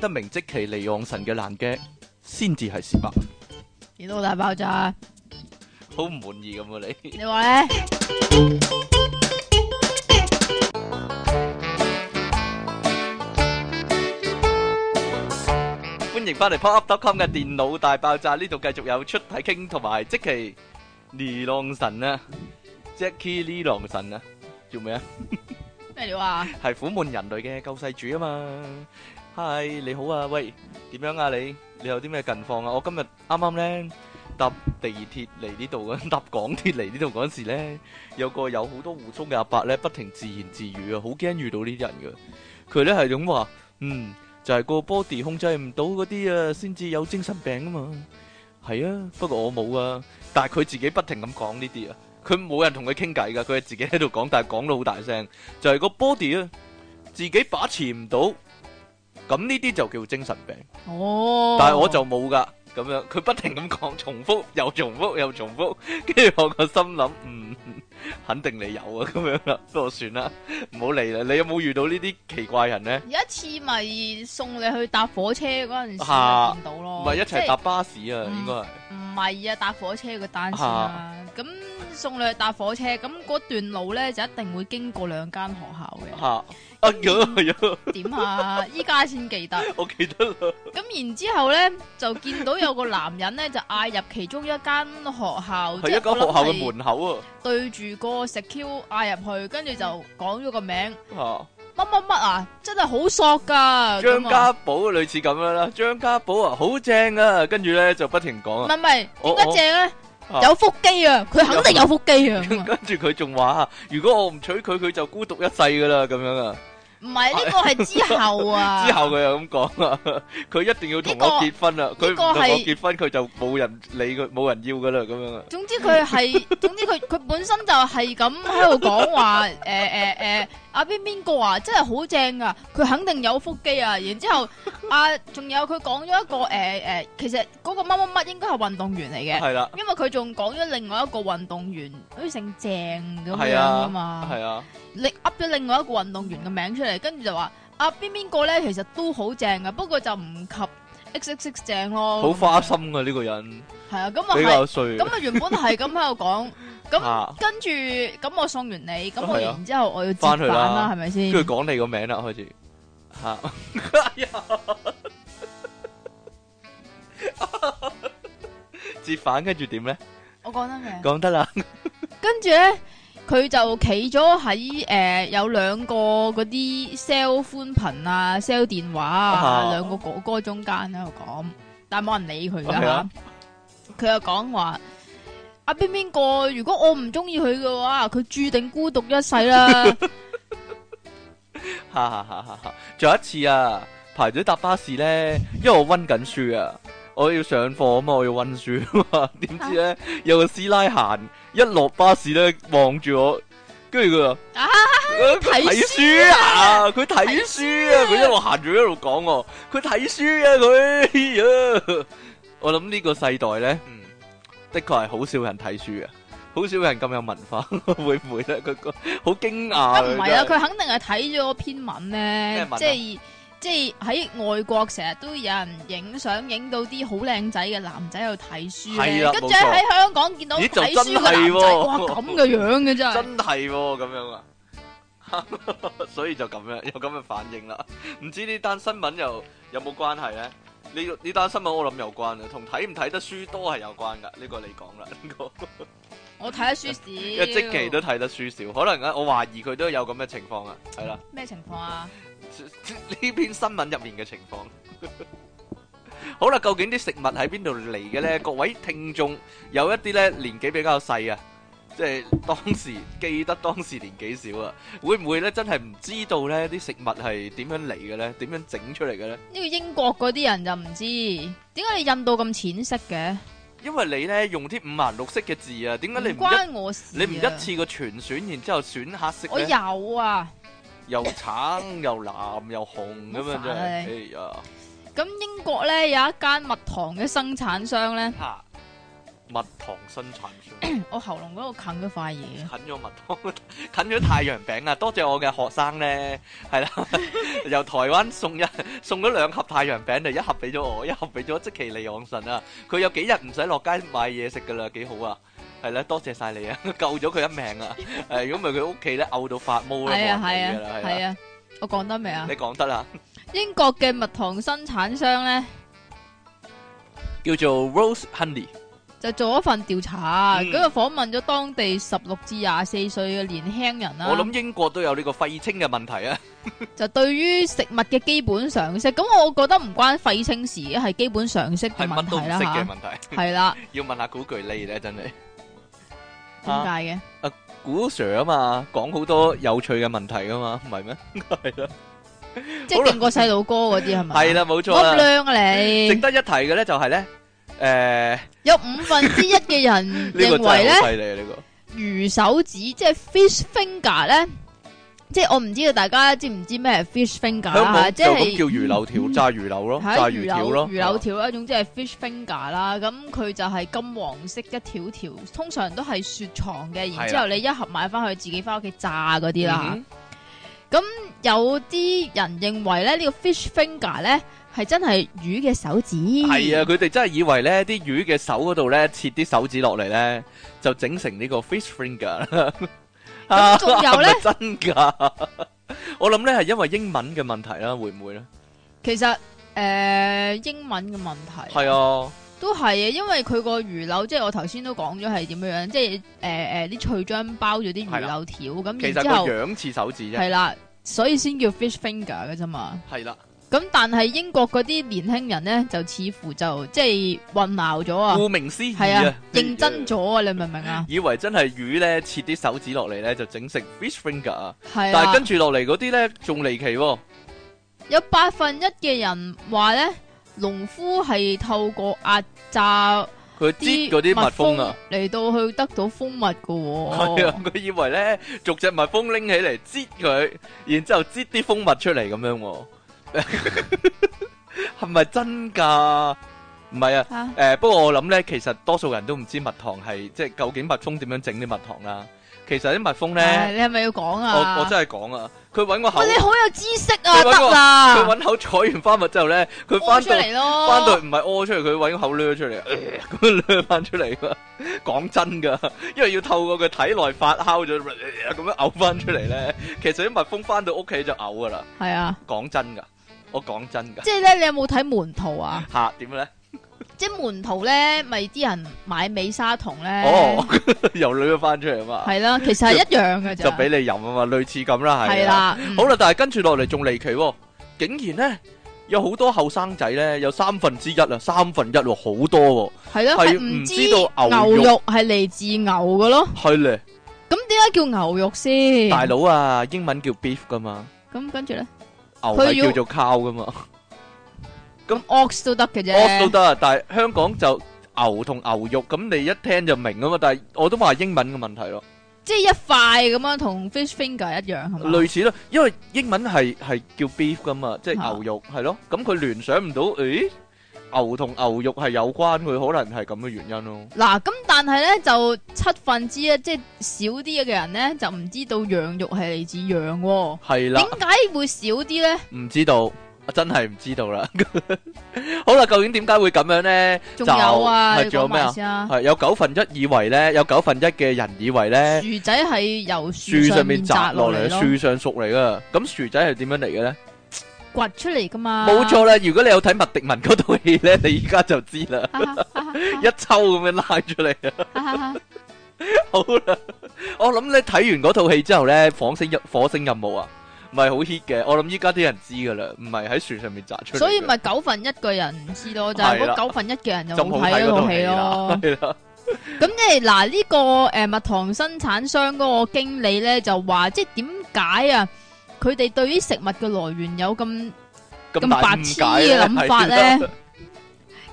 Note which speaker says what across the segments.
Speaker 1: 得明即其利昂神嘅爛 gag，先至係屎白，
Speaker 2: 電腦大爆炸，
Speaker 1: 好唔滿意咁啊你。
Speaker 2: 你話咧？
Speaker 1: 歡迎翻嚟 popup.com 嘅電腦大爆炸，呢度繼續有出體傾同埋即其利昂神啊，Jackie 利昂神啊，做咩啊？
Speaker 2: 咩料啊？
Speaker 1: 係苦悶人類嘅救世主啊嘛。嗨，你好啊，喂，點樣啊你？你有啲咩近況啊？我今日啱啱咧搭地鐵嚟呢 度嗰，搭港鐵嚟呢度嗰陣時咧，有個有好多胡鬚嘅阿伯咧，不停自言自語啊，好驚遇到呢啲人嘅。佢咧係咁話，嗯，就係、個 body 控制唔到嗰啲啊，先至有精神病啊嘛。係啊，不過我冇啊，但係佢自己不停咁講呢啲啊，佢冇人同佢傾偈噶，佢係自己喺度講，但係講到好大聲。就係個 body 啊，自己把持唔到，咁呢啲就叫精神病。
Speaker 2: 哦，
Speaker 1: 但係我就冇噶，咁樣佢不停咁講，重複又重複 又重複，跟住我個心諗，嗯， 肯定你有啊，咁樣啦， 不過算啦，唔好理啦。你有冇遇到呢啲奇怪人呢？
Speaker 2: 有一次咪送你去搭火車嗰陣時
Speaker 1: 嚇
Speaker 2: 咪見到咯，
Speaker 1: 唔係一
Speaker 2: 即係
Speaker 1: 齊搭巴士啊，
Speaker 2: 嗯
Speaker 1: 應該係
Speaker 2: 唔係啊，搭火車嗰單先啦。咁送你去搭火車，咁嗰段路咧就一定會經過兩間學校
Speaker 1: 吓。哎呀哎呀，
Speaker 2: 嘅。點啊？ 依家先記得。
Speaker 1: 我記得啦，
Speaker 2: 咁然之後咧，就見到有個男人咧就嗌入其中一間學校，
Speaker 1: 係
Speaker 2: 即
Speaker 1: 一
Speaker 2: 係
Speaker 1: 間學
Speaker 2: 我諗
Speaker 1: 校
Speaker 2: 係
Speaker 1: 嘅門口啊，
Speaker 2: 對住個食 Q 嗌入去，跟住就講咗個名
Speaker 1: 吓。
Speaker 2: 乜乜乜啊，真係好索噶。
Speaker 1: 張
Speaker 2: 咁啊
Speaker 1: 家寶類似咁樣啦，張家寶啊好正啊，跟住咧就不停講
Speaker 2: 唔
Speaker 1: 啊。
Speaker 2: 係唔係，
Speaker 1: 我
Speaker 2: 點解正咧
Speaker 1: 啊？
Speaker 2: 有腹肌啊，佢肯定有腹肌啊。咁
Speaker 1: 跟
Speaker 2: 啊
Speaker 1: 住佢仲話：如果我唔娶佢，佢就孤獨一世噶啦，咁樣啊。
Speaker 2: 唔係呢個係之後 啊，
Speaker 1: 哦之後佢又咁講啊， 佢一定要同
Speaker 2: 呢
Speaker 1: 我
Speaker 2: 個
Speaker 1: 結婚啊，佢唔
Speaker 2: 呢
Speaker 1: 同我
Speaker 2: 個係
Speaker 1: 結婚，佢就冇人理佢，冇人要噶啦，咁樣啊。
Speaker 2: 總之佢係， 總之佢佢本身就係咁喺度講話， 誒誒誒，阿邊邊個啊，真係好正噶，佢肯定有腹肌啊。然之 後，啊，仲有佢講咗一個誒誒、呃其實嗰個乜乜乜應該係運動員嚟嘅，
Speaker 1: 係啦，
Speaker 2: 因為佢仲講咗另外一個運動員，好似姓鄭咁
Speaker 1: 係
Speaker 2: 樣
Speaker 1: 啊
Speaker 2: 噶嘛，
Speaker 1: 係啊，
Speaker 2: 你噏咗另外一個運動員嘅名出嚟，跟住就話啊邊邊個咧，其實都好正噶，不過就唔及 X X X 正咯，
Speaker 1: 好花心啊呢個人，
Speaker 2: 係啊，咁啊
Speaker 1: 比
Speaker 2: 係。
Speaker 1: 較衰
Speaker 2: 咁啊，原本係咁喺度講，
Speaker 1: 啊
Speaker 2: 咁跟住咁我送完你，咁我
Speaker 1: 係啊
Speaker 2: 然之後我要接
Speaker 1: 返
Speaker 2: 返
Speaker 1: 去啦
Speaker 2: 啦，係咪先
Speaker 1: 跟？住講你個名啦，開始 吓，哎呀 折返跟住點咧？
Speaker 2: 我講得未？
Speaker 1: 講得啦，
Speaker 2: 跟住咧，佢就企咗喺誒有兩個嗰啲 sell 寬頻啊、sell 電話
Speaker 1: 啊
Speaker 2: 啊，兩個哥哥中間喺度講，但係冇人理佢噶
Speaker 1: 係啊
Speaker 2: 嚇。佢又講話。阿邊邊個，如果我唔中意佢嘅話，佢注定孤獨一世 啦。
Speaker 1: 哈哈哈哈哈！ 仲有一次啊，排隊搭巴士咧，因為我温緊書啊，我要上課啊嘛，我要温書啊嘛， 點知咧有個師奶行一落巴士咧望住我，跟住佢話
Speaker 2: 啊
Speaker 1: 佢
Speaker 2: 睇
Speaker 1: 睇書 啊，佢睇書啊，佢一路行住一路講我，佢睇書啊佢哎呀，我諗呢個世代咧，嗯的確係好少人睇書啊。好少人咁有文化， 會唔會咧？佢個好驚訝啊。
Speaker 2: 啊唔
Speaker 1: 真
Speaker 2: 係
Speaker 1: 係
Speaker 2: 啊，佢肯定係睇咗篇文
Speaker 1: 咩
Speaker 2: 咧
Speaker 1: 文啊，
Speaker 2: 即係即係喺外國成日都有人影相影到啲好靚仔嘅男仔喺度睇書
Speaker 1: 係啦
Speaker 2: 咧，跟住
Speaker 1: 冇錯
Speaker 2: 喺香港見到
Speaker 1: 咦
Speaker 2: 睇
Speaker 1: 就
Speaker 2: 書嘅
Speaker 1: 真係
Speaker 2: 男仔，
Speaker 1: 喎
Speaker 2: 哇咁嘅樣嘅真 係，
Speaker 1: 真係喎、咁樣啊， 所以就咁樣有咁嘅反應啦。唔知呢單新聞又有冇關係呢？呢呢單新聞我諗有關啊，同睇唔睇得書多係有關噶。呢、個你講啦，呢、個
Speaker 2: 我睇得 書
Speaker 1: 因為即期
Speaker 2: 少
Speaker 1: 都，睇得書少，可能啊，我懷疑佢都有咁嘅情況啊。係啦，
Speaker 2: 咩情況啊？
Speaker 1: 呢篇新聞入面嘅情況。 好啦，究竟啲食物喺邊度嚟嘅呢？各位聽眾有一啲呢年紀比較細啊，即係當時記得當時年紀少啊，會唔會呢？真係唔知道呢啲食物係點樣嚟嘅呢？點樣整出嚟嘅呢？
Speaker 2: 呢個英國嗰啲人就唔知，點解你印度咁淺色嘅？
Speaker 1: 因為你呢用啲五顏六色嘅字啊，點解你
Speaker 2: 唔
Speaker 1: 唔一
Speaker 2: 關我事啊，
Speaker 1: 你唔一次過全選，然之後選黑色
Speaker 2: 我
Speaker 1: 呢？
Speaker 2: 有啊。
Speaker 1: 又橙又藍又紅咁
Speaker 2: 好煩
Speaker 1: 樣真係，
Speaker 2: 啊
Speaker 1: 哎呀
Speaker 2: 咁英國咧有一間蜜糖嘅生產商咧。
Speaker 1: 嚇！蜜糖生產商，
Speaker 2: 我喉嚨嗰度啃咗塊嘢，啊
Speaker 1: 啃 咗蜜糖，啃咗太陽餅啊！多謝我嘅學生咧， 係啦，由台灣送一送咗兩盒太陽餅嚟，一盒俾咗我，一盒俾咗即其利昂神啊！佢有幾日唔使落街買嘢食噶啦，幾好啊！係啦，多謝晒你啊， 救咗佢一命啊！誒，如果唔係佢屋企咧嘔到發毛啦，
Speaker 2: 係啊
Speaker 1: 冇人
Speaker 2: 係
Speaker 1: 理㗎啦
Speaker 2: 啊
Speaker 1: 係
Speaker 2: 係
Speaker 1: 啊，
Speaker 2: 啊，我講得未啊
Speaker 1: 你？講得啦，
Speaker 2: 英國嘅蜜糖生產商咧
Speaker 1: 叫做 Rose Honey。
Speaker 2: 就做咗份調查，
Speaker 1: 嗯
Speaker 2: 咁就訪問咗當地十六至廿四歲嘅年輕人啦。
Speaker 1: 我諗英國都有呢個廢青嘅問題啊！
Speaker 2: 就對於食物嘅基本常識，咁我覺得唔關廢青事，係基本常識
Speaker 1: 係
Speaker 2: 嘅
Speaker 1: 乜
Speaker 2: 問
Speaker 1: 都唔
Speaker 2: 題啦
Speaker 1: 識嘅
Speaker 2: 吓。
Speaker 1: 問題，
Speaker 2: 係啦，
Speaker 1: 要問下古巨呢咧，真係
Speaker 2: 點解嘅？
Speaker 1: 古 Sir 啊嘛，講好多有趣嘅問題噶嘛，唔係咩？係啦，
Speaker 2: 即係勁過細路哥嗰啲係咪？
Speaker 1: 係，啦，冇錯
Speaker 2: 咁
Speaker 1: 啦。
Speaker 2: 靚啊
Speaker 1: 值
Speaker 2: 你！
Speaker 1: 得一提嘅咧就係咧，誒
Speaker 2: 有五分之一嘅人
Speaker 1: 呢個
Speaker 2: 認
Speaker 1: 真係
Speaker 2: 為
Speaker 1: 好
Speaker 2: 咧，
Speaker 1: 犀利啊！呢個
Speaker 2: 魚手指即係 fish finger 咧，即係我唔知道大家知唔知咩係 fish finger
Speaker 1: 香
Speaker 2: 啦，
Speaker 1: 港
Speaker 2: 即
Speaker 1: 就咁叫
Speaker 2: 係。
Speaker 1: 魚柳條，炸魚柳咯，炸魚條咯，啊
Speaker 2: 魚柳條啦，總之係 fish finger 啦，咁佢就係金黃色一條條，通常都係雪藏嘅，然之後你一盒買翻去自己翻屋企炸嗰啲啦。
Speaker 1: 嗯
Speaker 2: 有啲人認為咧，呢、個 fish finger 咧係真係魚嘅手指，
Speaker 1: 係啊！佢哋真係以為咧啲魚嘅手嗰度咧切啲手指落嚟咧，就整成呢個 fish finger
Speaker 2: 咁仲有咧
Speaker 1: 係咪真噶？我諗咧係因為英文嘅問題啦，會唔會咧？
Speaker 2: 其實诶、呃英文嘅問題
Speaker 1: 係啊。
Speaker 2: 都係嘅，因為佢個魚柳即係我頭先都講咗係點樣樣，即係诶诶啲脆漿包咗啲魚柳條，
Speaker 1: 其
Speaker 2: 咁
Speaker 1: 實
Speaker 2: 然之
Speaker 1: 個
Speaker 2: 後
Speaker 1: 樣似手指啫，
Speaker 2: 係啦，所以先叫 fish finger 嘅啫嘛。
Speaker 1: 係啦，
Speaker 2: 咁但係英國嗰啲年輕人咧，就似乎就即係混淆咗啊，
Speaker 1: 顧名思義
Speaker 2: 係啊
Speaker 1: 啊，，
Speaker 2: 認真，咗啊，你明唔明啊？
Speaker 1: 以為真係魚咧切啲手指落嚟咧就整成 fish finger 啊，
Speaker 2: 係
Speaker 1: 但係
Speaker 2: 啊
Speaker 1: 跟。住落嚟嗰啲咧仲離奇喎，
Speaker 2: 有八分一嘅人話咧，農夫係透過壓榨
Speaker 1: 佢
Speaker 2: 啲
Speaker 1: 擠嗰啲蜜蜂
Speaker 2: 蜂
Speaker 1: 啊，
Speaker 2: 嚟到去得到蜂蜜噶、喎。
Speaker 1: 係啊，佢以為咧逐隻蜜蜂拎起嚟擠佢，然之後擠啲蜂蜜出嚟咁樣喎， 係咪真㗎？唔係啊。
Speaker 2: 啊，
Speaker 1: 誒、不過我諗咧，其實多數人都唔知蜜糖係即係究竟蜜蜂點樣整啲蜜糖啦。其實啲蜜蜂咧，
Speaker 2: 唉你係咪要講啊？
Speaker 1: 我我真係講啊，佢揾個口
Speaker 2: 喂，，你好有知識
Speaker 1: 你
Speaker 2: 啊，
Speaker 1: 搵個
Speaker 2: 得啦，
Speaker 1: 佢揾口採完花蜜之後咧，佢
Speaker 2: 屙
Speaker 1: 翻
Speaker 2: 出
Speaker 1: 到
Speaker 2: 嚟咯，
Speaker 1: 翻到唔係屙出嚟，佢揾個口掠出嚟， 咁樣掠翻出嚟噶。講真噶，因為要透過佢體內發酵咗，咁樣嘔翻出嚟咧，其實啲蜜蜂翻到屋企就嘔噶啦。
Speaker 2: 係啊，
Speaker 1: 講真噶，我講真噶，
Speaker 2: 即係咧，你有冇睇門徒啊？
Speaker 1: 嚇點咧？
Speaker 2: 即係門徒咧，咪啲人買美沙酮咧，
Speaker 1: 哦，又掠翻出嚟啊嘛，
Speaker 2: 係啦，其實係一樣嘅咋，
Speaker 1: 就俾你飲啊嘛，類似咁啦，
Speaker 2: 係
Speaker 1: 係啊。
Speaker 2: 啦，嗯
Speaker 1: 好啦，但係跟住落嚟仲離奇喎，竟然咧有好多後生仔咧，有三分之一啊，三分一喎，好多喎。
Speaker 2: 係咯，
Speaker 1: 係
Speaker 2: 係
Speaker 1: 唔
Speaker 2: 唔
Speaker 1: 知
Speaker 2: 知
Speaker 1: 道牛
Speaker 2: 牛
Speaker 1: 肉
Speaker 2: 肉係嚟自牛嘅咯，
Speaker 1: 係咧，
Speaker 2: 咁點解叫牛肉先？
Speaker 1: 大佬啊，英文叫 beef 噶嘛，
Speaker 2: 咁跟住咧。
Speaker 1: 牛
Speaker 2: 佢
Speaker 1: 係
Speaker 2: 要
Speaker 1: 叫做 cow 噶嘛
Speaker 2: 咁 ox 都得嘅啫。
Speaker 1: ，ox 都得啊，但係香港就牛同牛肉，咁你一聽就明啊嘛。但係我都話英文嘅問題咯，
Speaker 2: 即係一塊咁樣同 fish finger 一樣係嘛？
Speaker 1: 類似啦，因為英文係係叫 beef 噶嘛，即
Speaker 2: 啊
Speaker 1: 係牛肉係咯，咁佢聯想唔到，誒牛同牛肉係有關，佢可能係咁嘅原因咯。
Speaker 2: 嗱，咁但係咧就七分之一，即係少啲嘅人咧就唔知道羊肉係嚟自羊喎。
Speaker 1: 係啦
Speaker 2: 點。解會少啲咧？
Speaker 1: 唔知道，真系唔知道啦。 好啦，究竟點解會咁樣呢？
Speaker 2: 仲有啊，
Speaker 1: 就係
Speaker 2: 你
Speaker 1: 仲有
Speaker 2: 講
Speaker 1: 咩
Speaker 2: 埋
Speaker 1: 啊？
Speaker 2: 先啊？
Speaker 1: 係有九分一以為呢，有九分一嘅人以為呢，
Speaker 2: 薯仔係由樹
Speaker 1: 樹上面
Speaker 2: 面
Speaker 1: 摘
Speaker 2: 摘
Speaker 1: 落
Speaker 2: 落
Speaker 1: 嚟，
Speaker 2: 嚟
Speaker 1: 樹上熟嚟噶。咁薯仔係點樣嚟嘅呢？
Speaker 2: 咯，掘出嚟噶嘛？
Speaker 1: 冇錯啦，如果你有睇麥迪文嗰套戲呢， 你而家就知啦，
Speaker 2: 哈哈哈哈
Speaker 1: 一抽咁樣拉出嚟。
Speaker 2: 哈哈。
Speaker 1: 好啦，我諗咧睇完嗰套戲之後咧，火星任火星任務啊，唔係好 hit 嘅。我諗依家啲人知噶啦，唔係喺樹上面摘出嚟嘅。
Speaker 2: 所以咪九分一嘅人唔知咯，就係
Speaker 1: 係啦
Speaker 2: 嗰九分一嘅人就
Speaker 1: 就冇
Speaker 2: 冇
Speaker 1: 睇
Speaker 2: 睇
Speaker 1: 嗰
Speaker 2: 嗰
Speaker 1: 套
Speaker 2: 套
Speaker 1: 戲
Speaker 2: 戲
Speaker 1: 啦
Speaker 2: 咯。
Speaker 1: 係啦，
Speaker 2: 咁即系嗱呢個诶蜜糖生產商嗰個經理咧就話，即系点解啊？佢哋對於食物嘅來源有咁
Speaker 1: 咁
Speaker 2: 咁
Speaker 1: 大
Speaker 2: 白
Speaker 1: 誤
Speaker 2: 痴
Speaker 1: 解
Speaker 2: 嘅
Speaker 1: 呢
Speaker 2: 諗法
Speaker 1: 係啦
Speaker 2: 咧？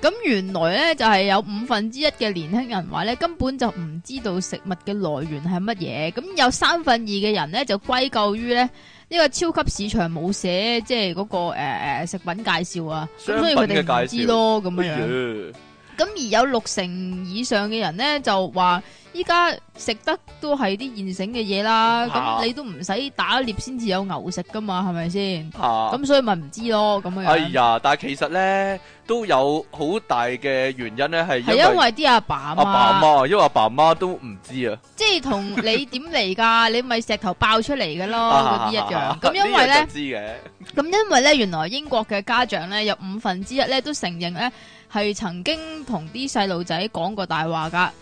Speaker 2: 咁原來咧就係有五分之一嘅年輕人話咧根本就唔知道食物嘅來源係乜嘢，咁有三分二嘅人咧就歸咎於咧呢個超級市場冇寫呃即係嗰個诶诶食品介紹啊，咁所以佢哋
Speaker 1: 商品
Speaker 2: 唔
Speaker 1: 嘅介紹
Speaker 2: 知咯咁樣樣。
Speaker 1: 哎呀
Speaker 2: 咁而有六成以上嘅人咧就話依家食得都係啲現成嘅嘢啦，咁、
Speaker 1: 啊
Speaker 2: 你都唔使打獵先至有牛食噶嘛，係咪先？
Speaker 1: 啊
Speaker 2: 咁所以咪唔知咯，咁樣
Speaker 1: 哎
Speaker 2: 樣
Speaker 1: 呀，但系其實咧都有好大嘅原因咧，係
Speaker 2: 係
Speaker 1: 哎
Speaker 2: 啊
Speaker 1: 因
Speaker 2: 因
Speaker 1: 為
Speaker 2: 為啲阿爸阿
Speaker 1: 阿爸阿
Speaker 2: 媽，
Speaker 1: 媽，因為阿爸阿媽都唔知啊。
Speaker 2: 即係同你點嚟㗎？ 你咪石頭爆出嚟嘅咯，
Speaker 1: 啊
Speaker 2: 嗰啲一樣。咁因為
Speaker 1: 呢
Speaker 2: 咧
Speaker 1: 樣就。知嘅，
Speaker 2: 咁因為咧，原來英國嘅家長咧有五分之一咧都承認咧係曾經同啲細路仔講過大話噶，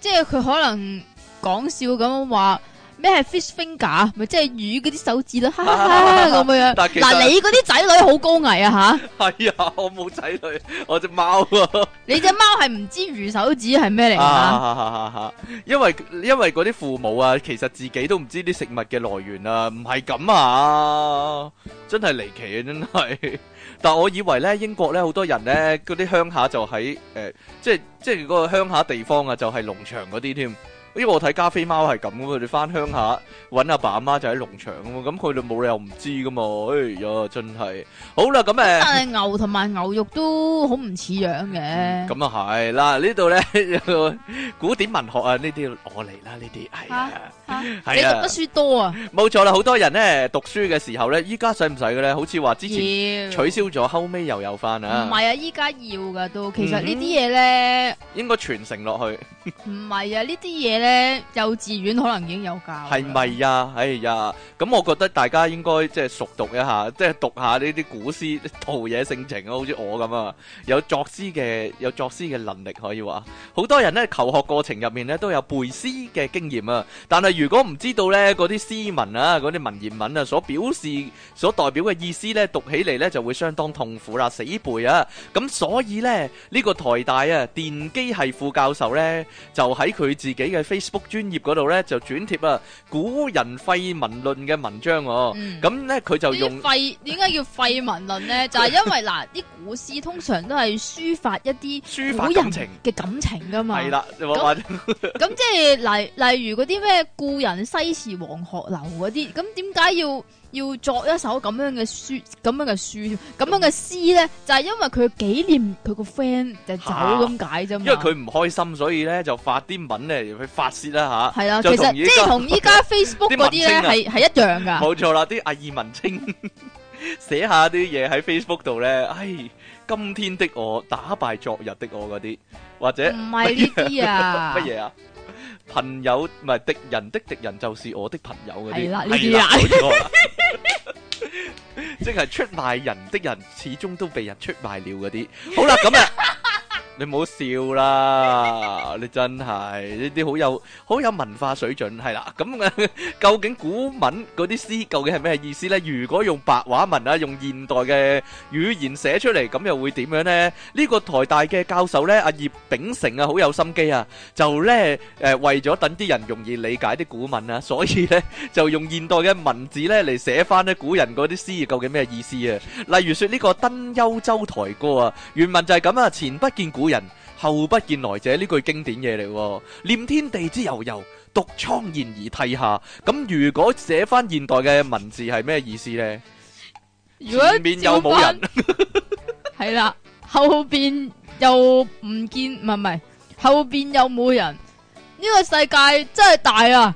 Speaker 2: 即係佢可能講笑咁話咩係 fish finger，咪即係魚嗰啲手指啦，哈哈哈咁樣樣。
Speaker 1: 啊但係其實
Speaker 2: 嗱，你嗰啲仔女好高危啊吓！
Speaker 1: 係啊，我冇仔女，我只貓啊。
Speaker 2: 你只貓係唔知魚手指係咩嚟噶？
Speaker 1: 啊，因為因為嗰啲父母啊，其實自己都唔知啲食物嘅來源啊，唔係咁啊，真係離奇啊，真係。 但我以為咧，英國咧好多人咧，嗰啲鄉下就喺誒、呃即係即係嗰個鄉下地方啊，就係、農場嗰啲添。因為我睇加菲貓係咁噶嘛，你翻鄉下揾阿爸阿媽就喺農場噶嘛，咁佢哋冇理由唔知噶嘛。哎呀，真係好啦，咁誒。呃
Speaker 2: 但係牛同埋牛肉都好唔似樣嘅。
Speaker 1: 咁啊系啦，呢 度咧有古典文學啊，呢啲我嚟啦，呢啲係啊，
Speaker 2: 嚇你
Speaker 1: 係
Speaker 2: 讀得
Speaker 1: 啊，
Speaker 2: 書多啊？
Speaker 1: 冇錯啦，好多人咧讀書嘅時候咧，依家使唔使嘅咧？好似話之前
Speaker 2: 要
Speaker 1: 取消咗，後尾又有翻
Speaker 2: 唔
Speaker 1: 啊，
Speaker 2: 係啊？依家要噶都，其實呢
Speaker 1: 嗯
Speaker 2: 啲嘢咧。
Speaker 1: 應該傳承落去，
Speaker 2: 唔係啊，呢啲嘢咧，幼稚園可能已經有教。
Speaker 1: 係？咪啊？哎呀，咁我覺得大家應該即係熟讀一下，即係讀下呢啲古詩陶冶性情啊，好似我咁啊，有作詩嘅有作詩嘅能力可以話。好多人咧求學過程入面咧都有背詩嘅經驗啊，但係如果唔知道咧嗰啲詩文啊、嗰啲文言文啊所表示、所代表嘅意思咧，讀起嚟咧就會相當痛苦啦，死背啊！咁所以咧呢、呢個台大啊電機系副教授咧就喺佢自己嘅 Facebook 專頁嗰度咧就轉貼啊古人廢文論嘅文章哦、
Speaker 2: 嗯。
Speaker 1: 咁咧佢就
Speaker 2: 呢
Speaker 1: 用
Speaker 2: 啲廢點解叫廢文論咧？就係因為 嗱，啲古詩通常都係抒發一啲
Speaker 1: 抒發
Speaker 2: 古
Speaker 1: 感
Speaker 2: 人
Speaker 1: 情。
Speaker 2: 嘅感情噶嘛。
Speaker 1: 係。啦，或或
Speaker 2: 咁即係例例如嗰啲咩故人西辭黃鶴樓嗰啲，咁點解要要作一首咁樣嘅書、咁樣嘅書、咁樣嘅詩咧？就係因為佢紀念佢個 friend 就走咁解啫嘛。
Speaker 1: 因為佢唔開心，所以咧就發啲文咧去發泄啦吓。
Speaker 2: 係啦，其
Speaker 1: 就
Speaker 2: 實
Speaker 1: 同依
Speaker 2: 即
Speaker 1: 家
Speaker 2: 係同依家
Speaker 1: 啲
Speaker 2: Facebook 嗰啲咧
Speaker 1: 文青啊
Speaker 2: 係係一樣㗎。
Speaker 1: 冇錯啦，啲阿爾文青 寫下啲嘢喺 Facebook 度咧，唉，今天的我打敗昨日的我嗰啲，或者
Speaker 2: 唔係呢啲 啊，
Speaker 1: 乜嘢啊？朋友唔係敵人的敵人就是我的朋友嗰啲，
Speaker 2: 係啦呢
Speaker 1: 係
Speaker 2: 啲
Speaker 1: 啦
Speaker 2: 啊
Speaker 1: 冇錯啦即係出賣人的人，始終都被人出賣了嗰啲。好啦，咁啊，你唔好笑啦，你真係呢啲好有好有文化水準，係啦。 咁啊，究竟古文嗰啲詩究竟係咩意思呢？如果用白話文啊，用現代嘅語言寫出嚟，咁又會點樣呢？呢、個台大嘅教授呢，阿葉炳成啊，好有心機啊，就呢，誒、為咗等啲人容易理解啲古文啊， 所以呢，就用現代嘅文字呢嚟寫翻呢古人嗰啲詩究竟咩意思啊？例如說呢個《登幽州台歌》啊，原文就係咁啊，前不見古人。後不見來者呢句經典嘢嚟喎，念天地之悠悠，獨愴然而涕下。咁如果寫翻現代嘅文字係咩意思呢？
Speaker 2: 如果
Speaker 1: 前面又冇 人
Speaker 2: 照返，系啦，後边又唔見，唔係唔係，後边又冇人，呢、個世界真係大啊！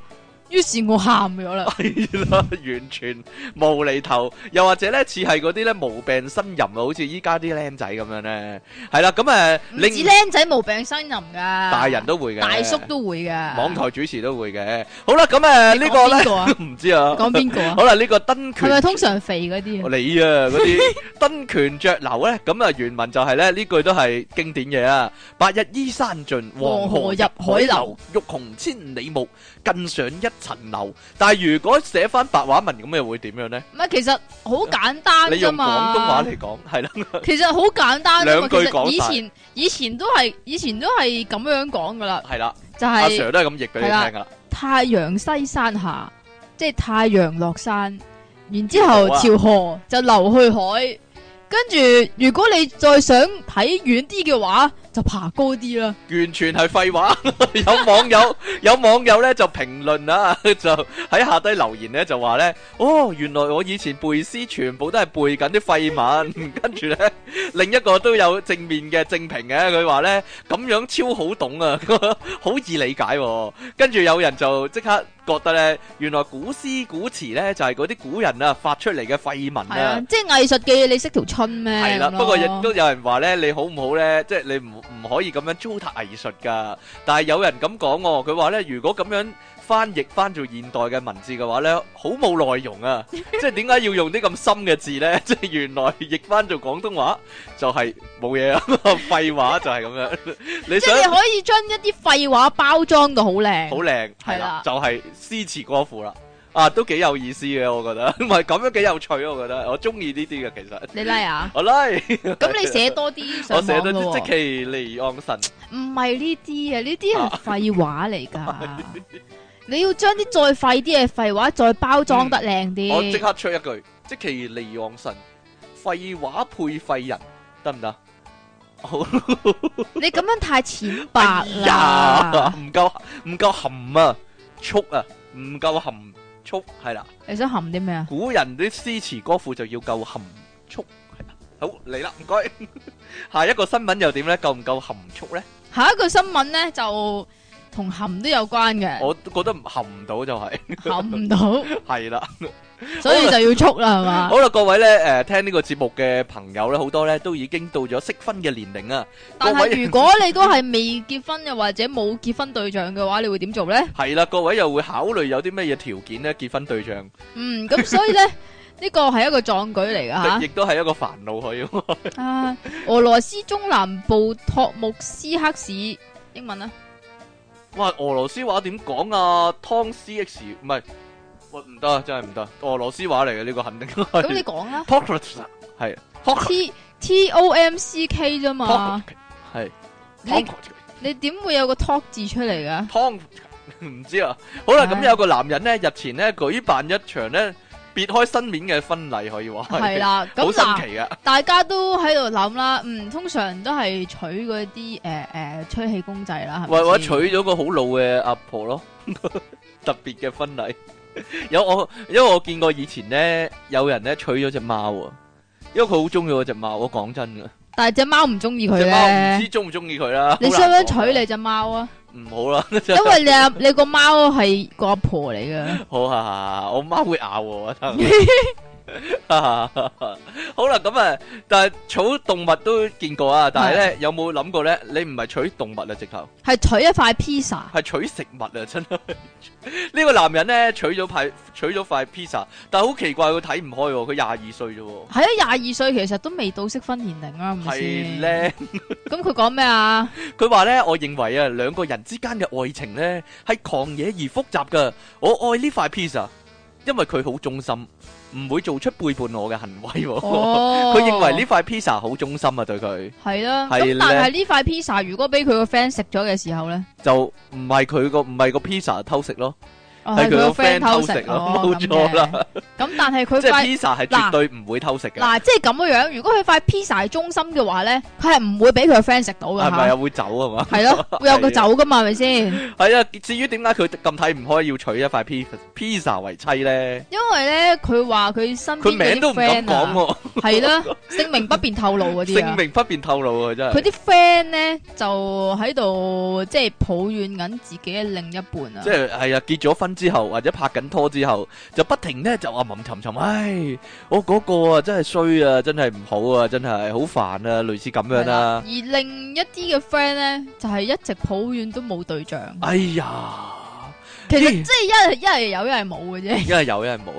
Speaker 2: 於是我喊咗
Speaker 1: 啊
Speaker 2: 啦，
Speaker 1: 係啦，完全無厘頭，又或者咧似係嗰啲咧無病呻吟啊，好似依家啲僆仔咁樣咧，係啦，咁誒
Speaker 2: 唔止
Speaker 1: 令
Speaker 2: 僆仔無病呻吟噶，
Speaker 1: 大人都會嘅，
Speaker 2: 大叔都會噶。
Speaker 1: 網台主持都會嘅。好啦，咁誒呢個咧
Speaker 2: 咧，
Speaker 1: 唔知啊，
Speaker 2: 講邊個 啊？
Speaker 1: 好啦，呢個登
Speaker 2: 係
Speaker 1: 權
Speaker 2: 咪通常肥嗰啲啊？
Speaker 1: 你啊，嗰啲 登權著流咧，咁啊原文就係咧呢句都係經典嘢啊！白日依山盡，黃河入海流，欲窮千里目，更上一層樓。但係如果寫翻白話文咁，又會點樣咧？
Speaker 2: 唔係，其實好簡單
Speaker 1: 你
Speaker 2: 啫
Speaker 1: 用廣
Speaker 2: 嘛。
Speaker 1: 東話嚟講，係啦，
Speaker 2: 其實好簡單啫嘛。
Speaker 1: 兩句
Speaker 2: 其實
Speaker 1: 講
Speaker 2: 以
Speaker 1: 晒
Speaker 2: 前以前都係以前都係咁樣講噶啦，
Speaker 1: 係啦，
Speaker 2: 就
Speaker 1: 阿
Speaker 2: 係、
Speaker 1: Sir 都係咁譯俾你聽㗎啦。
Speaker 2: 太陽西山下，即係太陽落山，然之后
Speaker 1: 好啊
Speaker 2: 條河就流去海。跟住，如果你再想睇遠啲嘅話，就爬高啲啦。
Speaker 1: 完全係廢話。 有網友有網友咧就評論啊， 就喺下低留言咧就話咧，哦，原來我以前背詩全部都係背緊啲廢文， 跟住咧另一個都有正面嘅正評嘅，佢話咧咁樣超好懂啊， 好易理解、喎。跟住有人就即刻覺得咧，原來古詩古詞咧就係嗰啲古人啊發出嚟嘅廢文
Speaker 2: 系啊
Speaker 1: 啊。，
Speaker 2: 即系艺术嘅嘢，你识條春咩？
Speaker 1: 系啦，
Speaker 2: 咁咯
Speaker 1: 不過亦都有人話咧，你好唔好咧？即係你唔唔可以咁樣糟蹋藝術噶。但係有人咁講喎，佢話咧，如果咁樣翻譯翻做現代嘅文字嘅話咧，好冇內 容啊！即係點解要用啲咁深嘅字咧？ 即係原來譯翻做廣東話就係冇嘢啊， 廢話就係 咁樣。你
Speaker 2: 即系
Speaker 1: 想
Speaker 2: 你可以將一啲廢話包裝到好靚。
Speaker 1: 好靚係
Speaker 2: 係
Speaker 1: 啦
Speaker 2: 啦，
Speaker 1: 就係詩詞歌賦啦。啊，都幾有意思嘅，我覺得， 唔係咁樣幾有趣，我覺得，我中意呢啲嘅其實。
Speaker 2: 你拉 啊？
Speaker 1: 我啦，
Speaker 2: 咁你寫多啲
Speaker 1: 我
Speaker 2: 上
Speaker 1: 寫
Speaker 2: 網
Speaker 1: 得
Speaker 2: 咯
Speaker 1: 即
Speaker 2: 喎。
Speaker 1: 其離岸神。
Speaker 2: 唔係呢啲啊，呢啲係廢話嚟 㗎。你要將啲再廢啲嘅廢話再包裝得靚
Speaker 1: 嗯我即
Speaker 2: 啲。
Speaker 1: 刻出一句，即其利昂神，廢話配廢人，得唔得？好
Speaker 2: 你咁樣太淺白
Speaker 1: 呀
Speaker 2: 啦，，
Speaker 1: 唔夠唔夠含啊，速啊，唔夠含速係啦。
Speaker 2: 你想含啲咩啊？
Speaker 1: 古人啲詩詞歌賦就要夠含蓄，係啦。好嚟啦，唔該。 下一個新聞又點呢？夠唔夠含蓄呢？
Speaker 2: 下一個新聞咧就同含都有關嘅，
Speaker 1: 我覺得唔含唔到就係，
Speaker 2: 含 唔到，
Speaker 1: 係啦。
Speaker 2: 所以就要速啦，係嘛？
Speaker 1: 好啦，各位呢，誒聽呢個節目嘅朋友呢，好多呢都已經到咗適婚嘅年齡啊。
Speaker 2: 但
Speaker 1: 各位
Speaker 2: 係如果你都係未結婚又或者冇結婚對象嘅話，你會點做咧？
Speaker 1: 系啦，各位又會考慮有啲乜嘢條件咧？結婚對象，
Speaker 2: 嗯，咁所以咧， 呢個係一個壯舉嚟噶
Speaker 1: 亦都係一個煩惱可以。
Speaker 2: 吓。啊，俄羅斯中南部托木斯克市，英文啊，
Speaker 1: 哇，俄羅斯話點講啊？湯 C X 唔係，喂唔得，啊真係唔得。俄羅斯話嚟嘅呢個肯定係。
Speaker 2: 咁你講啊啦
Speaker 1: p o c r a t s 係 p o c r
Speaker 2: ，T T O M C K 啫
Speaker 1: p o c r
Speaker 2: 嘛
Speaker 1: a，係
Speaker 2: 你
Speaker 1: Pokrat-
Speaker 2: 你點會有個 talk 字出嚟噶？
Speaker 1: 湯唔知啊。好啦，咁
Speaker 2: 唉
Speaker 1: 有個男人咧，日前咧舉辦一場咧別開生面嘅婚禮，可以話
Speaker 2: 係，啦，
Speaker 1: 好
Speaker 2: 咁
Speaker 1: 新
Speaker 2: 嗱，
Speaker 1: 奇啊！
Speaker 2: 大家都喺度諗啦，嗯，通常都係娶嗰啲诶诶吹氣公仔啦，係咪
Speaker 1: 或或者
Speaker 2: 先
Speaker 1: 娶咗個好老嘅阿婆咯， 特別嘅婚禮。有我，因為我見過以前咧，有人咧娶咗只貓啊，因為佢好中意嗰只貓。我講真噶，
Speaker 2: 但係只貓唔中意佢
Speaker 1: 只貓唔
Speaker 2: 咧
Speaker 1: 知，中唔中意佢啦。
Speaker 2: 你
Speaker 1: 好
Speaker 2: 想唔
Speaker 1: 難
Speaker 2: 想
Speaker 1: 講啊
Speaker 2: 娶你只貓 啊？
Speaker 1: 唔好啦，
Speaker 2: 因為你阿你個貓係個阿婆嚟嘅。
Speaker 1: 好啊，我貓會咬我啊。真係 好啦，咁啊，但係娶動物都見過啊，但係咧有冇諗過咧？你唔係娶動物啊，直頭。
Speaker 2: 系取一塊 pizza，
Speaker 1: 系取食物啊，真係呢個男人咧取咗塊取咗塊 pizza，但係好奇怪佢睇唔開喎，佢廿二歲啫喎，
Speaker 2: 係啊，廿二歲其實都未到適婚年齡啊，係咪
Speaker 1: 係
Speaker 2: 先？
Speaker 1: 咧。
Speaker 2: 咁佢講 咩啊？
Speaker 1: 佢話咧，我認為啊，兩個人之間嘅愛情咧係狂野而複雜噶。我愛呢塊 pizza，因為佢好忠心，唔會做出背叛我嘅行為喎。
Speaker 2: 哦，
Speaker 1: 佢認為呢塊 pizza 好忠心啊，對佢
Speaker 2: 係啦。
Speaker 1: 係
Speaker 2: 咁
Speaker 1: 呢
Speaker 2: 但係呢塊 pizza 如果俾佢個 friend 食咗嘅時候咧，
Speaker 1: 就唔係佢個唔係個 pizza 偷食咯，
Speaker 2: 哦
Speaker 1: 係佢
Speaker 2: 係
Speaker 1: 個
Speaker 2: 個
Speaker 1: friend
Speaker 2: friend 偷
Speaker 1: 偷食
Speaker 2: 食，
Speaker 1: 咯
Speaker 2: 哦
Speaker 1: 冇錯啦。
Speaker 2: 咁嘅咁但係佢
Speaker 1: 即係
Speaker 2: 塊
Speaker 1: pizza 係絕
Speaker 2: 嗱
Speaker 1: 對唔會偷食嘅，
Speaker 2: 嗱，即係咁樣樣。如果佢塊 pizza 係中心嘅話咧，佢係唔會俾佢個 friend 食到
Speaker 1: 係
Speaker 2: 㗎
Speaker 1: 咪
Speaker 2: 吓。
Speaker 1: 啊？會走啊嘛？
Speaker 2: 係 咯，會有個
Speaker 1: 係
Speaker 2: 走㗎嘛，係咪先？
Speaker 1: 系啊，至於點解佢咁睇唔開要娶一塊 pizza pizza 为妻咧？
Speaker 2: 因為咧，佢話佢身
Speaker 1: 佢
Speaker 2: 邊嗰
Speaker 1: 名都
Speaker 2: 啲
Speaker 1: 唔敢
Speaker 2: friend
Speaker 1: 講
Speaker 2: 啊，
Speaker 1: 喎，
Speaker 2: 係啦，姓名不便透露嗰 啲啊
Speaker 1: 姓。名不便透露啊，真
Speaker 2: 佢
Speaker 1: 係。
Speaker 2: 啲 friend 咧就喺度即系抱怨緊自己嘅另一半啊
Speaker 1: 即！係係啊，結咗婚之後或者拍緊拖之後，就不停咧就話吟沉沉，唉，我嗰個啊真係衰啊，真係唔好啊，真係好煩啊，類似咁樣
Speaker 2: 係啦
Speaker 1: 啦
Speaker 2: 而。另一啲嘅 friend 咧就係一直抱怨都冇對象，
Speaker 1: 哎呀，
Speaker 2: 其實
Speaker 1: 咦
Speaker 2: 即係一係一係有一係冇嘅啫。
Speaker 1: 一係有一係冇，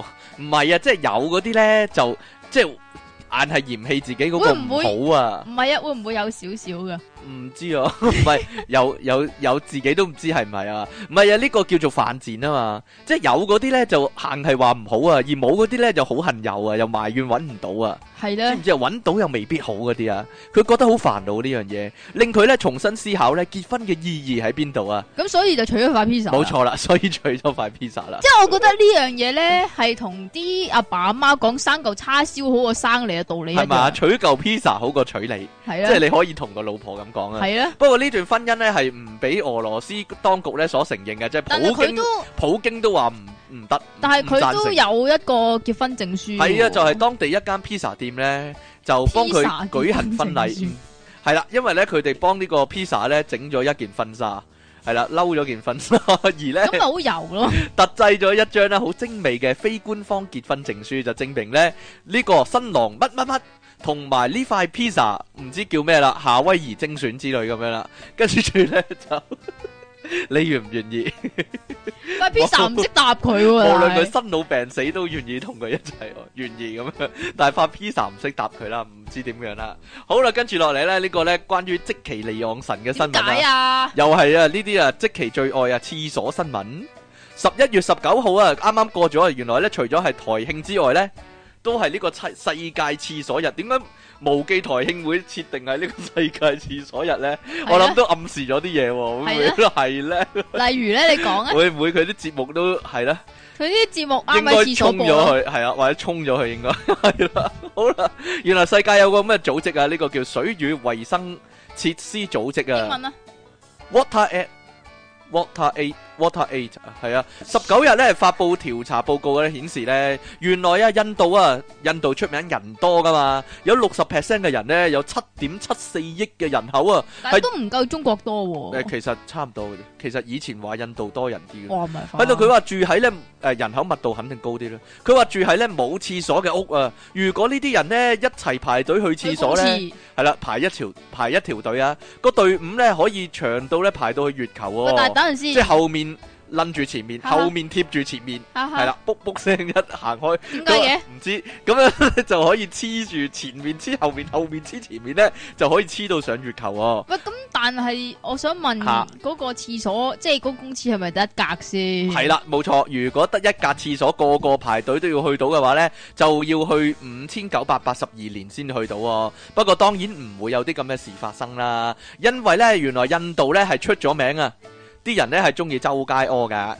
Speaker 1: 唔係啊，即係有嗰啲咧就即係硬係嫌棄自己嗰個
Speaker 2: 會唔會
Speaker 1: 唔好啊。
Speaker 2: 唔係啊，會唔會有少少噶？
Speaker 1: 唔知啊， 唔係有有有自己都唔知係唔係啊，唔係啊，呢、個叫做犯賤啊嘛，即係有嗰啲咧就硬係話唔好啊，而冇嗰啲咧就好恨有啊，又埋怨揾唔到啊，
Speaker 2: 係
Speaker 1: 知
Speaker 2: 咧
Speaker 1: 唔，知啊？揾到又未必好嗰啲啊，佢覺得好煩惱呢樣嘢，令佢咧重新思考咧結婚嘅意義喺邊度啊？
Speaker 2: 咁所以就取咗塊 pizza。
Speaker 1: 冇。錯啦，所以取咗塊 pizza 啦
Speaker 2: 即，係我覺得呢樣嘢咧係同啲阿爸阿媽講生嚿叉燒好過生你嘅道理一
Speaker 1: 係嘛？
Speaker 2: 樣。
Speaker 1: 取嚿 pizza 好過娶你，
Speaker 2: 係
Speaker 1: 即係
Speaker 2: 啦，
Speaker 1: 你可以同個老婆咁咁講啊。
Speaker 2: 系啊，
Speaker 1: 不過呢段婚姻呢，係唔俾俄羅斯當局呢所承認嘅，即係
Speaker 2: 但系
Speaker 1: 普
Speaker 2: 佢
Speaker 1: 京
Speaker 2: 都，
Speaker 1: 普京都話唔唔得，
Speaker 2: 但系佢
Speaker 1: 唔贊
Speaker 2: 都
Speaker 1: 成
Speaker 2: 有一个结婚证书喎。
Speaker 1: 係啊，就係當地一間 pizza 店呢，就幫佢
Speaker 2: Pizza
Speaker 1: 舉行婚
Speaker 2: 結婚證
Speaker 1: 禮嗯
Speaker 2: 書。
Speaker 1: 係啦，因為呢，佢哋幫呢個 pizza 呢整咗一件婚紗，係啦，嬲咗件婚紗， 而呢
Speaker 2: 咁咪。啊好油 咯，
Speaker 1: 特製咗一張咧好精美嘅非官方結婚證書，就證明咧呢、個新郎乜乜乜。同埋呢塊 pizza 唔知叫咩啦，夏威夷精選之類咁樣啦，跟住住咧就 你願唔願意？
Speaker 2: 但係 pizza 唔识答佢
Speaker 1: 無
Speaker 2: 喎。
Speaker 1: 論
Speaker 2: 但
Speaker 1: 佢
Speaker 2: 係
Speaker 1: 生老病死都願意同佢一齊，願意咁樣。 但係發 pizza 唔識答佢啦，唔知點樣啦。好啦，跟住落嚟咧呢個咧關於即其利昂神嘅新
Speaker 2: 點
Speaker 1: 聞啦
Speaker 2: 解。啊？
Speaker 1: 又係啊！呢啲啊，即其最愛啊，廁所新聞。十一月十九號啊，啱啱過咗啊，原來咧除咗係台慶之外咧，都係呢個世世界廁所日。點解無記台慶會設定係呢個世界廁所日咧？我諗都暗示咗啲嘢喎，會唔會係咧？
Speaker 2: 啊例如咧，你講啊，
Speaker 1: 會唔會佢啲節目都係咧？
Speaker 2: 佢啲節目啱
Speaker 1: 應
Speaker 2: 喺
Speaker 1: 該
Speaker 2: 廁所
Speaker 1: 衝
Speaker 2: 播啊，
Speaker 1: 咗佢，係啊，或者衝咗佢應該係啦。好啦，原來世界有個咁嘅組織啊，呢個叫水與衛生設施組織啊
Speaker 2: 英。文啊，
Speaker 1: Water Aid、Water Aid、Water Aid 係啊，十九日咧發布調查報告咧顯示咧，原來啊印度啊印度出名人多噶嘛，有六十 percent 嘅人咧，有七點七四億嘅人口啊，
Speaker 2: 但係都唔夠中國多
Speaker 1: 誒
Speaker 2: 喎。
Speaker 1: 其實差唔多嘅啫，其實以前話印度多人啲嘅。
Speaker 2: 哇，唔係
Speaker 1: 喺度佢話住喺咧誒人口密度肯定高啲啦，佢話住喺咧冇廁所嘅屋啊，如果呢啲人咧一齊排隊去廁所咧。
Speaker 2: 去公廁
Speaker 1: 係啦，排一條排一條隊啊，個隊伍咧可以長到咧排到去月球
Speaker 2: 喂，但係
Speaker 1: 喎，
Speaker 2: 等陣
Speaker 1: 即
Speaker 2: 先
Speaker 1: 係，後面擸住前面，
Speaker 2: 哈哈
Speaker 1: 後面貼住前面，
Speaker 2: 哈哈
Speaker 1: 係，啦，卜卜聲一行開，啊
Speaker 2: 點解嘅？
Speaker 1: 唔知咁樣咧就可以黐住前面黐後面，後面黐前面咧就可以黐到上月球喎。
Speaker 2: 喂，咁但係我想問
Speaker 1: 嚇
Speaker 2: 嗰個廁所，即係嗰個公廁係咪得一格先？
Speaker 1: 係啦，冇錯。如果得一格廁所，個個排隊都要去到嘅話呢，就要去五千九百八十二年先去到、喎。不過當然唔會有啲咁嘅事發生啦，因為呢，原來印度呢係出咗名啊，啲人呢係中意周街屙噶。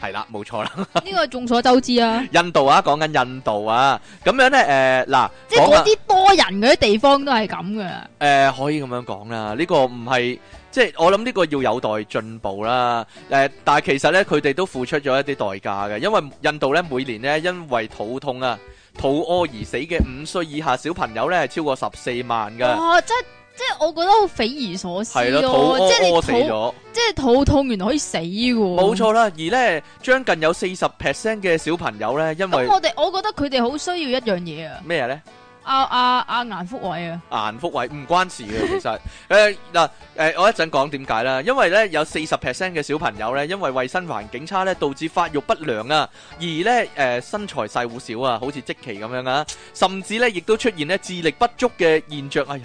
Speaker 1: 係啦，冇錯啦，
Speaker 2: 呢個眾所周知啊，
Speaker 1: 印度啊，講緊印度啊，咁樣呢，誒、嗱，
Speaker 2: 即係
Speaker 1: 講啊
Speaker 2: 嗰啲多人嗰啲地方都係咁嘅。
Speaker 1: 誒、呃可以咁樣講啦，呢、個唔係即係我諗呢個要有待進步啦。誒、但係其實呢，佢哋都付出咗一啲代價嘅，因為印度呢，每年呢，因為肚痛啊、肚屙而死嘅五歲以下小朋友呢，係超過十四萬㗎，
Speaker 2: 哇！即係即係我覺得好匪夷所思
Speaker 1: 啊係咯，
Speaker 2: 咯，
Speaker 1: 肚
Speaker 2: 哦即係
Speaker 1: 屙
Speaker 2: 你
Speaker 1: 屙死
Speaker 2: 肚
Speaker 1: 咗。
Speaker 2: 哦即係肚痛原來可以死嘅喎。
Speaker 1: 冇。錯啦，而呢，將近有四十 percent 嘅小朋友呢，因為
Speaker 2: 咁我哋我覺得佢哋好需要一樣嘢啊！
Speaker 1: 咩呢？
Speaker 2: 阿阿阿顏福偉啊，
Speaker 1: 顏福偉唔關事嘅，其實 誒嗱誒，我一陣講點解啦，因為咧有四十 percent 嘅小朋友咧，因為衞生環境差咧，導致發育不良啊，而咧誒、呃身材細好少啊，好似積淇咁樣啊，甚至咧亦都出現咧智力不足嘅現象。哎呀，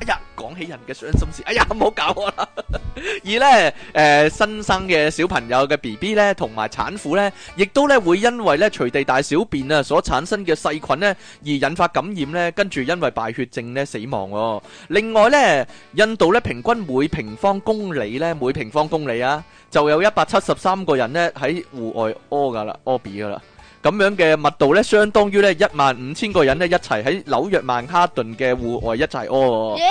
Speaker 1: 哎呀，講起人嘅傷心事，哎呀，唔好搞我 啦。而咧誒、呃新生嘅小朋友嘅 B B 咧，同埋產婦咧，亦都咧會因為咧隨地大小便啊所產生嘅細菌咧。而引發感染呢，跟住因為敗血症呢死亡喎、另外呢，印度呢平均每平方公里呢，每平方公里啊，就有一百七十三個人呢喺戶外屙噶啦，屙 B 噶啦。咁樣嘅密度呢，相當於呢一萬五千個人呢一齊喺紐約曼哈頓嘅戶外一齊屙喎。
Speaker 2: 耶！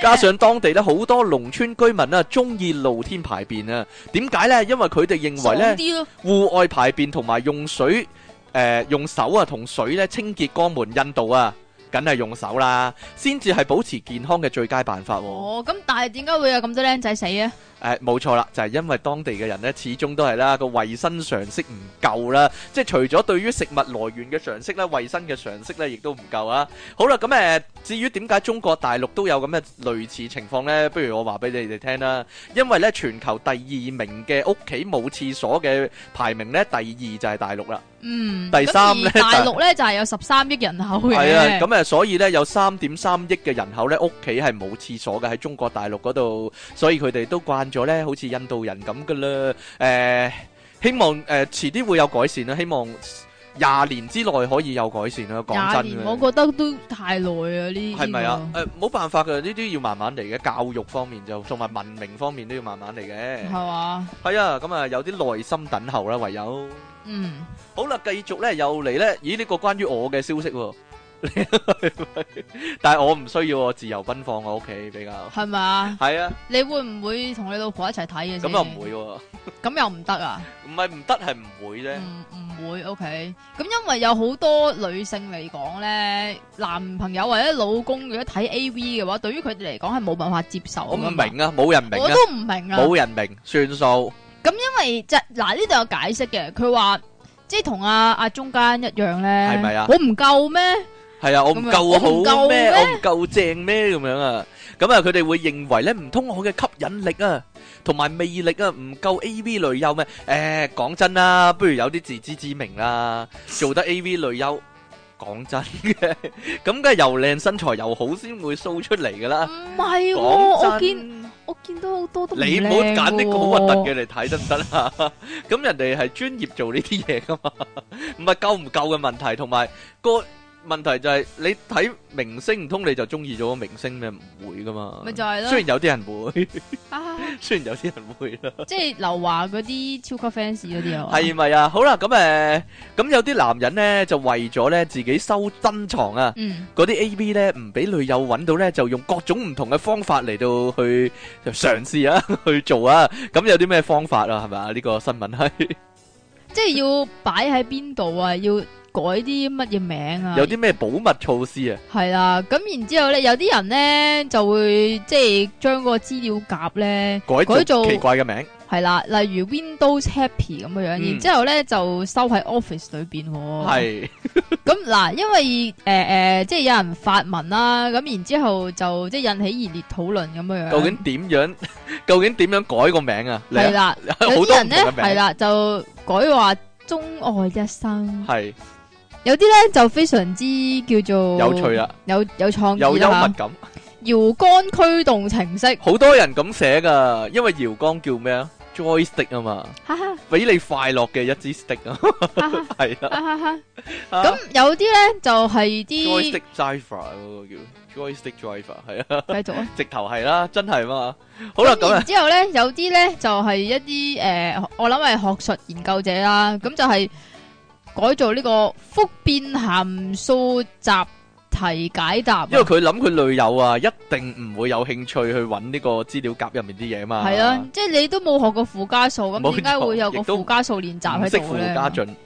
Speaker 1: 加上當地呢好多農村居民啊，中意露天排便啊。點解呢？因為佢哋認為呢
Speaker 2: 爽。啲咯，
Speaker 1: 户外排便同埋用水，誒、用手啊同水咧清潔肛門，印度啊，梗係用手啦，先至係保持健康嘅最佳辦法喎、
Speaker 2: 哦，咁但係點解會有咁多僆仔死啊？
Speaker 1: 誒呃冇錯啦，就係、因為當地嘅人呢，始終都係啦個衞生常識唔夠啦，即係除咗對於食物來源嘅常識啦，衞生嘅常識呢亦都唔夠啊。好啦，咁誒、呃至於點解中國大陸都有咁嘅類似情況呢？不如我話俾你哋聽啦，因為呢，全球第二名嘅屋企冇廁所嘅排名呢，第二就係大陸啦。
Speaker 2: 嗯，
Speaker 1: 第三
Speaker 2: 咁
Speaker 1: 呢
Speaker 2: 而大陸咧就係有十三億人口嘅，
Speaker 1: 係啊，咁誒，所以咧有三點三億嘅人口咧，屋企係冇廁所嘅喺中國大陸嗰度，所以佢哋都慣咗咧，好似印度人咁噶啦。誒、希望誒、遲啲會有改善啦，希望廿年之內可以有改善啦。講
Speaker 2: 廿
Speaker 1: 真
Speaker 2: 年
Speaker 1: 嘅
Speaker 2: 我覺得都太耐啊呢啲，
Speaker 1: 係咪啊？誒、冇辦法㗎，呢啲要慢慢嚟嘅，教育方面就同埋文明方面都要慢慢嚟嘅
Speaker 2: 係。嘛？
Speaker 1: 係啊，咁啊有啲耐心等候啦，唯有。
Speaker 2: 嗯，
Speaker 1: 好啦，繼續咧又嚟咧，咦呢、個關於我嘅消息喎、 但係我唔需要，我自由奔放，我屋企比較
Speaker 2: 系咪啊？
Speaker 1: 係啊，
Speaker 2: 你會唔會同你老婆一齊睇嘅先？
Speaker 1: 咁又唔會喎，
Speaker 2: 咁又唔得啊？
Speaker 1: 唔係唔得係唔會啫，
Speaker 2: 唔唔會 OK。咁因為有好多女性嚟講咧，男朋友或者老公如果睇 AV 嘅話，對於佢哋嚟講係冇辦法接受。
Speaker 1: 我唔明啊，冇人明
Speaker 2: 我
Speaker 1: 啊，
Speaker 2: 都唔明啊。
Speaker 1: 冇人明，算數，
Speaker 2: 因為就嗱呢度有解釋嘅，佢話即係同阿阿中間一樣咧，
Speaker 1: 係咪啊
Speaker 2: 我唔夠咩？
Speaker 1: 係啊，我唔
Speaker 2: 咁啊
Speaker 1: 夠
Speaker 2: 我唔
Speaker 1: 好
Speaker 2: 夠
Speaker 1: 咩，
Speaker 2: 咩
Speaker 1: 我唔夠正咩咁樣啊，咁啊佢哋會認為咧唔通我嘅吸引力啊，同埋魅力啊唔夠 A.V. 女優咩？誒講真啦，不如有啲自知之明啦，做得 A.V. 女優。講真嘅，咁梗係又靚身材又好先會 show 出嚟噶啦。
Speaker 2: 唔係喎，我
Speaker 1: 講真。
Speaker 2: 見我見到好多都
Speaker 1: 你唔好
Speaker 2: 靚
Speaker 1: 揀啲好
Speaker 2: 喎
Speaker 1: 核突嘅嚟睇得唔得啊？ 咁人哋係專業做呢啲嘢噶 嘛，唔係夠唔夠嘅問題，同埋個問題就係你睇明星唔通你就中意咗個明星咩？唔會噶嘛。
Speaker 2: 咪就係咯
Speaker 1: 雖然有啲人 會，
Speaker 2: 啊，
Speaker 1: 雖然有啲人會啦。
Speaker 2: 即係劉華嗰啲超級 fans 嗰啲啊，
Speaker 1: 係咪啊？好啦，咁誒，咁有啲男人咧就為咗咧自己收珍藏啊。
Speaker 2: 嗯，
Speaker 1: 嗰啲 A.V. 咧唔俾女友揾到咧，就用各種唔同嘅方法嚟到去就嘗試 啊，去做啊。咁有啲咩方法啊？係咪啊？呢個新聞係
Speaker 2: 即係要擺喺邊度啊，要改啲乜嘢名啊，
Speaker 1: 有啲咩保密措施啊？
Speaker 2: 係啦，咁然之後咧，有啲人咧就會即係將個資料夾咧
Speaker 1: 改
Speaker 2: 改
Speaker 1: 做
Speaker 2: 做
Speaker 1: 奇怪嘅名，
Speaker 2: 係啦，例如 Windows Happy 咁樣樣，
Speaker 1: 嗯
Speaker 2: 然之後咧就收喺 Office 裏邊喎。
Speaker 1: 係
Speaker 2: 咁嗱，因為誒誒、呃呃即係有人發文啦，咁然之後就即係引起熱烈討論咁樣樣。
Speaker 1: 究竟點樣？ 究竟點樣改個名啊？
Speaker 2: 係
Speaker 1: 嚟啊，
Speaker 2: 啦，
Speaker 1: 好
Speaker 2: 有
Speaker 1: 多唔
Speaker 2: 啲
Speaker 1: 同
Speaker 2: 人咧
Speaker 1: 嘅
Speaker 2: 係
Speaker 1: 名，
Speaker 2: 啦，就改話鍾愛一生，
Speaker 1: 係
Speaker 2: 有啲咧就非常之叫做
Speaker 1: 有趣，啦，
Speaker 2: 有有創
Speaker 1: 有
Speaker 2: 意
Speaker 1: 幽默
Speaker 2: 啦
Speaker 1: 感，
Speaker 2: 嚇。搖杆驅動 程式，
Speaker 1: 好多人咁寫噶，因為搖光叫咩啊？joystick 啊 嘛，
Speaker 2: 哈哈
Speaker 1: 俾你快樂嘅一支 stick 啊，
Speaker 2: 哈哈
Speaker 1: 係啦，
Speaker 2: 哈哈哈。
Speaker 1: 啊
Speaker 2: 咁有啲咧就係啲
Speaker 1: joystick driver 嗰個叫 joystick driver 係啊。
Speaker 2: 繼續啊。
Speaker 1: 直頭係啦，真係嘛。好啦，咁
Speaker 2: 咁
Speaker 1: 啊
Speaker 2: 然，之後咧，有啲咧就係一啲诶，呃我諗係學術研究者啦，咁就係改造呢個複變函數集題解答啊。
Speaker 1: 因為佢諗佢女友啊，一定唔會有興趣去揾呢個資料夾入面啲嘢嘛。
Speaker 2: 係啊，即係你都冇學過附加數，
Speaker 1: 冇
Speaker 2: 咁點解會有
Speaker 1: 錯亦
Speaker 2: 個
Speaker 1: 都
Speaker 2: 附加數練習
Speaker 1: 唔識
Speaker 2: 喺度
Speaker 1: 附
Speaker 2: 咧？
Speaker 1: 加進。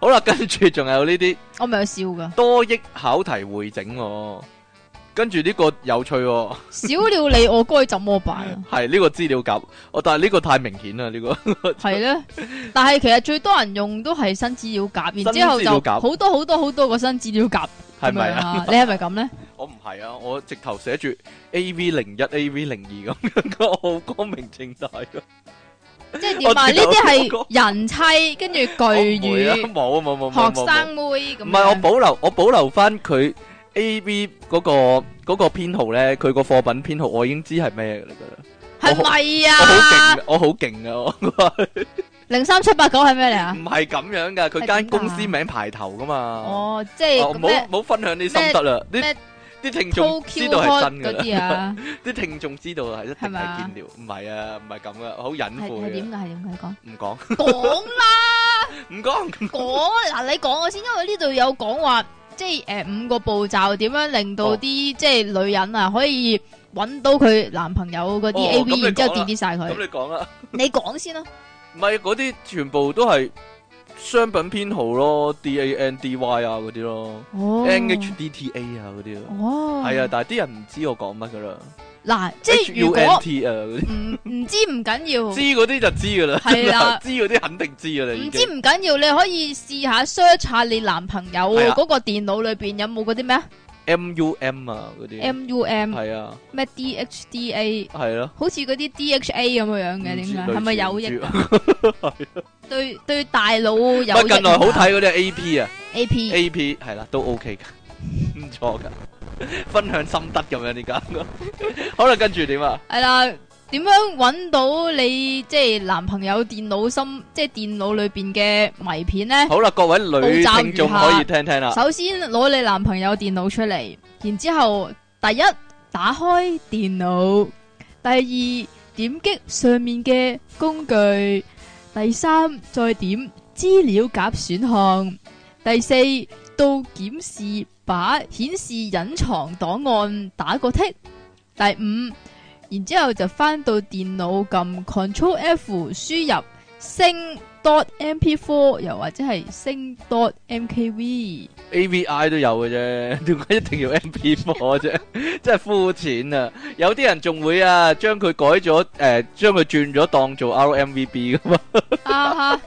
Speaker 1: 好啦，跟住仲有呢啲
Speaker 2: 我咪有笑噶，
Speaker 1: 多益考題會整、喎。跟住呢個有趣、喎，
Speaker 2: 少了你我該怎麼辦 啊？
Speaker 1: 係呢個資料夾，我但係呢個太明顯啦，呢、個
Speaker 2: 係咧，但係其實最多人用都係新資料夾，然之後
Speaker 1: 新資料
Speaker 2: 就
Speaker 1: 夾
Speaker 2: 好多好多好多個新資料夾
Speaker 1: 係咪
Speaker 2: 咁樣
Speaker 1: 啊？
Speaker 2: 啊？你係咪咁咧？
Speaker 1: 我唔係啊，我直頭寫住 A V 零一 A V 零二咁樣，我好光明正大㗎
Speaker 2: 即係點啊？
Speaker 1: 我
Speaker 2: 呢
Speaker 1: 知道
Speaker 2: 啲係人妻，跟住
Speaker 1: 我
Speaker 2: 巨
Speaker 1: 唔會啊
Speaker 2: 乳、
Speaker 1: 冇冇冇冇冇
Speaker 2: 學
Speaker 1: 冇。
Speaker 2: 生妹咁樣。
Speaker 1: 唔係我保留，我保留翻佢 A V 嗰、個嗰、個編號咧，佢個貨品編號我已經知係咩嚟噶啦。
Speaker 2: 係咪
Speaker 1: 我好勁
Speaker 2: 啊？
Speaker 1: 㗎，我好勁啊！我
Speaker 2: 零三七八九係咩嚟啊
Speaker 1: 唔？係咁樣噶，佢
Speaker 2: 係點啊
Speaker 1: 間公司名排頭噶嘛。
Speaker 2: 哦，即
Speaker 1: 哦，
Speaker 2: 係
Speaker 1: 唔好
Speaker 2: 咩
Speaker 1: 唔好分享啲心得啦，啲
Speaker 2: 咩
Speaker 1: 啲聽眾知
Speaker 2: Tokyo
Speaker 1: 道係
Speaker 2: Hot
Speaker 1: 真噶
Speaker 2: 嗰
Speaker 1: 啦，
Speaker 2: 啲啊？
Speaker 1: 啲聽眾知道係一定
Speaker 2: 係嘛
Speaker 1: 係堅料，唔係啊， 唔係啊咁噶，好
Speaker 2: 係
Speaker 1: 隱晦
Speaker 2: 係點
Speaker 1: 嘅，
Speaker 2: 㗎？係點㗎？你 講
Speaker 1: 唔講
Speaker 2: 講啦，
Speaker 1: 唔講，
Speaker 2: 講啊嗱，你講我先，因為呢度有講話，即係誒五個步驟點樣令到
Speaker 1: 哦
Speaker 2: 啲即係女人啊可以揾到佢男朋友嗰啲
Speaker 1: 哦
Speaker 2: A
Speaker 1: 咁
Speaker 2: V，
Speaker 1: 你
Speaker 2: 然之後
Speaker 1: 講啦
Speaker 2: delete 晒
Speaker 1: 咁
Speaker 2: 佢。
Speaker 1: 你講啦，
Speaker 2: 你講先啦，
Speaker 1: 唔係嗰啲全部都係商品編號咯，D A N D Y 啊嗰啲咯。
Speaker 2: 哦
Speaker 1: NHDTA 啊嗰啲咯，
Speaker 2: 哦，
Speaker 1: 係啊，但係啲人唔知我講乜噶啦，
Speaker 2: 嗱，即係如果
Speaker 1: HUNT 啊嗰啲，
Speaker 2: 唔唔知唔緊要，
Speaker 1: 知嗰啲就知噶啦，
Speaker 2: 係啦
Speaker 1: 知嗰啲肯定知噶啦，已經
Speaker 2: 唔知唔緊要，你可以試下 search 下你男朋友
Speaker 1: 係啊
Speaker 2: 嗰個電腦裏邊有冇嗰啲咩啊
Speaker 1: MUM 啊嗰啲，
Speaker 2: M à, U M
Speaker 1: 係啊，
Speaker 2: 咩 D H D A，
Speaker 1: 係咯，
Speaker 2: 好似嗰啲 D H A 咁樣樣嘅，點
Speaker 1: 唔知
Speaker 2: 解
Speaker 1: 類似
Speaker 2: 係咪有
Speaker 1: 唔
Speaker 2: 益
Speaker 1: 知？
Speaker 2: 對對大腦有益
Speaker 1: 不過
Speaker 2: 㗎？
Speaker 1: 近來好睇嗰啲 AP 啊
Speaker 2: A P，
Speaker 1: ，AP 係啦，都 OK 噶，唔錯噶，分享心得咁樣呢 間，好啦，跟住點啊？
Speaker 2: 係啦。點樣揾到你即係男朋友電腦心即係電腦裏邊嘅謎片呢？
Speaker 1: 好啦，各位女
Speaker 2: 步驟
Speaker 1: 聽眾
Speaker 2: 如下
Speaker 1: 可以聽聽啦，
Speaker 2: 首先攞你男朋友電腦出嚟，然之后第一打開電腦，第二點擊上面嘅工具，第三再點資料夾選項，第四到檢視把顯示隱藏檔案打個剔。第五，然之後就翻到電腦撳 Ctrl F 輸入星 dot mp4，又或者係星 dot mkv。
Speaker 1: AVI 都有嘅 啫，點解一定要 MP4 啫？真係膚淺
Speaker 2: à.
Speaker 1: 啊！有啲人仲會啊，將佢改咗誒、呃，將佢轉咗當做 RMVB 噶嘛。
Speaker 2: 啊哈！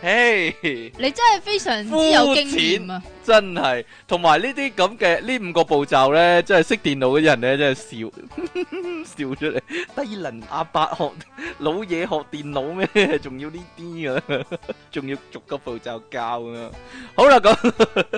Speaker 1: 嘿、
Speaker 2: 你真係非常之有經驗啊！
Speaker 1: 真係，同埋呢啲咁嘅呢五個步驟咧，真係識電腦嗰啲人咧，真係笑 笑出嚟。低能阿伯學老嘢學電腦咩？仲要呢啲啊？仲要逐個步驟教啊？ 好啦，咁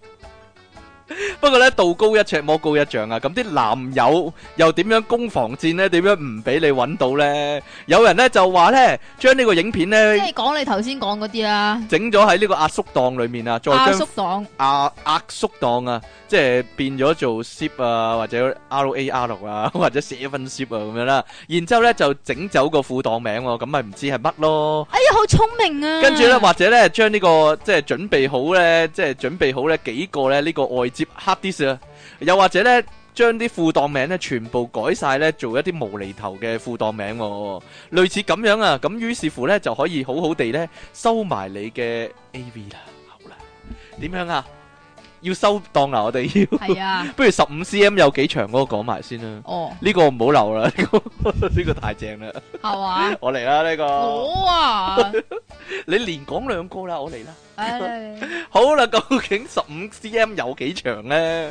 Speaker 1: 不過咧，道高一尺，魔高一丈啊！咁啲男友又點樣攻防戰咧？點樣唔俾你揾到咧？有人咧就話咧，將呢個影片
Speaker 2: 即
Speaker 1: 咧
Speaker 2: 係講你頭先講嗰啲啦，
Speaker 1: 整咗喺呢個壓縮檔裏面啊，再
Speaker 2: 阿
Speaker 1: 將
Speaker 2: 叔黨
Speaker 1: 壓壓縮檔啊，即係變咗做 zip 啊，或者 RAR 啊， 或者寫分 zip 啊咁樣啦。然之後咧就整走個副檔名喎，咁咪唔知係乜咯。
Speaker 2: 哎呀，好聰明啊！
Speaker 1: 跟住咧，或者咧將呢個即係準備好咧，即係準備好咧幾個咧呢個外接 hard disk 啊，又或者咧。將啲副檔名咧全部改晒咧，做一啲無厘頭嘅副檔名喎、類似咁樣啊，咁於是乎咧就可以好好地咧收埋你嘅 AV 啦，好啦，點樣啊？要收檔啦，我哋要，
Speaker 2: 係啊，
Speaker 1: 不如十五 cm 有幾長嗰個 講埋先啦，
Speaker 2: 哦，
Speaker 1: 呢、個唔好留啦，呢、個呢個太正啦，
Speaker 2: 係嘛，
Speaker 1: 我嚟啦呢個，
Speaker 2: 我啊，
Speaker 1: 你連講兩個啦，我嚟啦。
Speaker 2: 唉
Speaker 1: 好啦，究竟十五 cm 有幾長呢？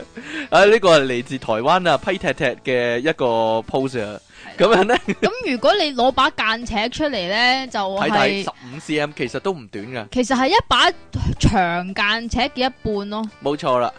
Speaker 1: 啊，呢個係嚟自台灣啊批踢踢嘅一個 pose 啊，咁樣呢，
Speaker 2: 咁如果你攞把間尺出嚟咧，就
Speaker 1: 睇睇
Speaker 2: 係
Speaker 1: 十五 cm 其實都唔短噶，
Speaker 2: 其實係一把長間尺嘅一半咯。
Speaker 1: 冇錯啦。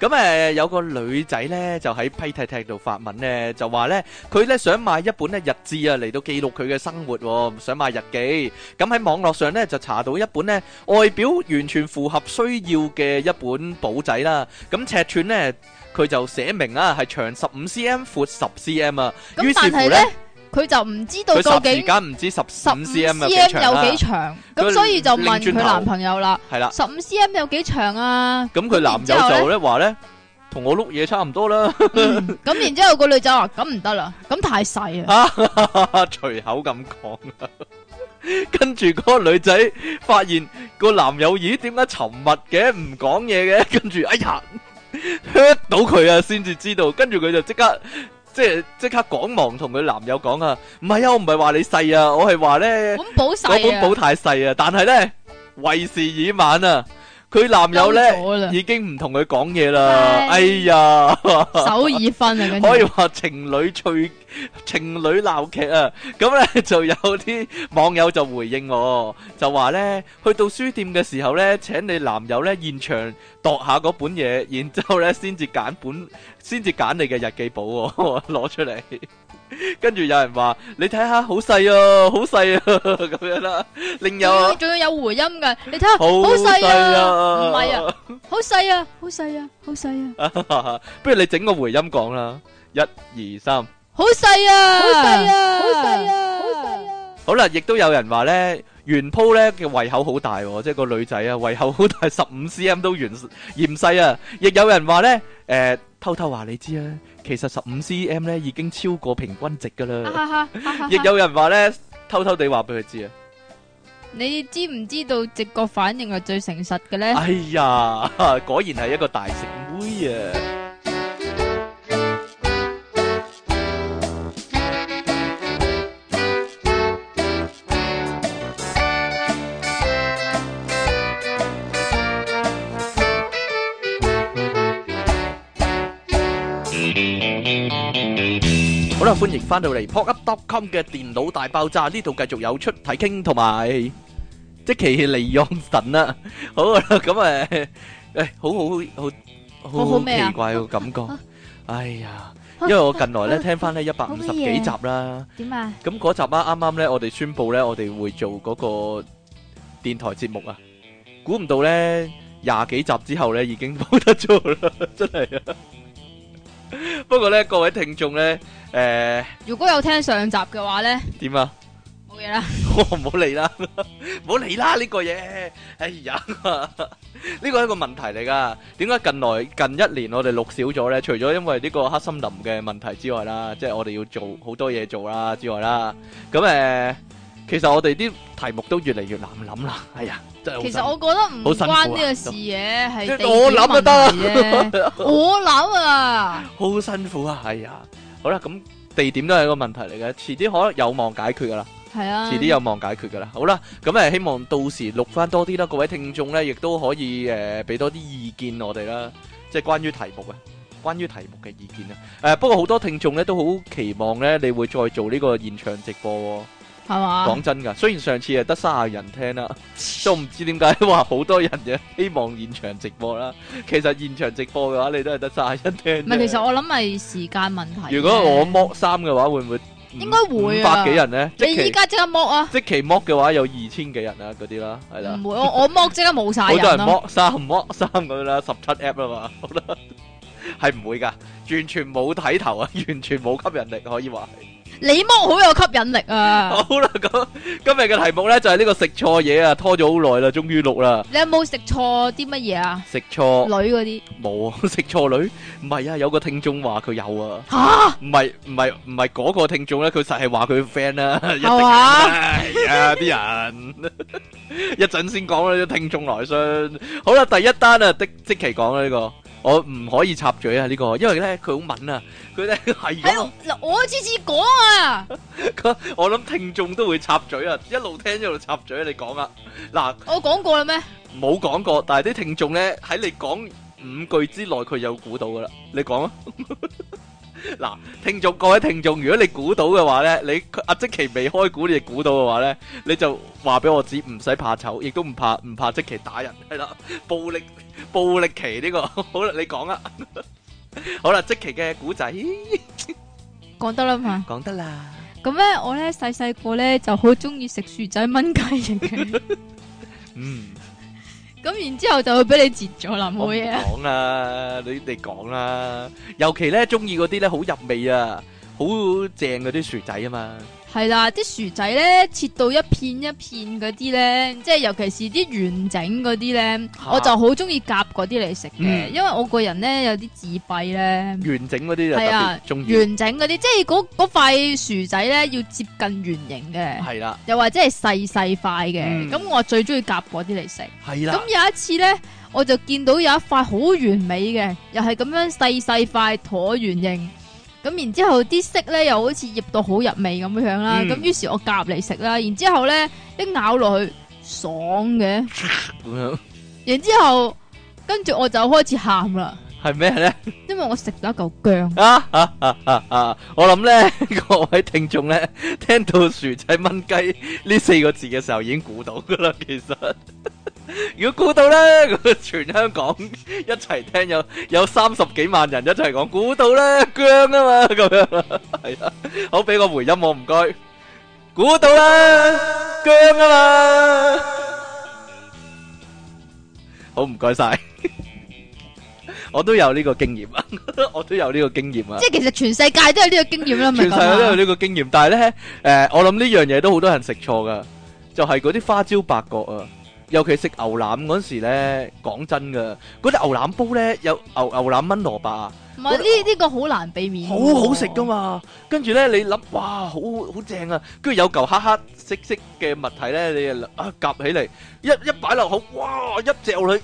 Speaker 1: 咁誒、呃有個女仔呢，就喺批踢踢度發文呢，就話呢，佢呢想買一本呢日誌啊嚟到記錄佢嘅生活、喎，想買日記。咁喺網絡上呢，就查到一本呢外表完全符合需要嘅一本簿仔啦。咁尺寸呢，佢就寫明啊係長十五 cm 闊十 cm 啊。
Speaker 2: 咁
Speaker 1: 於是
Speaker 2: 但
Speaker 1: 乎
Speaker 2: 係
Speaker 1: 呢，
Speaker 2: 咧，佢就唔知道
Speaker 1: 佢
Speaker 2: 究
Speaker 1: 霎時
Speaker 2: 竟
Speaker 1: 間唔知十
Speaker 2: 十
Speaker 1: 五
Speaker 2: 五
Speaker 1: cm 有幾長啦
Speaker 2: 有幾長，
Speaker 1: 佢
Speaker 2: 咁所以就問
Speaker 1: 擰轉
Speaker 2: 佢
Speaker 1: 頭
Speaker 2: 男朋友啦，
Speaker 1: 係啦。
Speaker 2: 十五 cm 有幾長啊？
Speaker 1: 咁佢男友
Speaker 2: 然之後
Speaker 1: 就咧話呢，同我碌嘢差唔多啦。
Speaker 2: 嗯 咁然之後個女仔話：咁唔得啦，咁太細啊！
Speaker 1: 隨口咁講啊。跟住嗰個女仔發現個男友咦點解沉默嘅，唔講嘢嘅，跟住哎呀 hurt 到佢啊，先至知道，跟住佢就即刻。即係即刻趕忙同佢男友講啊，唔係啊，我唔係話你細啊，我係話呢
Speaker 2: 本簿
Speaker 1: 嗰本
Speaker 2: 細
Speaker 1: 簿
Speaker 2: 啊，
Speaker 1: 太細啊，但係呢，為時已晚啊，佢男友呢
Speaker 2: 嬲咗啦啊
Speaker 1: 已經唔同佢講嘢啦
Speaker 2: 唉，
Speaker 1: 哎呀！
Speaker 2: 首爾分啊，跟住
Speaker 1: 可以話情侶趣情侶鬧劇啊！咁咧 就有啲網友就回應我，就話咧去到書店嘅時候咧，請你男友咧現場度下嗰本嘢，然之後咧先至揀本，先至揀你嘅日記簿喎 攞出嚟。跟住有人話：你睇下好細啊，好細啊 咁樣啦。另有啊
Speaker 2: 仲要仲要有回音噶，你睇下
Speaker 1: 好
Speaker 2: 嗯好細啊，唔
Speaker 1: 細
Speaker 2: 係啊，好細啊，好細啊，好細啊，
Speaker 1: 啊！ 不如你整個回音講啦，一二三。
Speaker 2: 好細啊，好細啊，好細啊。
Speaker 1: 好啦，亦都有人話呢，原鋪呢嘅胃口好大、喎，即係個女仔啊，胃口好大，十 五 cm 都嫌嫌細啊！亦有人話呢，誒、偷偷話你知啊，其實十五 cm 呢已經超過平均值噶
Speaker 2: 啊
Speaker 1: 啦。
Speaker 2: 哈哈哈哈
Speaker 1: 亦有人話呢，偷偷地話俾佢知啊，
Speaker 2: 你知唔知道直覺反應係最誠實嘅咧？
Speaker 1: 哎呀， 果然係一個大食妹啊！好啦，歡迎翻到嚟 pocket.com 嘅電腦大爆炸呢度，繼續有出體傾同埋即其利用神啦。好啦，咁誒 誒，好好好好
Speaker 2: 好
Speaker 1: 好
Speaker 2: 好咩啊啊
Speaker 1: 奇怪個感覺。哎呀，因為我近來咧聽翻呢一百五十幾集啦，
Speaker 2: 點啊？
Speaker 1: 咁嗰集啊啱啱咧我哋宣布咧我哋會做嗰個電台節目啊，估唔到咧廿幾集之後咧已經冇得做啦， 真係啊！不過咧各位聽眾咧，誒
Speaker 2: 如果有聽上集嘅話咧，
Speaker 1: 點啊？
Speaker 2: 冇嘢啦。
Speaker 1: 我 唔好理啦，唔好理啦呢個嘢。哎呀， 呢個係一個問題嚟㗎。點解近來近一年我哋錄少咗呢？除咗因為呢個黑森林嘅問題之外啦，即係我哋要做好多嘢做啦之外啦，咁誒、呃其實我哋啲題目都越嚟越難諗啦。哎呀，真係好
Speaker 2: 其
Speaker 1: 辛
Speaker 2: 實
Speaker 1: 苦
Speaker 2: 我覺得唔
Speaker 1: 好辛苦啊
Speaker 2: 關呢個事嘅，係
Speaker 1: 即係
Speaker 2: 地
Speaker 1: 我
Speaker 2: 點
Speaker 1: 諗就得
Speaker 2: 問題啫我諗啊，
Speaker 1: 好辛苦啊！哎呀，好啦，咁地點都係一個問題嚟嘅，遲啲可能有望解決㗎啦。
Speaker 2: 係啊，
Speaker 1: 遲啲有望解決噶啦。好啦，咁誒希望到時錄翻多啲啦，各位聽眾咧，亦都可以誒俾、多啲意見我哋啦，即係關於題目啊，關於題目嘅意見啊。誒、不過好多聽眾咧都好期望咧，你會再做呢個現場直播喎、
Speaker 2: 係嘛
Speaker 1: 講？真噶，雖然上次係得三十人聽 啦，都唔知點解話好多人嘅希望現場直播啦。其實現場直播嘅話，你都係得三十人聽啫。
Speaker 2: 唔係，其實我諗係時間問 題。
Speaker 1: 如果我，剝衫嘅話，會唔會五
Speaker 2: 應該會
Speaker 1: 五
Speaker 2: 啊
Speaker 1: 百幾人咧？
Speaker 2: 你
Speaker 1: 即期
Speaker 2: 依家即刻剝啊！
Speaker 1: 即期剝嘅話有二千幾人啦，嗰啲啦，係啦
Speaker 2: 唔，會，我我剝即刻冇晒
Speaker 1: 好多人
Speaker 2: 人咯。
Speaker 1: 剝衫剝衫咁樣啦，十七 app 啊嘛，好啦，係唔會噶，完全冇睇頭啊， 完全冇吸引力可以話係。
Speaker 2: 你剝好有吸引力 啊！
Speaker 1: 好啦，咁今日嘅題目咧就係呢個食錯嘢啊，拖咗好耐啦，終於錄啦，
Speaker 2: 你有冇食錯啲乜嘢啊？
Speaker 1: 食
Speaker 2: 女
Speaker 1: 錯
Speaker 2: 嗰啲
Speaker 1: 冇啊，食錯女唔係啊，有個聽眾話佢有啊，
Speaker 2: 吓
Speaker 1: 唔係唔係唔係嗰個聽眾咧，佢實係話佢 friend 啦，一定
Speaker 2: 係嘛？
Speaker 1: 系啊，啲人 一陣先講啦，啲聽眾來信。好啦，第一單啊，的即期講啦呢個，我唔可以插嘴啊呢、個，因為咧佢好敏啊，佢咧係
Speaker 2: 喺
Speaker 1: 咁
Speaker 2: 度，嗱我次次講啊，
Speaker 1: 佢我諗聽眾都會插嘴啊，一路聽一路插嘴，你講啊，嗱
Speaker 2: 我講過啦咩？
Speaker 1: 冇講過，但係啲聽眾咧喺你講五句之內佢有估到噶啦，你講啊。 嗱，聽眾各位聽眾，如果你估到嘅話咧，你阿即奇未開估你就估到嘅話咧，你就話俾我知，唔使怕醜，亦都唔怕唔怕即奇打人，係啦，暴力暴力期呢、個，好啦，你講啦，好啦，即奇嘅古仔
Speaker 2: 講得啦嘛。
Speaker 1: 講得啦，
Speaker 2: 咁咧，我咧細細個咧就好中意食薯仔炆雞翼嘅，
Speaker 1: 嗯，
Speaker 2: 咁然之後就會俾你截咗啦，
Speaker 1: 我
Speaker 2: 冇
Speaker 1: 唔
Speaker 2: 嘢啊。
Speaker 1: 講啦，你你講啦，尤其咧中意嗰啲咧好入味啊，好正嗰啲薯仔啊嘛。
Speaker 2: 係啦，啲薯仔咧切到一片一片嗰啲咧，即係尤其是啲完整嗰啲咧，
Speaker 1: 嚇
Speaker 2: 我就好中意夾嗰啲嚟食嘅，
Speaker 1: 嗯
Speaker 2: 因為我個人咧有啲自閉咧。
Speaker 1: 完整嗰啲就特
Speaker 2: 係啊
Speaker 1: 別中意，
Speaker 2: 完整嗰啲，即係嗰嗰塊薯仔咧要接近圓形嘅，
Speaker 1: 係啦，
Speaker 2: 又或者係細細塊嘅，
Speaker 1: 嗯
Speaker 2: 咁、我最中意夾嗰啲嚟食。
Speaker 1: 係
Speaker 2: 咁
Speaker 1: 啦，
Speaker 2: 有一次咧，我就見到有一塊好完美嘅，又係咁樣細細塊橢圓形。咁然之後啲色咧又好似醃到好入味咁樣樣啦。
Speaker 1: 嗯
Speaker 2: 咁、於是我夾嚟食啦。然之後咧一咬落去爽嘅，
Speaker 1: 咁樣
Speaker 2: 然之後跟住我就開始喊啦，
Speaker 1: 係咩咧？
Speaker 2: 因為我食咗一嚿姜。
Speaker 1: 啊啊啊啊啊！我諗 咧，各位聽眾咧，聽到薯仔炆雞呢四個字嘅時候，已經估到噶啦。其 實，如果估到 咧，全香港一齊聽有有三十幾萬人一齊講估到咧，姜啊嘛，咁樣啦，係啊，好俾個回音我唔該，估到啦，姜啊嘛，好唔該晒，我都有呢個經驗啊，我都有呢個經驗啊。
Speaker 2: 即係其實全世界都有呢個經驗啦，咪
Speaker 1: 全世界都有
Speaker 2: 咁啊
Speaker 1: 呢個經驗，但係咧，誒、我諗呢樣嘢都好多人食錯噶，就係嗰啲花椒八角啊，尤其食牛腩嗰時咧，講真噶，嗰啲牛腩煲咧有牛牛腩炆蘿蔔啊，
Speaker 2: 唔係呢呢個好難避免，
Speaker 1: 好好食噶。嘛，跟住咧你諗，哇，好好正啊，跟住有嚿黑黑色色嘅物體咧，你就啊夾起嚟，一一擺落口，哇，一嚼佢。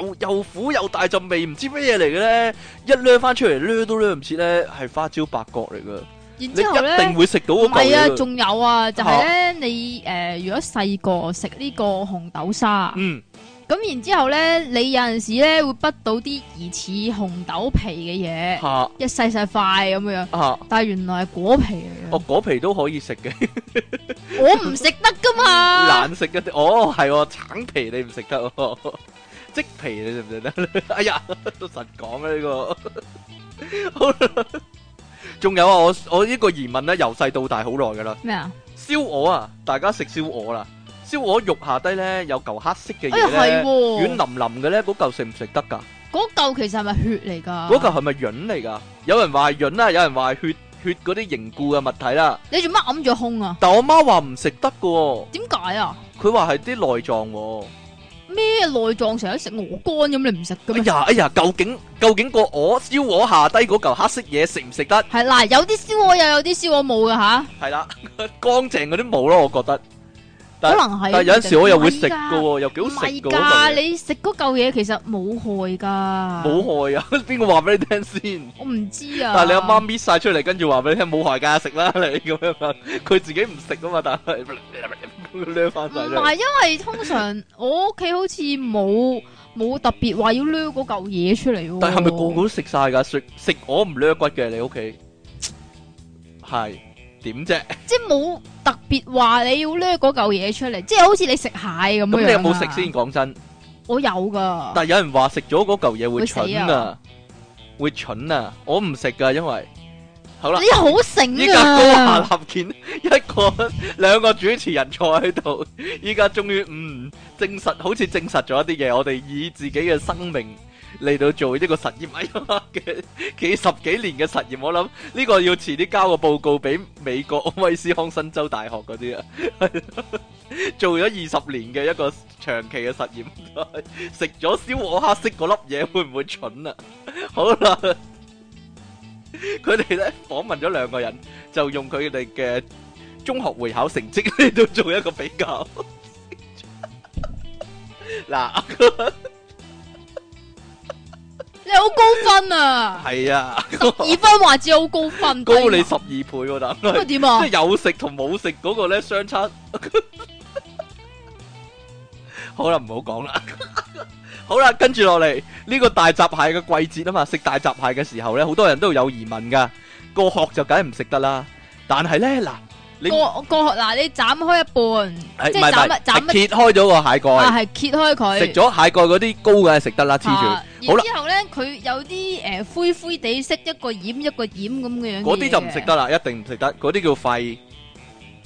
Speaker 1: 又又苦又大陣味，唔知咩嘢嚟嘅咧，一掠翻出嚟掠都掠唔切咧，係花椒八角嚟嘅。
Speaker 2: 然
Speaker 1: 你
Speaker 2: 之後
Speaker 1: 一
Speaker 2: 咧
Speaker 1: 定。會食到嗰
Speaker 2: 唔
Speaker 1: 嚿
Speaker 2: 係啊，
Speaker 1: 嘢㗎。
Speaker 2: 仲有啊，就
Speaker 1: 哦
Speaker 2: 係咧，你诶，如果細個食呢個紅豆沙，
Speaker 1: 嗯，
Speaker 2: 咁然之后咧，你有阵时咧會滗到啲疑似紅豆皮嘅嘢，
Speaker 1: 嚇
Speaker 2: 一細細塊咁樣，
Speaker 1: 嚇，
Speaker 2: 但係原來係果皮嚟
Speaker 1: 哦
Speaker 2: 嘅，
Speaker 1: 果皮都可以食嘅，
Speaker 2: 我唔食得噶嘛，
Speaker 1: 難食嘅。哦，係喎，橙皮你唔食 得喎，即皮你食唔食得？哎 呀，都實講啦呢 個。好啦，仲有啊，我我呢個疑問咧，由細到大好耐噶啦。
Speaker 2: 咩啊？
Speaker 1: 燒鵝啊，大家食燒鵝啦，燒鵝肉下低咧有嚿黑色嘅
Speaker 2: 哎呀，
Speaker 1: 嘢
Speaker 2: 係
Speaker 1: 咧，軟淋
Speaker 2: 喎，
Speaker 1: 淋嘅咧，嗰嚿食唔食得㗎？
Speaker 2: 嗰嚿其實係咪血嚟㗎？
Speaker 1: 嗰嚿係咪潤嚟㗎？有人話係潤啦，有人話係血血嗰啲凝固嘅物體啦。
Speaker 2: 你做乜揞住胸啊？
Speaker 1: 但我媽話唔食得嘅喎，
Speaker 2: 點解啊？
Speaker 1: 佢話係啲內臟喎。
Speaker 2: 咩內臟成日都食鵝肝咁，你唔食嘅
Speaker 1: 哎
Speaker 2: 咩？
Speaker 1: 呀哎呀，究竟究竟個鵝燒鵝下低嗰嚿黑色嘢食唔食得？
Speaker 2: 係嗱，有啲燒鵝又有啲燒鵝冇嘅吓，
Speaker 1: 係啦， 乾淨嗰啲冇咯，我覺得。但
Speaker 2: 可能係。
Speaker 1: 但係有陣時我又會食嘅
Speaker 2: 㗎
Speaker 1: 喎，又幾
Speaker 2: 唔
Speaker 1: 好食嘅
Speaker 2: 係
Speaker 1: 嗰嚿
Speaker 2: 㗎，
Speaker 1: 嘢
Speaker 2: 你食嗰嚿嘢其實冇害噶。
Speaker 1: 冇害啊！ 邊個話俾你聽先？
Speaker 2: 我唔知啊。
Speaker 1: 但係你阿媽搣晒出嚟，跟住話俾你聽冇害㗎，食啦 你咁樣啊！佢自己唔食啊嘛，但係 孭翻晒
Speaker 2: 唔
Speaker 1: 出嚟。
Speaker 2: 係，因為通常我屋企好似冇冇特別話要掠嗰嚿嘢出嚟喎。
Speaker 1: 但係咪個個都食晒㗎？食食我唔掠骨嘅，你屋企係點啫？
Speaker 2: 即係冇特別話你要掠嗰嚿嘢出嚟？即係好似你食蟹咁樣。
Speaker 1: 咁你有冇食先？？講真，
Speaker 2: 我有噶，
Speaker 1: 但係有人話食咗嗰嚿嘢會
Speaker 2: 啊會死啊
Speaker 1: 蠢啊，會蠢啊！我唔食㗎，因為好啦。
Speaker 2: 你好醒
Speaker 1: 依家高下
Speaker 2: 啊！
Speaker 1: 立見，一個兩個主持人坐喺度，依家終於嗯證實，好似證實咗一啲嘢。我哋以自己嘅生命嚟到做呢個實驗，哎呀嘅幾十幾年嘅實驗，我諗呢個要遲啲交個報告俾美國威斯康辛州大學嗰啲啊， 做咗二十年嘅一個長期嘅實驗， 食咗燒鵝黑色嗰粒嘢會唔會蠢啊？好啦。佢哋咧訪問咗兩個人，就用佢哋嘅中學會考成績嚟到做一個比較。 嗱，
Speaker 2: 你好高分啊，
Speaker 1: 係啊，
Speaker 2: 二分或者好高分，
Speaker 1: 高
Speaker 2: 低
Speaker 1: 你
Speaker 2: 能
Speaker 1: 十二倍喎，但
Speaker 2: 咁啊
Speaker 1: 係
Speaker 2: 點啊
Speaker 1: 即係？有食同冇食嗰個咧相差。 好啦，唔好講啦。 好啦，跟住落嚟呢個大閘蟹嘅季節啊嘛，食大閘蟹嘅時候咧，好多人都有疑問噶，個殼就梗係唔食得啦。但係咧嗱，你
Speaker 2: 個個嗱，你斬開一半，
Speaker 1: 係
Speaker 2: 即
Speaker 1: 唔係
Speaker 2: 係斬
Speaker 1: 唔係
Speaker 2: 一斬
Speaker 1: 係
Speaker 2: 一
Speaker 1: 揭開咗個蟹 蓋
Speaker 2: 啊，。係啊揭開佢，
Speaker 1: 食咗蟹蓋嗰啲高嘅食得啦，黐住
Speaker 2: 住
Speaker 1: 好
Speaker 2: 好
Speaker 1: 啦
Speaker 2: 啦。之後咧，佢有啲誒灰灰地色，一個染一個染咁嘅樣嘅嘢嘅。
Speaker 1: 嗰啲就唔食得啦，一定唔食得。嗰啲叫廢，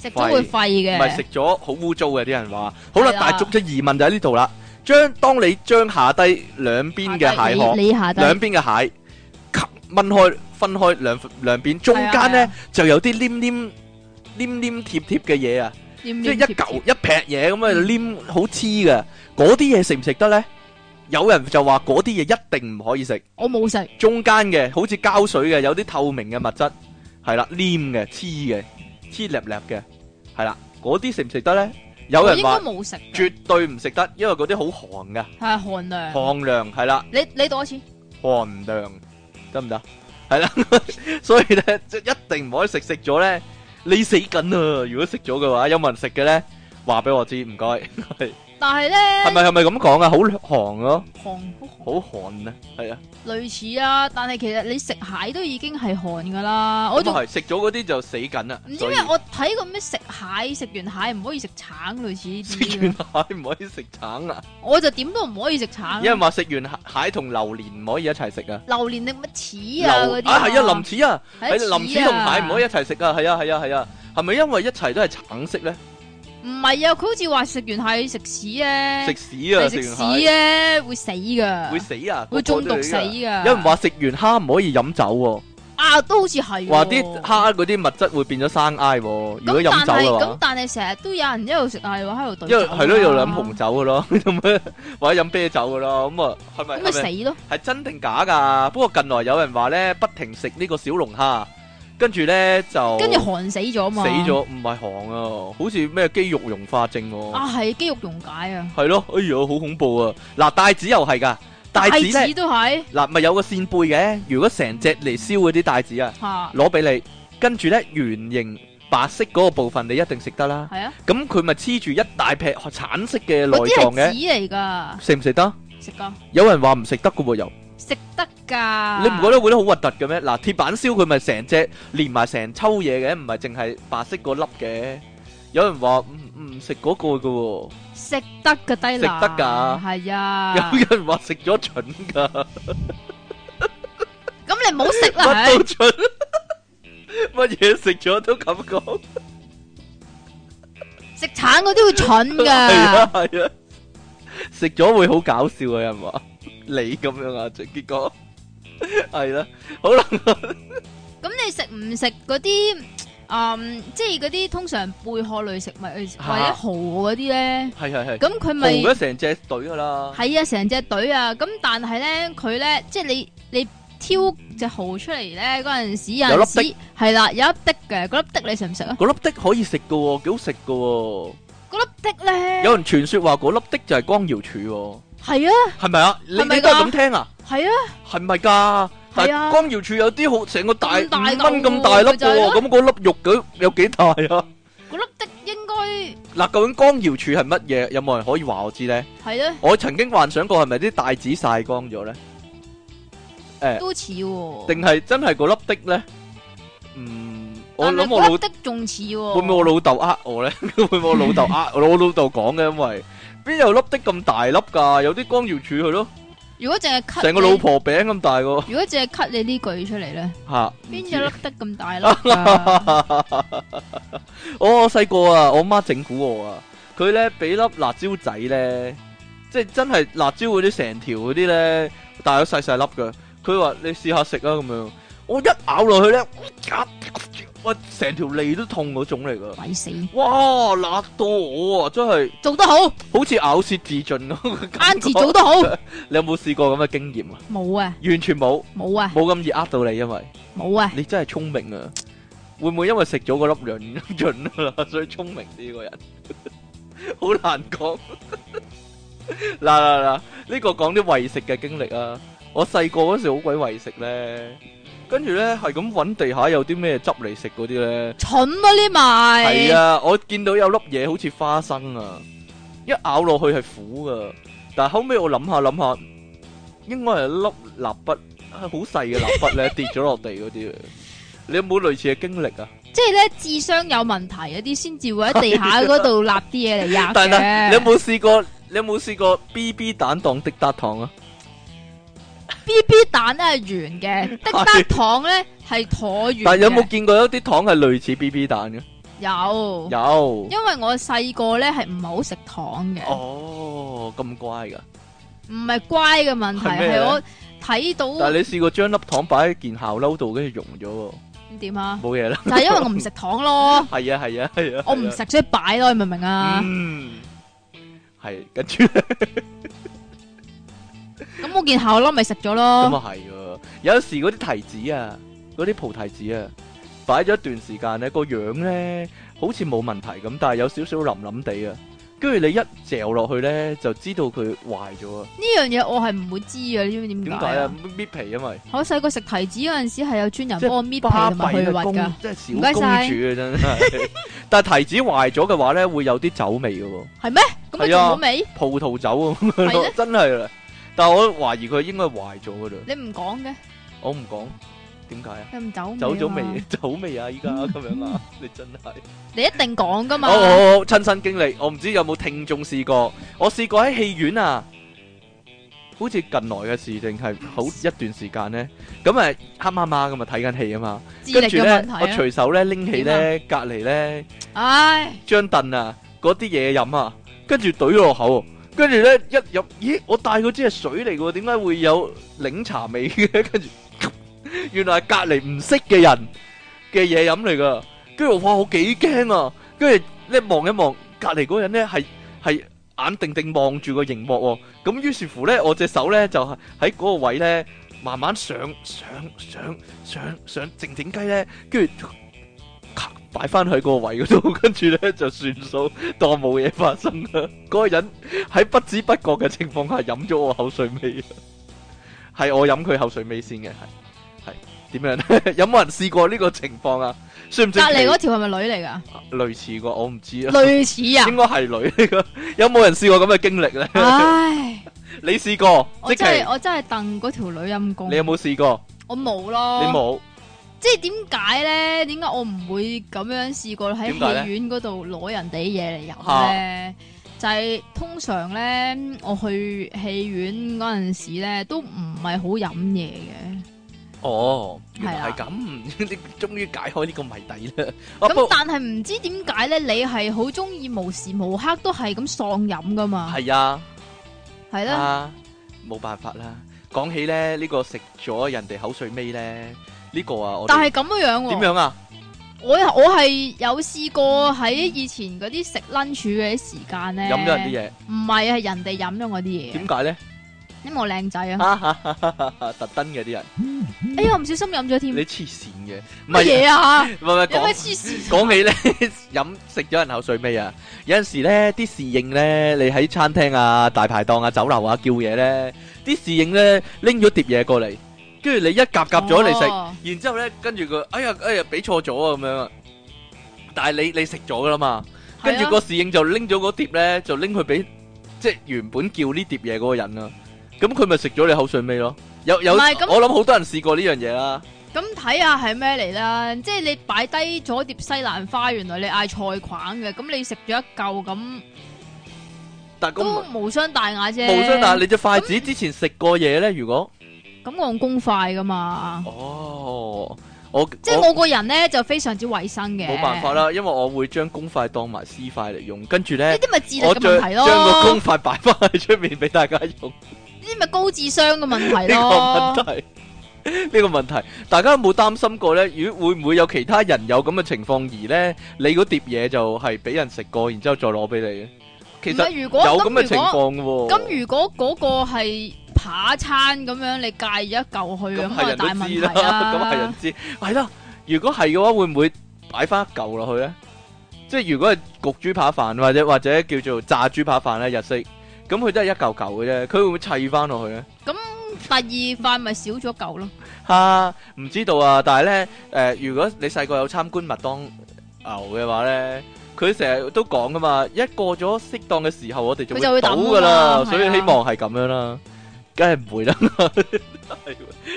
Speaker 2: 食咗會廢
Speaker 1: 唔
Speaker 2: 嘅。
Speaker 1: 係食咗好污糟嘅啲人話。好啦
Speaker 2: 係，啦啊
Speaker 1: 但係捉咗疑問就喺呢度啦。將當你將下低兩邊嘅蟹殼，
Speaker 2: 你你下低
Speaker 1: 兩邊嘅蟹咔掹開，分開兩兩邊，中間
Speaker 2: 係啊係
Speaker 1: 呢
Speaker 2: 啊
Speaker 1: 就有啲黏黏黏黏貼貼嘅嘢啊，
Speaker 2: 黏
Speaker 1: 即係
Speaker 2: 黏
Speaker 1: 一
Speaker 2: 貼嗯貼
Speaker 1: 嚿一劈嘢咁啊，黏好黐嘅。嗰啲嘢食唔食得呢？有人就話嗰啲嘢一定唔可以食。
Speaker 2: 我冇食，
Speaker 1: 中間嘅好似膠水嘅，有啲透明嘅物質，係啦，黏嘅、黐嘅、黐粒粒嘅，係啦，嗰啲食唔食得呢？有
Speaker 2: 我
Speaker 1: 人
Speaker 2: 應該
Speaker 1: 話
Speaker 2: 冇食㗎，
Speaker 1: 絕對唔食得，因為嗰啲好寒噶，
Speaker 2: 係寒涼。
Speaker 1: 寒涼係啦，
Speaker 2: 你你多錢？
Speaker 1: 寒涼得唔得？係啦，所以呢，即係一定唔可以食，食咗呢，你死緊啊！如果食咗嘅話，有冇人食嘅呢？話俾我知，唔該，係
Speaker 2: 但係咧，
Speaker 1: 咪係咪咁講啊？好寒咯，
Speaker 2: 寒好
Speaker 1: 好
Speaker 2: 寒
Speaker 1: 寒啊，係啊，
Speaker 2: 類似啊，但係其實你食蟹都已經係寒噶啦。我
Speaker 1: 咁
Speaker 2: 仲
Speaker 1: 係食咗嗰啲就死緊啦，
Speaker 2: 唔知
Speaker 1: 所以
Speaker 2: 咩？我睇過咩食蟹，食完蟹唔可以食橙，類似 呢
Speaker 1: 食
Speaker 2: 啲嘅。
Speaker 1: 完蟹唔可以食橙啊！
Speaker 2: 我就點都唔可以食橙啊。
Speaker 1: 有人話食完蟹蟹同榴蓮唔可以一齊食啊！
Speaker 2: 榴蓮你乜似啊
Speaker 1: 榴
Speaker 2: 嗰啲
Speaker 1: 啊係啊，林子啊，係
Speaker 2: 係啊
Speaker 1: 林
Speaker 2: 似
Speaker 1: 子
Speaker 2: 啊
Speaker 1: 同蟹唔可以一齊食啊！係啊係啊係啊，係咪因為一齊都係橙色咧？
Speaker 2: 唔係啊，佢好似話食完蟹食屎咧，
Speaker 1: 食屎啊！
Speaker 2: 係
Speaker 1: 食
Speaker 2: 食
Speaker 1: 完
Speaker 2: 屎
Speaker 1: 蟹
Speaker 2: 咧會死噶，
Speaker 1: 會死啊！
Speaker 2: 會中毒死噶。
Speaker 1: 㗎。有人話食完蝦唔可以飲酒喎，
Speaker 2: 啊，都好似係喎
Speaker 1: 話啲蝦嗰啲物質會變咗生埃喎。如果
Speaker 2: 咁
Speaker 1: 飲酒
Speaker 2: 但係
Speaker 1: 嘅
Speaker 2: 咁啊
Speaker 1: 話，
Speaker 2: 但係成日都有人一路食蟹喎，喺度對
Speaker 1: 因
Speaker 2: 為
Speaker 1: 為係咯，又飲紅酒嘅咯， 咁樣或者飲啤酒嘅咯，咁啊係咪
Speaker 2: 咁咪
Speaker 1: 係咪
Speaker 2: 死咯，
Speaker 1: 係真定假㗎？不過近來有人話咧，不停食呢個小龍蝦，跟住咧就
Speaker 2: 跟住寒死咗嘛，
Speaker 1: 死咗，唔係寒啊，好似咩肌肉溶化症喎、
Speaker 2: 啊，係肌肉溶解啊，
Speaker 1: 係咯、哎呀，好恐怖啊！嗱，帶子又係噶，帶子
Speaker 2: 帶
Speaker 1: 咧，
Speaker 2: 都係
Speaker 1: 嗱咪有個扇貝嘅，如果成隻嚟燒嗰啲帶子啊，
Speaker 2: 吓，
Speaker 1: 攞俾你，跟住咧圓形白色嗰個部分你一定食得啦，
Speaker 2: 係啊，
Speaker 1: 咁佢咪黐住一大劈橙色嘅內
Speaker 2: 嗰
Speaker 1: 臟
Speaker 2: 啲係
Speaker 1: 嘅，
Speaker 2: 紙嚟㗎，
Speaker 1: 食唔食得？
Speaker 2: 食㗎，
Speaker 1: 有人話唔食得嘅喎又。
Speaker 2: 食得㗎，
Speaker 1: 你唔覺得會得好核突嘅咩？嗱，鐵板燒佢咪成隻連埋成抽嘢嘅，唔係淨係白色嗰粒嘅。有人話唔唔食嗰個嘅喎，
Speaker 2: 食得㗎低
Speaker 1: 食
Speaker 2: 能，
Speaker 1: 得㗎
Speaker 2: 係啊，
Speaker 1: 有人話食咗蠢㗎，
Speaker 2: 咁你唔好食啦，
Speaker 1: 乜
Speaker 2: 唉
Speaker 1: 都 蠢，乜嘢食咗都咁講，
Speaker 2: 食橙嗰啲會蠢
Speaker 1: 係啊
Speaker 2: 㗎，
Speaker 1: 係啊，食咗會好搞笑啊！有人話你咁樣啊，結果係啦，好啦，
Speaker 2: 咁你食唔食嗰啲，嗯，即係嗰啲通常貝殼類食物
Speaker 1: 嚇
Speaker 2: 或者蠔嗰啲咧，
Speaker 1: 係係係，
Speaker 2: 咁佢咪
Speaker 1: 紅咗成隻隊噶啦，
Speaker 2: 係啊成隻隊啊，咁但係咧佢咧即係你你挑隻蠔出嚟咧嗰陣時有
Speaker 1: 有粒
Speaker 2: 陣時係啦有一滴嘅，嗰粒滴你食唔食啊？
Speaker 1: 嗰粒的可以食噶喎，幾好食噶喎。
Speaker 2: 嗰粒滴咧
Speaker 1: 有人傳說話嗰粒的就係光瑤柱喎，
Speaker 2: 係啊
Speaker 1: 係咪啊？你
Speaker 2: 係咪㗎
Speaker 1: 你都係咁聽啊？
Speaker 2: 係啊，
Speaker 1: 係咪㗎？但係光瑤柱有啲好成個大
Speaker 2: 咁大嚿
Speaker 1: 五蚊咁大粒
Speaker 2: 喎就係
Speaker 1: 嘅喎，
Speaker 2: 咯
Speaker 1: 咁嗰粒肉佢有幾大啊？
Speaker 2: 嗰粒滴應該
Speaker 1: 嗱，究竟光瑤柱係乜嘢？有冇人可以話我知咧？
Speaker 2: 係啊
Speaker 1: 我曾經幻想過係咪啲帶子曬光咗咧？
Speaker 2: 都似喎，
Speaker 1: 定係真係嗰粒的咧？嗯，我
Speaker 2: 但係
Speaker 1: 諗我老
Speaker 2: 嗰粒滴仲似喎，
Speaker 1: 會唔會我老豆呃我咧？ 會唔會我 老豆呃我？我老豆講嘅，因為邊有粒的咁大粒㗎？有啲光瑤柱佢咯，
Speaker 2: 如果淨係 cut
Speaker 1: 成個
Speaker 2: 你
Speaker 1: 老婆餅咁大個
Speaker 2: 如果淨係 cut 你呢句出嚟咧，
Speaker 1: 嚇。
Speaker 2: 邊
Speaker 1: 唔
Speaker 2: 有
Speaker 1: 知
Speaker 2: 粒得咁大粒㗎？
Speaker 1: 我我细个啊，我媽整蠱我啊，佢咧俾粒辣椒仔咧，即係真係辣椒嗰啲成條嗰啲咧，但係都細細粒嘅。佢話你試下食啊咁樣，我一咬落去咧，我成條脷都痛嗰種嚟噶。
Speaker 2: 鬼死！
Speaker 1: 哇，辣到我啊，真係
Speaker 2: 做得好，
Speaker 1: 好似咬舌自盡咁嘅感
Speaker 2: 啱
Speaker 1: 覺
Speaker 2: 字做得好，
Speaker 1: 你有冇試過咁嘅經驗啊？
Speaker 2: 冇啊，
Speaker 1: 完全冇，
Speaker 2: 冇啊，
Speaker 1: 冇咁易呃到你，因為。
Speaker 2: 冇啊，
Speaker 1: 你真係聰明啊！會唔會因為食咗個粒潤 潤啦，所以聰明啲個人？ 好難講。 嗱嗱嗱，呢個講啲餵食嘅經歷啊！我細個嗰時好鬼餵食咧，跟住咧係咁揾地下有啲咩執嚟食嗰啲咧。
Speaker 2: 蠢咯呢埋，
Speaker 1: 係啊，我見到有粒嘢好似花生啊，一咬落去係苦噶，但係後尾我諗下諗下，應該係粒蠟筆，好細嘅蠟筆咧跌咗落地嗰啲啊。你有冇類似嘅經歷啊？
Speaker 2: 即係咧智商有問題嗰啲先至會喺地下嗰度立啲嘢嚟壓
Speaker 1: 但係你有
Speaker 2: 嘅。
Speaker 1: 冇試過？你有冇試過 B B 蛋當滴答糖啊？
Speaker 2: B B 蛋咧係圓嘅， 滴答糖咧係橢圓嘅。
Speaker 1: 但係有冇見過有啲糖係類似 B B 蛋嘅？
Speaker 2: 有？
Speaker 1: 有
Speaker 2: 因為我細個咧係唔係好食糖嘅，
Speaker 1: 哦，咁乖噶！
Speaker 2: 唔係乖嘅問題，
Speaker 1: 係咩咧
Speaker 2: 係我睇
Speaker 1: 但係
Speaker 2: 到
Speaker 1: 你試過將粒糖擺喺件校褸度，跟住溶咗
Speaker 2: 點啊
Speaker 1: 喎，？冇嘢啦。
Speaker 2: 就係因為我唔食糖 咯。
Speaker 1: 係啊係啊係啊！
Speaker 2: 我唔食所以擺咯，你明唔明啊？
Speaker 1: 嗯，系跟住咧
Speaker 2: 咁我件校褸咪食咗
Speaker 1: 咁
Speaker 2: 咯，
Speaker 1: 啊系喎，有時嗰啲提子啊，嗰啲菩提子啊，擺咗一段時間咧，個樣咧好似冇問題咁，但係有少少腍腍地啊，跟住你一嚼落去咧，就知道佢壞咗啊！
Speaker 2: 呢樣嘢我係唔會知嘅，你知唔知
Speaker 1: 點
Speaker 2: 點
Speaker 1: 解
Speaker 2: 解
Speaker 1: 啊
Speaker 2: 啊？？
Speaker 1: 搣皮因 為
Speaker 2: 我細個食提子嗰陣時係有專人
Speaker 1: 即係
Speaker 2: 幫我搣皮
Speaker 1: 巴
Speaker 2: 同埋去
Speaker 1: 閉嘅
Speaker 2: 核
Speaker 1: 公，
Speaker 2: 啊㗎，
Speaker 1: 即係小
Speaker 2: 唔
Speaker 1: 公
Speaker 2: 該
Speaker 1: 主
Speaker 2: 晒
Speaker 1: 啊真係。但係提子壞咗嘅話咧，會有啲酒味嘅喎。
Speaker 2: 係咩？咁你
Speaker 1: 係
Speaker 2: 仲
Speaker 1: 啊
Speaker 2: 好味？
Speaker 1: 葡萄酒咁樣
Speaker 2: 係
Speaker 1: 咯
Speaker 2: 咧，
Speaker 1: 真係啦。但係我懷疑佢應該壞咗噶啦，
Speaker 2: 你唔講嘅，
Speaker 1: 我唔講點解啊？
Speaker 2: 你唔走
Speaker 1: 走咗
Speaker 2: 啊嘛
Speaker 1: 未？？ 走未啊？依 家咁樣啊？你真係
Speaker 2: 你一定講㗎嘛
Speaker 1: 我？我我親身經歷，我唔知有冇聽眾試過。我試過喺戲院啊，好似近來嘅事定係好一段時間咧。咁啊，黑麻麻咁啊睇緊戲啊嘛，
Speaker 2: 智力
Speaker 1: 跟住
Speaker 2: 嘅
Speaker 1: 咧
Speaker 2: 問
Speaker 1: 我
Speaker 2: 題
Speaker 1: 隨手咧拎起咧隔離咧
Speaker 2: 啊！ 唉，
Speaker 1: 張凳啊嗰啲嘢飲啊，跟住懟落口。跟住咧一飲，咦！我帶嗰支係水嚟嘅喎，點解會有檸茶味嘅？跟住原來係隔離唔識嘅人嘅嘢飲嚟噶。跟住我哇，我幾驚啊！跟住咧望一望隔離嗰個人咧，係係眼定定望住個熒幕喎。咁於是乎咧，我隻手咧就係喺嗰個位咧，慢慢上上上上上靜靜雞咧，跟住咔擺翻去個位嗰度， 跟住咧就算數，當冇嘢發生啦。嗰、個人喺不知不覺嘅情況下飲咗我口水味，係我飲佢口水味先嘅，係係點樣咧？有冇人試過呢 個情況啊？算唔
Speaker 2: 隔
Speaker 1: 算
Speaker 2: 離
Speaker 1: 奇
Speaker 2: 嗰條係咪女嚟 㗎？
Speaker 1: 類似個，我唔知啊，
Speaker 2: 類似啊
Speaker 1: 應！該係女嚟噶。有冇人試過咁嘅經歷 咧？
Speaker 2: 唉，
Speaker 1: 你試過？
Speaker 2: 我
Speaker 1: 即
Speaker 2: 真係
Speaker 1: 其
Speaker 2: 我真係戥嗰條女陰公
Speaker 1: 你，有冇試過？
Speaker 2: 我冇
Speaker 1: 你
Speaker 2: 咯。
Speaker 1: 冇，
Speaker 2: 即系点解咧？點解我唔會咁樣試過喺
Speaker 1: 點解呢
Speaker 2: 戲院嗰度攞人哋啲嘢嚟飲咧？就係通常咧，我去戲院嗰陣時咧，都唔係好飲嘢嘅。
Speaker 1: 哦，原
Speaker 2: 係
Speaker 1: 來
Speaker 2: 啦
Speaker 1: 係咁， 你終於解開呢個謎底啦。啊不
Speaker 2: 咁
Speaker 1: 過
Speaker 2: 但係唔知點解咧，你係好中意無時無刻都係咁喪飲噶嘛？
Speaker 1: 係啊，
Speaker 2: 係啦，
Speaker 1: 啊，冇辦法啦。講起咧呢個食咗人哋口水尾咧，呢個啊，我哋
Speaker 2: 但係咁樣样喎
Speaker 1: 點樣啊？
Speaker 2: 我我系有試過喺以前嗰啲食 lunch 嘅啲時間咧，
Speaker 1: 飲咗人啲嘢，
Speaker 2: 唔係係人哋飲咗我啲嘢，
Speaker 1: 點解咧？
Speaker 2: 因為我靚仔啊，
Speaker 1: 特登嘅啲人，
Speaker 2: 哎呀唔小心飲咗添，
Speaker 1: 你
Speaker 2: 乜
Speaker 1: 黐線嘅，唔係
Speaker 2: 嘢啊？
Speaker 1: 唔係唔係
Speaker 2: 有
Speaker 1: 講。
Speaker 2: 咩 黐線？
Speaker 1: 講起咧飲食咗人口水味啊！有阵时咧啲侍應咧，你喺餐廳啊、大排檔啊、酒樓啊叫嘢咧，啲侍應咧拎咗碟嘢過嚟，跟住你一夾夾咗嚟食，
Speaker 2: 哦
Speaker 1: 然之后咧跟住佢，哎呀哎呀俾錯咗啊咁樣啊！但係你你食咗噶啦嘛，跟住
Speaker 2: 啊
Speaker 1: 個侍應就拎咗嗰碟咧，就拎佢俾即系原本叫呢碟嘢嗰個人啊，咁佢咪食咗你口水味咯？有有，
Speaker 2: 唔
Speaker 1: 我
Speaker 2: 係咁
Speaker 1: 諗好多人試過呢樣嘢啦，
Speaker 2: 咁睇下係咩嚟啦，即係你擺低咗碟西蘭花，原來你嗌菜框嘅，咁你食咗一嚿咁
Speaker 1: 但系
Speaker 2: 都
Speaker 1: 咁
Speaker 2: 無傷大雅啫。
Speaker 1: 無傷，但係你隻筷子之前食過嘢咧，如果
Speaker 2: 咁我用公筷噶嘛，
Speaker 1: 哦，我
Speaker 2: 即係
Speaker 1: 我
Speaker 2: 我個人咧就非常之衞生嘅。
Speaker 1: 冇辦法，啦，因為我會將公筷當埋私筷嚟用，跟住
Speaker 2: 呢
Speaker 1: 咧
Speaker 2: 啲咪智力
Speaker 1: 我
Speaker 2: 嘅
Speaker 1: 將
Speaker 2: 問題
Speaker 1: 將個
Speaker 2: 咯
Speaker 1: 公，筷擺翻喺出面俾大家用，呢
Speaker 2: 呢啲咪高智商嘅問題
Speaker 1: 個
Speaker 2: 咯。
Speaker 1: 問題。呢個問題，大家有冇擔心過呢？如會唔會有其他人有咁嘅情況，而呢，你嗰碟嘢就係俾人食過，然之後再攞俾你嘅？其
Speaker 2: 唔
Speaker 1: 實
Speaker 2: 係如
Speaker 1: 有
Speaker 2: 果
Speaker 1: 咁嘅情
Speaker 2: 如果
Speaker 1: 況嘅喎。
Speaker 2: 咁如果嗰個係扒餐咁樣，你戒咗一嚿去咁
Speaker 1: 咁係
Speaker 2: 啊
Speaker 1: 人
Speaker 2: 大
Speaker 1: 都
Speaker 2: 問
Speaker 1: 知
Speaker 2: 題
Speaker 1: 啦， 咁係人知。係啦，如果係嘅話，會唔會擺翻一嚿落去咧？即係如果係焗豬扒飯或者或者叫做炸豬扒飯咧，日式咁佢都係一嚿嚿嘅啫，佢會唔會砌翻落去咧？
Speaker 2: 第二塊咪少咗嚿咯。
Speaker 1: 哈、唔知道啊！但係咧，誒、如果你細個有參觀麥當牛嘅話咧。佢成日都講噶嘛，一過咗適當嘅時候，我哋就
Speaker 2: 佢就
Speaker 1: 會
Speaker 2: 會抌
Speaker 1: 倒
Speaker 2: 㗎
Speaker 1: 噶啦，
Speaker 2: 嘛
Speaker 1: 所以
Speaker 2: 係啊
Speaker 1: 希望係咁樣啦，梗係唔會啦， 係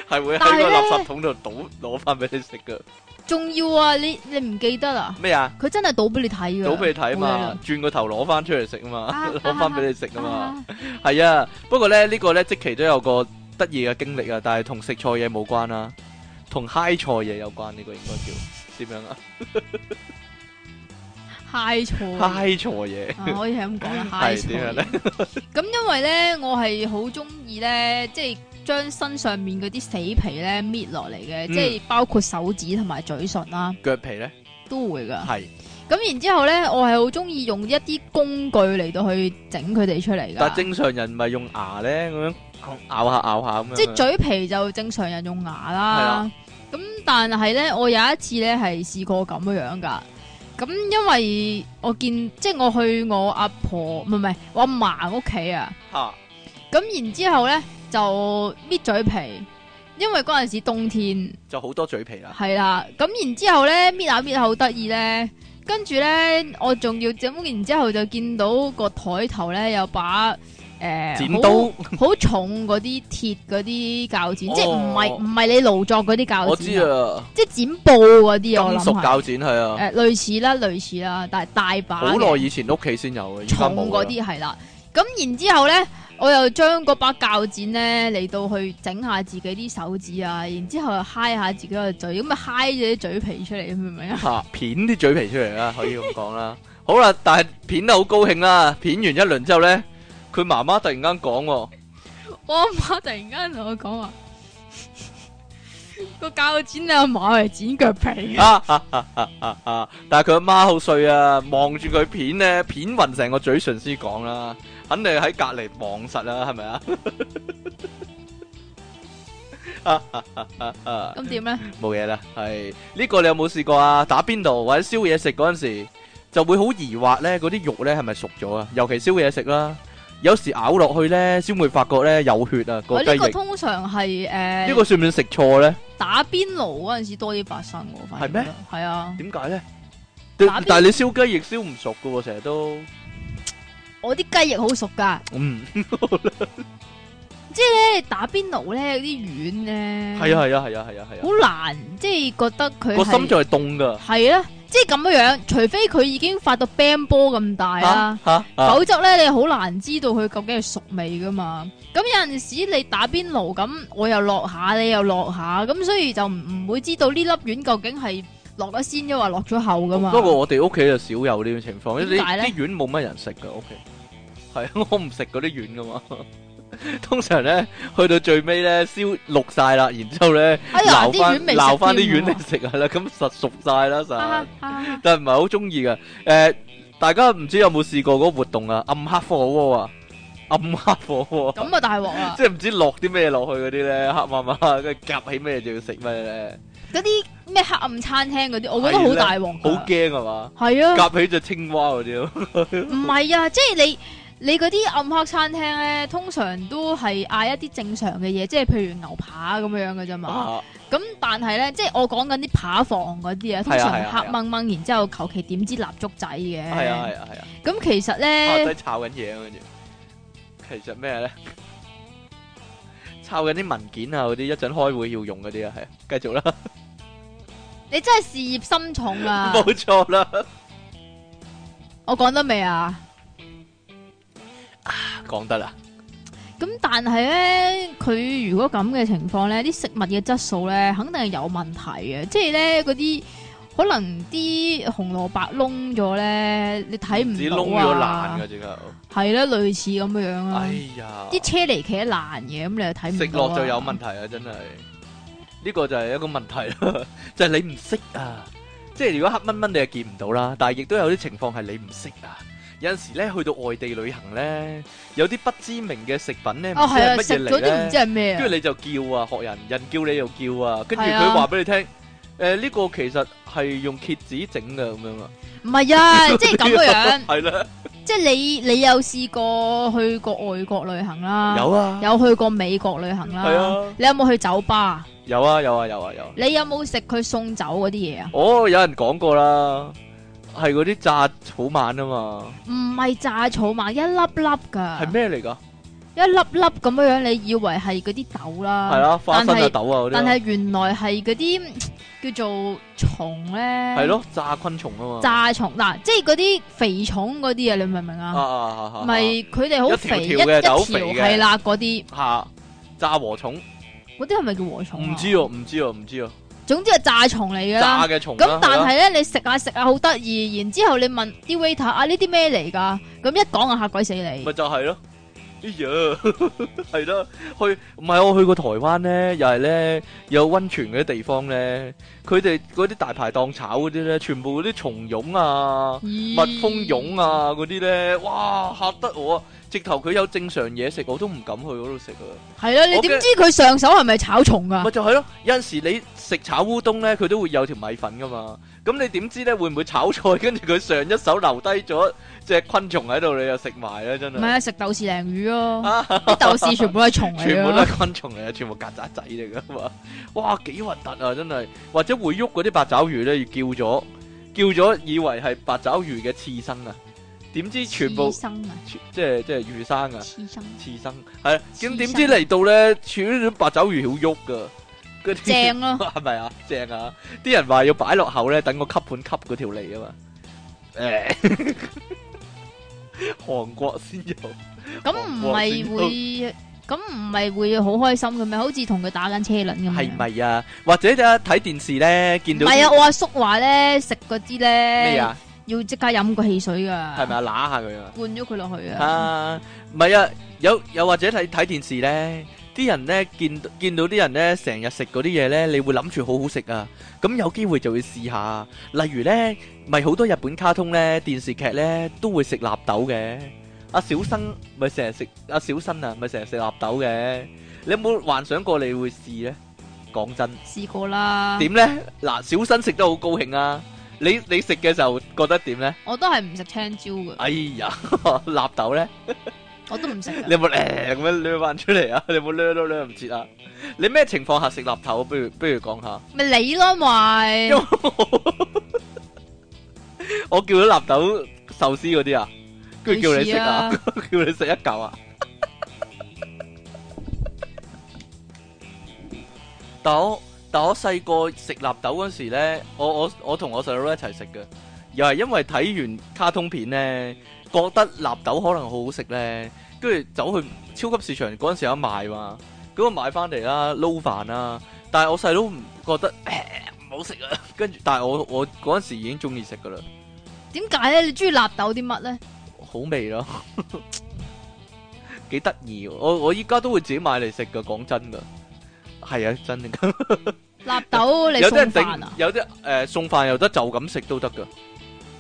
Speaker 1: 係會
Speaker 2: 但
Speaker 1: 喺
Speaker 2: 係
Speaker 1: 個
Speaker 2: 呢
Speaker 1: 垃圾桶度倒攞翻俾你食噶。
Speaker 2: 仲要啊，你你唔記得啦？
Speaker 1: 咩啊？
Speaker 2: 佢真係倒俾你睇㗎。啊
Speaker 1: 倒俾你睇
Speaker 2: 冇嘢
Speaker 1: 嘛
Speaker 2: 啦，
Speaker 1: 轉個頭攞翻出嚟食啊嘛
Speaker 2: 啊，
Speaker 1: 攞翻俾你食啊嘛，
Speaker 2: 啊
Speaker 1: 係啊。不過咧呢個咧即期都有個得意嘅經歷啊，但係同食錯嘢冇關啦，同嗨錯嘢有關呢個應該叫點樣啊？
Speaker 2: 嗨錯
Speaker 1: 嗨錯嘢
Speaker 2: 啊可以係咁講 啦，嗨
Speaker 1: 係點樣
Speaker 2: 錯
Speaker 1: 咧？
Speaker 2: 咁因為咧，我係好中意咧，即係將身上面嗰啲死皮咧搣落嚟嘅，
Speaker 1: 嗯
Speaker 2: 即係包括手指同埋嘴唇啦，
Speaker 1: 腳皮咧
Speaker 2: 都會㗎。
Speaker 1: 係，
Speaker 2: 咁然之後咧，我係好中意用一啲工具嚟到去整佢哋出嚟
Speaker 1: 但係
Speaker 2: 㗎。
Speaker 1: 正常人咪用牙咧咁樣咬下咬下咁樣啊。
Speaker 2: 即係嘴皮就正常人用牙
Speaker 1: 係
Speaker 2: 啦
Speaker 1: 啊。
Speaker 2: 咁但係咧，我有一次咧係試過咁樣樣㗎。咁因為我見即係我去我阿婆唔係唔係我阿嫲屋企啊。
Speaker 1: 嚇
Speaker 2: 咁然之後咧就搣嘴皮，因為嗰陣時冬天
Speaker 1: 就好多嘴皮啦，
Speaker 2: 係啦。咁然之後咧搣下搣下好得意咧，跟住咧我仲要整，然之後就見到個台頭咧有把誒
Speaker 1: 剪刀
Speaker 2: 好好重嗰啲鐵嗰啲鉸剪，
Speaker 1: 哦
Speaker 2: 即係唔係唔係你勞作嗰啲
Speaker 1: 我
Speaker 2: 鉸
Speaker 1: 知
Speaker 2: 剪啊，
Speaker 1: 啊，
Speaker 2: 即係剪布嗰
Speaker 1: 金
Speaker 2: 啲啊我諗
Speaker 1: 屬
Speaker 2: 係
Speaker 1: 鉸剪係啊，
Speaker 2: 誒類似啦類似啦，但係大把
Speaker 1: 好
Speaker 2: 嘅
Speaker 1: 耐以前屋企先有嘅，而家
Speaker 2: 重
Speaker 1: 冇
Speaker 2: 嗰
Speaker 1: 啦
Speaker 2: 啲係啦。咁然之後咧，我又將嗰把鉸剪咧嚟到去整下自己啲手指啊，然之後又嗨下自己個嘴，咁咪嗨咗啲嘴皮出嚟，你明唔明啊？
Speaker 1: 吓、片啲嘴皮出嚟啦，可以咁講啦。好啦，但係片得好高興啦，片完一輪之後咧，佢媽媽突然間講喎，
Speaker 2: 我阿媽突然間同我講話，個鉸剪你阿嫲嚟剪腳皮嘅，
Speaker 1: 啊啊啊啊啊啊！但係佢阿媽好衰啊，望住佢片咧，片暈成個嘴唇先講啦，肯定喺隔離望實啦，係咪啊？啊啊啊啊啊！
Speaker 2: 咁點咧？
Speaker 1: 冇嘢啦，係呢、個你有冇試過啊？打邊爐或者燒嘢食嗰陣時，就會好疑惑咧，嗰啲肉咧係咪熟咗啊？尤其燒嘢食啦，有時咬落去咧，先會發覺咧有血啊個
Speaker 2: 我
Speaker 1: 雞
Speaker 2: 哦呢個
Speaker 1: 翼。
Speaker 2: 通常係
Speaker 1: 呢
Speaker 2: 誒
Speaker 1: 個算唔算食錯咧？
Speaker 2: 打邊爐嗰陣時多啲發生喎，反而
Speaker 1: 係咩
Speaker 2: 覺得？係啊，
Speaker 1: 點解咧？
Speaker 2: 打邊
Speaker 1: 但但係你燒雞翼燒唔熟嘅喎，成日都
Speaker 2: 我啲雞翼好熟㗎，
Speaker 1: 嗯
Speaker 2: 即係打邊爐咧啲丸咧，
Speaker 1: 係啊係啊係啊係啊係啊，
Speaker 2: 好難，即係覺得佢
Speaker 1: 個心
Speaker 2: 係
Speaker 1: 臟係凍㗎
Speaker 2: 係啊，即係咁樣樣，除非佢已經發到 band 波咁大啦
Speaker 1: 嚇，啊嚇嚇
Speaker 2: 否則咧你好難知道佢究竟係熟味噶嘛。咁有阵时你打邊爐咁，我又落下，你又落下，咁所以就唔唔會知道呢粒丸究竟係落咗先，抑或落咗後噶嘛。
Speaker 1: 不過我哋屋企就少有呢種情況，因為
Speaker 2: 點解呢
Speaker 1: 啲啲丸冇乜人食㗎屋企。係啊，我唔食嗰啲丸㗎嘛。 通常咧去到最尾咧燒綠晒啦，然之後咧
Speaker 2: 哎呀
Speaker 1: 撈翻
Speaker 2: 啲丸未食
Speaker 1: 撈翻啲
Speaker 2: 添啊
Speaker 1: 丸
Speaker 2: 喎
Speaker 1: 嚟食係啦，咁實熟晒啦實
Speaker 2: 哈。哈哈
Speaker 1: 但係唔係好中意嘅。诶、大家唔知有冇試過嗰個活動啊？暗黑火鍋啊，暗黑火鍋啊。
Speaker 2: 咁啊大鑊啦！
Speaker 1: 即係唔知落啲咩落去嗰啲咧，黑麻麻，跟住夾起咩就要食咩咧，
Speaker 2: 嗰啲咩黑暗餐廳嗰啲，我覺得好大鑊
Speaker 1: 啊好
Speaker 2: 㗎。
Speaker 1: 驚係嘛？
Speaker 2: 係啊，
Speaker 1: 夾起只青蛙嗰啲咯，
Speaker 2: 唔係啊，即係你。你嗰啲暗黑餐廳咧，通常都係嗌一啲正常嘅嘢，即係譬如牛扒咁樣嘅啫嘛。
Speaker 1: 啊
Speaker 2: 咁但係咧，即係我講緊啲扒房嗰啲啊，通常
Speaker 1: 係啊係啊
Speaker 2: 黑掹掹，然之後求其點支蠟燭仔嘅。
Speaker 1: 係啊係啊係啊，
Speaker 2: 咁其實
Speaker 1: 啊
Speaker 2: 咧
Speaker 1: 仔，炒緊嘢啊跟住，其實咩咧？抄緊啲文件啊嗰啲，一陣開會要用嗰啲啊，係啊繼續啦，
Speaker 2: 你真係事業心重 啊！
Speaker 1: 冇錯啦，
Speaker 2: 我講得未啊？
Speaker 1: 講得啦，
Speaker 2: 咁但係咧，佢如果咁嘅情況咧，啲食物嘅質素咧，肯定係有問題嘅。即係咧嗰啲可能啲紅蘿蔔窿咗咧，你睇
Speaker 1: 只窿
Speaker 2: 唔
Speaker 1: 咗
Speaker 2: 到
Speaker 1: 爛
Speaker 2: 啊
Speaker 1: 㗎。之後，
Speaker 2: 係啦，類似咁樣樣啊
Speaker 1: 哎。呀，
Speaker 2: 啲車厘茄爛嘅，咁你又睇唔到啊
Speaker 1: 食落就有問題啊！真係呢個就係一個問題 啦，就係你唔識啊！即係如果黑蚊蚊你係見唔到啦，但係亦都有啲情況係你唔識啊！有陣時咧去到外地旅行咧，有啲不知名嘅食品咧，唔
Speaker 2: 哦，
Speaker 1: 知
Speaker 2: 係
Speaker 1: 係
Speaker 2: 啊，
Speaker 1: 乜
Speaker 2: 食
Speaker 1: 嘢
Speaker 2: 咗啲唔
Speaker 1: 嚟
Speaker 2: 知
Speaker 1: 咧，
Speaker 2: 係咩
Speaker 1: 跟
Speaker 2: 啊
Speaker 1: 住？你就叫啊，學人人叫你又叫啊，跟住
Speaker 2: 係
Speaker 1: 佢
Speaker 2: 啊
Speaker 1: 話俾你聽，誒呢個其實係用蠍子整嘅咁樣啊，
Speaker 2: 唔係 啊，即係咁樣，
Speaker 1: 係啦，
Speaker 2: 即係你你有試過去過外國旅行啦，
Speaker 1: 有啊，
Speaker 2: 有去過美國旅行
Speaker 1: 係
Speaker 2: 啦，
Speaker 1: 啊，
Speaker 2: 你有冇去酒吧？
Speaker 1: 有啊，有啊，有啊，有啊。
Speaker 2: 你有冇食佢送酒嗰啲嘢啊？
Speaker 1: 哦，有人講過啦，係嗰啲炸草蜢啊嘛，
Speaker 2: 唔係炸草蜢，一粒粒噶，
Speaker 1: 係咩嚟㗎？
Speaker 2: 一粒粒咁樣樣，你以為係嗰啲豆啦，
Speaker 1: 係啦，花生
Speaker 2: 但
Speaker 1: 啊、
Speaker 2: 係
Speaker 1: 豆啊嗰啲
Speaker 2: 但
Speaker 1: 啊，
Speaker 2: 係原來係嗰啲叫做蟲咧，
Speaker 1: 係，咯，炸昆蟲啊嘛，
Speaker 2: 炸蟲嗱，即係嗰啲肥蟲嗰啲啊，你明唔明
Speaker 1: 啊
Speaker 2: 啊？
Speaker 1: 啊啊啊，啊
Speaker 2: 咪佢哋好肥
Speaker 1: 一
Speaker 2: 一
Speaker 1: 條條
Speaker 2: 一
Speaker 1: 嘅就
Speaker 2: 條
Speaker 1: 好肥嘅
Speaker 2: 係啦，嗰啲
Speaker 1: 嚇炸禾蟲，唔
Speaker 2: 嗰啲係咪叫禾蟲啊？
Speaker 1: 知喎，唔知喎，唔知喎，
Speaker 2: 總之係炸蟲嚟㗎
Speaker 1: 炸
Speaker 2: 啦。
Speaker 1: 嘅蟲啦
Speaker 2: 咁但
Speaker 1: 係啦
Speaker 2: 係咧，你食下食下好得意，然之後你問啲 waiter 啊呢啲咩嚟㗎？咁一講啊嚇鬼死你
Speaker 1: 咪！就係咯。哎呀， 係咯，去唔係我去過台灣咧，又係咧有温泉嗰啲地方咧，佢哋嗰啲大排檔炒嗰啲咧，全部嗰啲蟲蛹啊。
Speaker 2: 蜜
Speaker 1: 蜜蜂蛹啊嗰啲咧，哇嚇得我啊！直頭佢有正常嘢食，我都唔敢去嗰度食啊！
Speaker 2: 系啦，你
Speaker 1: 我嘅
Speaker 2: 點知佢上手係咪炒蟲
Speaker 1: 咪、
Speaker 2: 啊？
Speaker 1: 就係咯，有陣時你食炒烏冬咧，佢都會有條米粉噶嘛。咁你點知咧會唔會炒菜？跟住佢上一手留低咗隻昆蟲喺度，你又食埋啦，真
Speaker 2: 唔係
Speaker 1: 係。
Speaker 2: 啊，食豆豉鯪魚 咯，
Speaker 1: 啊
Speaker 2: 啲豆豉全部都係蟲嚟
Speaker 1: 全部都
Speaker 2: 嘅。
Speaker 1: 係昆蟲嚟啊，全部曱甴仔嚟噶嘛！ 哇，幾核突啊，真係！或者會喐嗰啲八爪魚咧，叫咗叫咗，以為係八爪魚嘅刺身啊，點知全部
Speaker 2: 黐生啊，
Speaker 1: 全即係即係魚生啊！
Speaker 2: 黐生，
Speaker 1: 刺身係啦，咁
Speaker 2: 刺
Speaker 1: 點
Speaker 2: 身
Speaker 1: 知嚟到咧，處呢種八爪魚好喐噶，嗰啲
Speaker 2: 正 咯，
Speaker 1: 係咪啊？正啊！啲人話要擺落口咧，等個吸盤吸嗰條脷啊嘛。誒， 韓國先有，
Speaker 2: 咁唔係會，咁唔係會好開心嘅咩？好似同佢打緊車輪咁樣。
Speaker 1: 係咪啊？或者就睇電視咧，見
Speaker 2: 唔
Speaker 1: 到
Speaker 2: 係啊，
Speaker 1: 啲
Speaker 2: 我阿叔話咧，食嗰
Speaker 1: 咩
Speaker 2: 啲咧，
Speaker 1: 啊？
Speaker 2: 要即刻飲個汽水㗎。
Speaker 1: 係咪
Speaker 2: 係
Speaker 1: 啊？揦下佢啊！
Speaker 2: 灌咗佢落去啊！
Speaker 1: 啊，唔係啊，有又或者睇睇電視咧，啲人咧見見到啲人咧成日食嗰啲嘢咧，你會諗住好好食啊，咁有機會就會試下。例如咧，咪好多日本卡通咧、電視劇咧都會食納豆嘅。阿小生咪成日食，阿小新啊咪成日食納豆嘅。你有冇幻想過你會試咧？講真，
Speaker 2: 試過啦，
Speaker 1: 點咧？嗱，小新食得好高興啊！你你食嘅時候覺得點咧？
Speaker 2: 我都係唔食青椒嘅，
Speaker 1: 哎呀， 納豆咧？
Speaker 2: 我都唔食㗎。
Speaker 1: 你有冇 咧咁樣掠翻出嚟啊？ 你有冇掠都掠唔切啊？你咩情況下食納豆？不如不如講下。
Speaker 2: 咪你咯，咪
Speaker 1: 因為我叫咗納豆壽司嗰啲啊，跟住叫你食啊， 叫你食一嚿啊。但我但我細個食納豆嗰時咧，我我我同我細佬一齊食嘅，又係因為睇完卡通片咧，覺得納豆可能好好食咧，跟住走去超級市場嗰陣時有得賣嘛，咁我買翻嚟啦，撈飯啦。但係我細佬唔覺得唔好食啊，跟住但係我我嗰陣時已經中意食噶啦，
Speaker 2: 點解咧？你中意納豆啲乜咧？
Speaker 1: 好味咯。 幾得意喎。我我依家都會自己買嚟食噶，講真噶。係啊，真㗎。
Speaker 2: 納豆你
Speaker 1: 有啲
Speaker 2: 送
Speaker 1: 人
Speaker 2: 飯
Speaker 1: 頂
Speaker 2: 啊？，
Speaker 1: 有啲誒送飯又得，就咁食都得噶。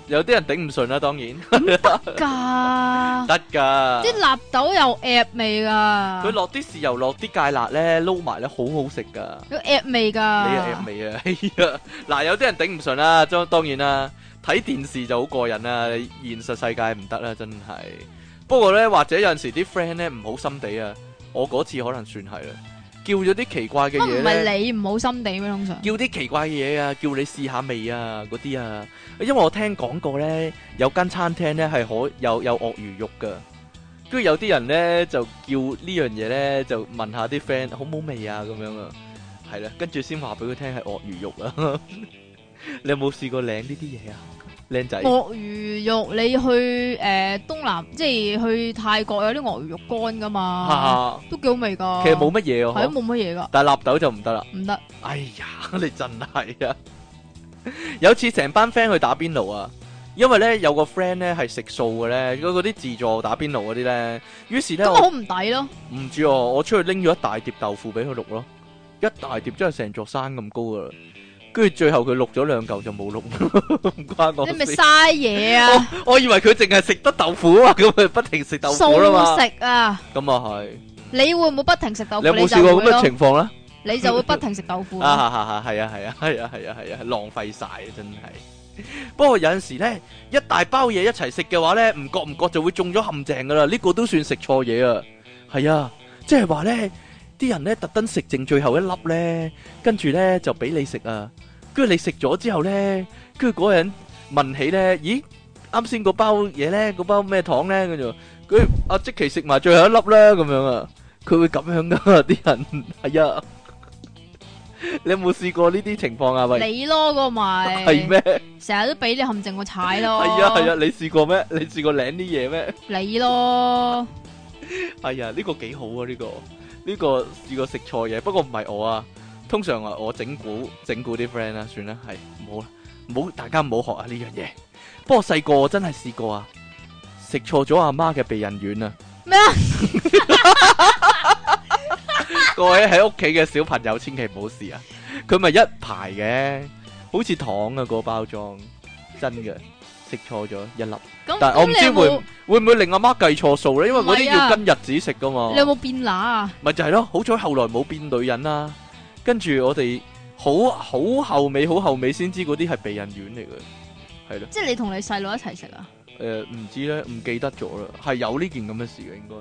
Speaker 1: 有啲人頂唔順啦，當然
Speaker 2: 噶，
Speaker 1: 得噶。
Speaker 2: 啲納豆有 app 味 噶，
Speaker 1: 佢落啲豉油，落啲芥辣咧，撈埋咧，好好食噶。
Speaker 2: 有 app 味噶。
Speaker 1: 你又入味啊！哎呀，嗱，有啲人頂唔順啦，當當然啦，睇電視就好過癮啦，你現實世界唔得啦，真係。不過咧，或者有陣時啲 friend 咧唔好心地啊，我嗰次可能算係啦，叫咗啲奇怪嘅
Speaker 2: 乜
Speaker 1: 嘢咧。
Speaker 2: 唔係你唔好心地咩？通常
Speaker 1: 叫啲奇怪嘅嘢啊，叫你試下味啊，嗰啲啊，因為我聽講過咧，有間餐廳咧係可有有鱷魚肉噶，跟住有啲人咧就叫呢樣嘢咧就問下啲 friend 好冇味啊咁樣啊，係啦，跟住先話俾佢聽係鱷魚肉啊。 你有冇試過領呢啲嘢啊，靚仔？
Speaker 2: 鱷魚肉你去誒東南，即係去泰國有啲鱷魚肉乾噶嘛，
Speaker 1: 哈哈
Speaker 2: 都幾好味噶。
Speaker 1: 其實冇乜嘢
Speaker 2: 係
Speaker 1: 啊
Speaker 2: 都，冇乜嘢噶，
Speaker 1: 但係納豆就唔得啦。
Speaker 2: 唔得。
Speaker 1: 哎呀， 你真係啊！有次成班 friend 去打邊爐啊，因為咧有個 friend 咧係食素嘅咧，嗰嗰啲自助打邊爐嗰啲咧，於是咧
Speaker 2: 咁咪好
Speaker 1: 我
Speaker 2: 唔抵咯。
Speaker 1: 唔知哦，我出去拎咗一大碟豆腐俾佢淥咯，一大碟真係成座山咁高噶啦，跟住最後佢淥咗兩嚿就冇淥， 唔關我
Speaker 2: 你咪
Speaker 1: 事。
Speaker 2: 嘥嘢啊，
Speaker 1: 我以為佢淨係食得豆腐啊，咁佢不停食豆
Speaker 2: 素
Speaker 1: 腐啦嘛，
Speaker 2: 食啊！
Speaker 1: 咁啊係。
Speaker 2: 你會唔會不停食豆
Speaker 1: 你
Speaker 2: 腐？
Speaker 1: 有冇
Speaker 2: 你就
Speaker 1: 試過
Speaker 2: 會
Speaker 1: 咁嘅
Speaker 2: 咯，
Speaker 1: 情況咧？
Speaker 2: 你就會不停食豆 腐
Speaker 1: 啊
Speaker 2: 咯。
Speaker 1: 哈哈哈，係啊係啊係啊係啊係啊，浪費晒啊真係。不過有陣時咧，一大包嘢一齊食嘅話咧，唔覺唔覺就會中咗陷阱噶啦，呢、個都算食錯嘢啊。係啊，即係話咧，啲人咧特登食剩最後一粒咧，跟住咧就俾你食啊。跟住你食咗之後咧，跟住嗰個人問起咧，咦，啱先嗰包嘢咧，嗰包咩糖咧，跟住佢阿即奇食埋最後一粒啦，咁樣啊，佢會咁樣噶 啲人，係啊。 你有冇試過呢啲情況啊？喂，
Speaker 2: 你咯，嗰個咪
Speaker 1: 係？咩？
Speaker 2: 成日都俾你陷阱我踩咯。
Speaker 1: 係啊係啊，你試過咩？你試過領啲嘢咩？
Speaker 2: 你咯，
Speaker 1: 係啊，呢個幾好啊！呢個呢個試過食錯嘢，不過唔係我啊。通常啊，我整蠱整蠱啲 friend 啦，算啦，係唔好啦，唔好大家唔好學啊呢樣嘢。不過細個我真係試過啊，食錯咗阿媽嘅避孕丸啊！
Speaker 2: 咩啊？
Speaker 1: 各位喺屋企嘅小朋友千祈唔好試啊！佢咪一排嘅，好似糖啊個包裝，真嘅食錯咗一粒。
Speaker 2: 咁
Speaker 1: 但係我唔
Speaker 2: 咁你
Speaker 1: 知
Speaker 2: 有
Speaker 1: 會
Speaker 2: 冇
Speaker 1: 會唔會令阿媽計錯數咧？因為嗰啲
Speaker 2: 唔係啊
Speaker 1: 要跟日子食噶嘛
Speaker 2: 你。有冇變乸啊？
Speaker 1: 咪就係咯，好彩後來冇變女人啦。跟住我哋好好後尾，好後尾先知嗰啲係避孕丸嚟嘅，係咯。
Speaker 2: 即係你同你細佬一齊食啊？
Speaker 1: 誒、唔知咧，唔記得咗啦，係有呢件咁嘅事嘅應該。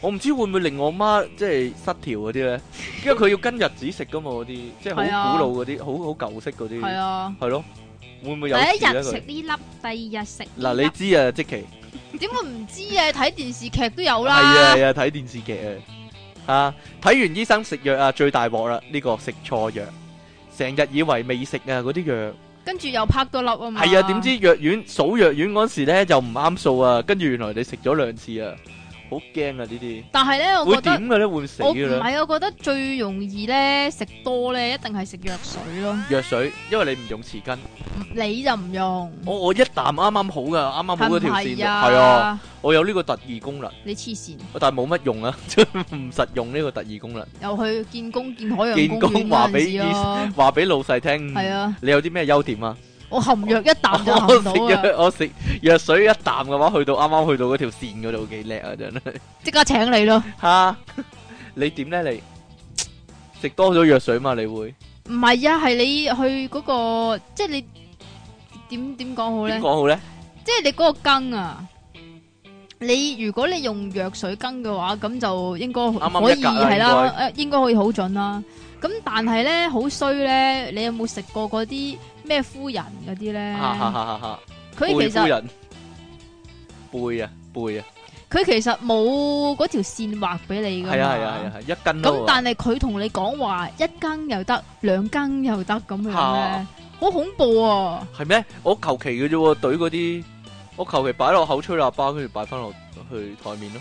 Speaker 1: 我唔知會唔會令我媽即係失調嗰啲咧，因為佢要跟日子食噶嘛嗰啲，即係好
Speaker 2: 係啊
Speaker 1: 古老嗰啲，好好舊式嗰
Speaker 2: 係
Speaker 1: 啲，
Speaker 2: 啊，
Speaker 1: 係咯。會唔會
Speaker 2: 第
Speaker 1: 有事
Speaker 2: 一
Speaker 1: 咧？
Speaker 2: 日食
Speaker 1: 佢
Speaker 2: 呢粒，第二日食呢
Speaker 1: 嗱，
Speaker 2: 粒
Speaker 1: 你知啊，即期。
Speaker 2: 點會唔知啊？睇電視劇都有
Speaker 1: 係啊
Speaker 2: 啦。
Speaker 1: 係啊，睇電視劇啊，吓睇完醫生食藥啊，最大鑊啦！呢、個食錯藥，成日以為未食啊嗰啲藥，
Speaker 2: 跟住又拍多粒啊嘛。
Speaker 1: 係啊，點知藥丸數藥丸嗰時咧就唔啱數啊，跟住原來你食咗兩次啊，好驚啊呢
Speaker 2: 但係咧，
Speaker 1: 啲，會
Speaker 2: 我覺得
Speaker 1: 點嘅咧？會死
Speaker 2: 我唔
Speaker 1: 嘅咧？
Speaker 2: 係，我覺得最容易咧食多咧，一定係食藥水咯。
Speaker 1: 藥水，因為你唔用匙羹，
Speaker 2: 唔你就唔用，
Speaker 1: 我我一啖啱啱好噶，啱啱好
Speaker 2: 係
Speaker 1: 嗰
Speaker 2: 唔
Speaker 1: 條線㗎，
Speaker 2: 係
Speaker 1: 係啊，
Speaker 2: 啊？
Speaker 1: 我有呢個特異功能，
Speaker 2: 你黐線，
Speaker 1: 但係冇乜用啊， 唔實用呢個特異功能，
Speaker 2: 又去見工見海
Speaker 1: 見
Speaker 2: 洋
Speaker 1: 工
Speaker 2: 公園
Speaker 1: 話
Speaker 2: 嗰
Speaker 1: 俾
Speaker 2: 陣時咯。
Speaker 1: 話俾老細聽，
Speaker 2: 係啊，
Speaker 1: 你有啲咩優點啊？
Speaker 2: 我含藥一啖就含
Speaker 1: 我
Speaker 2: 到
Speaker 1: 食
Speaker 2: 啊！
Speaker 1: 藥，我食藥水一啖嘅話，去到啱啱去到嗰條線嗰度，幾叻啊！真係
Speaker 2: 即刻請你咯。
Speaker 1: 吓， 你點咧？你食多咗藥水嘛？你會
Speaker 2: 唔係啊，係你去嗰個，即係你點點講好咧
Speaker 1: 點？講好咧？
Speaker 2: 即係你嗰個羹啊，你如果你用藥水羹嘅話，咁就應該
Speaker 1: 啱
Speaker 2: 可
Speaker 1: 啱一
Speaker 2: 以
Speaker 1: 格啦
Speaker 2: 係啦，誒應該可以好準啦。咁但係咧好衰咧，你有冇食過嗰啲咩夫人嗰啲咧？
Speaker 1: 哈哈哈哈哈！
Speaker 2: 佢
Speaker 1: 貝
Speaker 2: 其
Speaker 1: 夫
Speaker 2: 實
Speaker 1: 人，背啊背啊，
Speaker 2: 佢其實冇嗰條線畫俾你噶嘛。
Speaker 1: 係啊係啊係啊，係一斤
Speaker 2: 咁
Speaker 1: 咯喎。
Speaker 2: 但係佢同你講話一羹又得，兩羹又得咁樣咧
Speaker 1: 嚇，
Speaker 2: 好恐怖啊！
Speaker 1: 係咩？我求其嘅啫喎，懟嗰啲，我求其擺落口吹喇叭，跟住擺翻落去台面咯，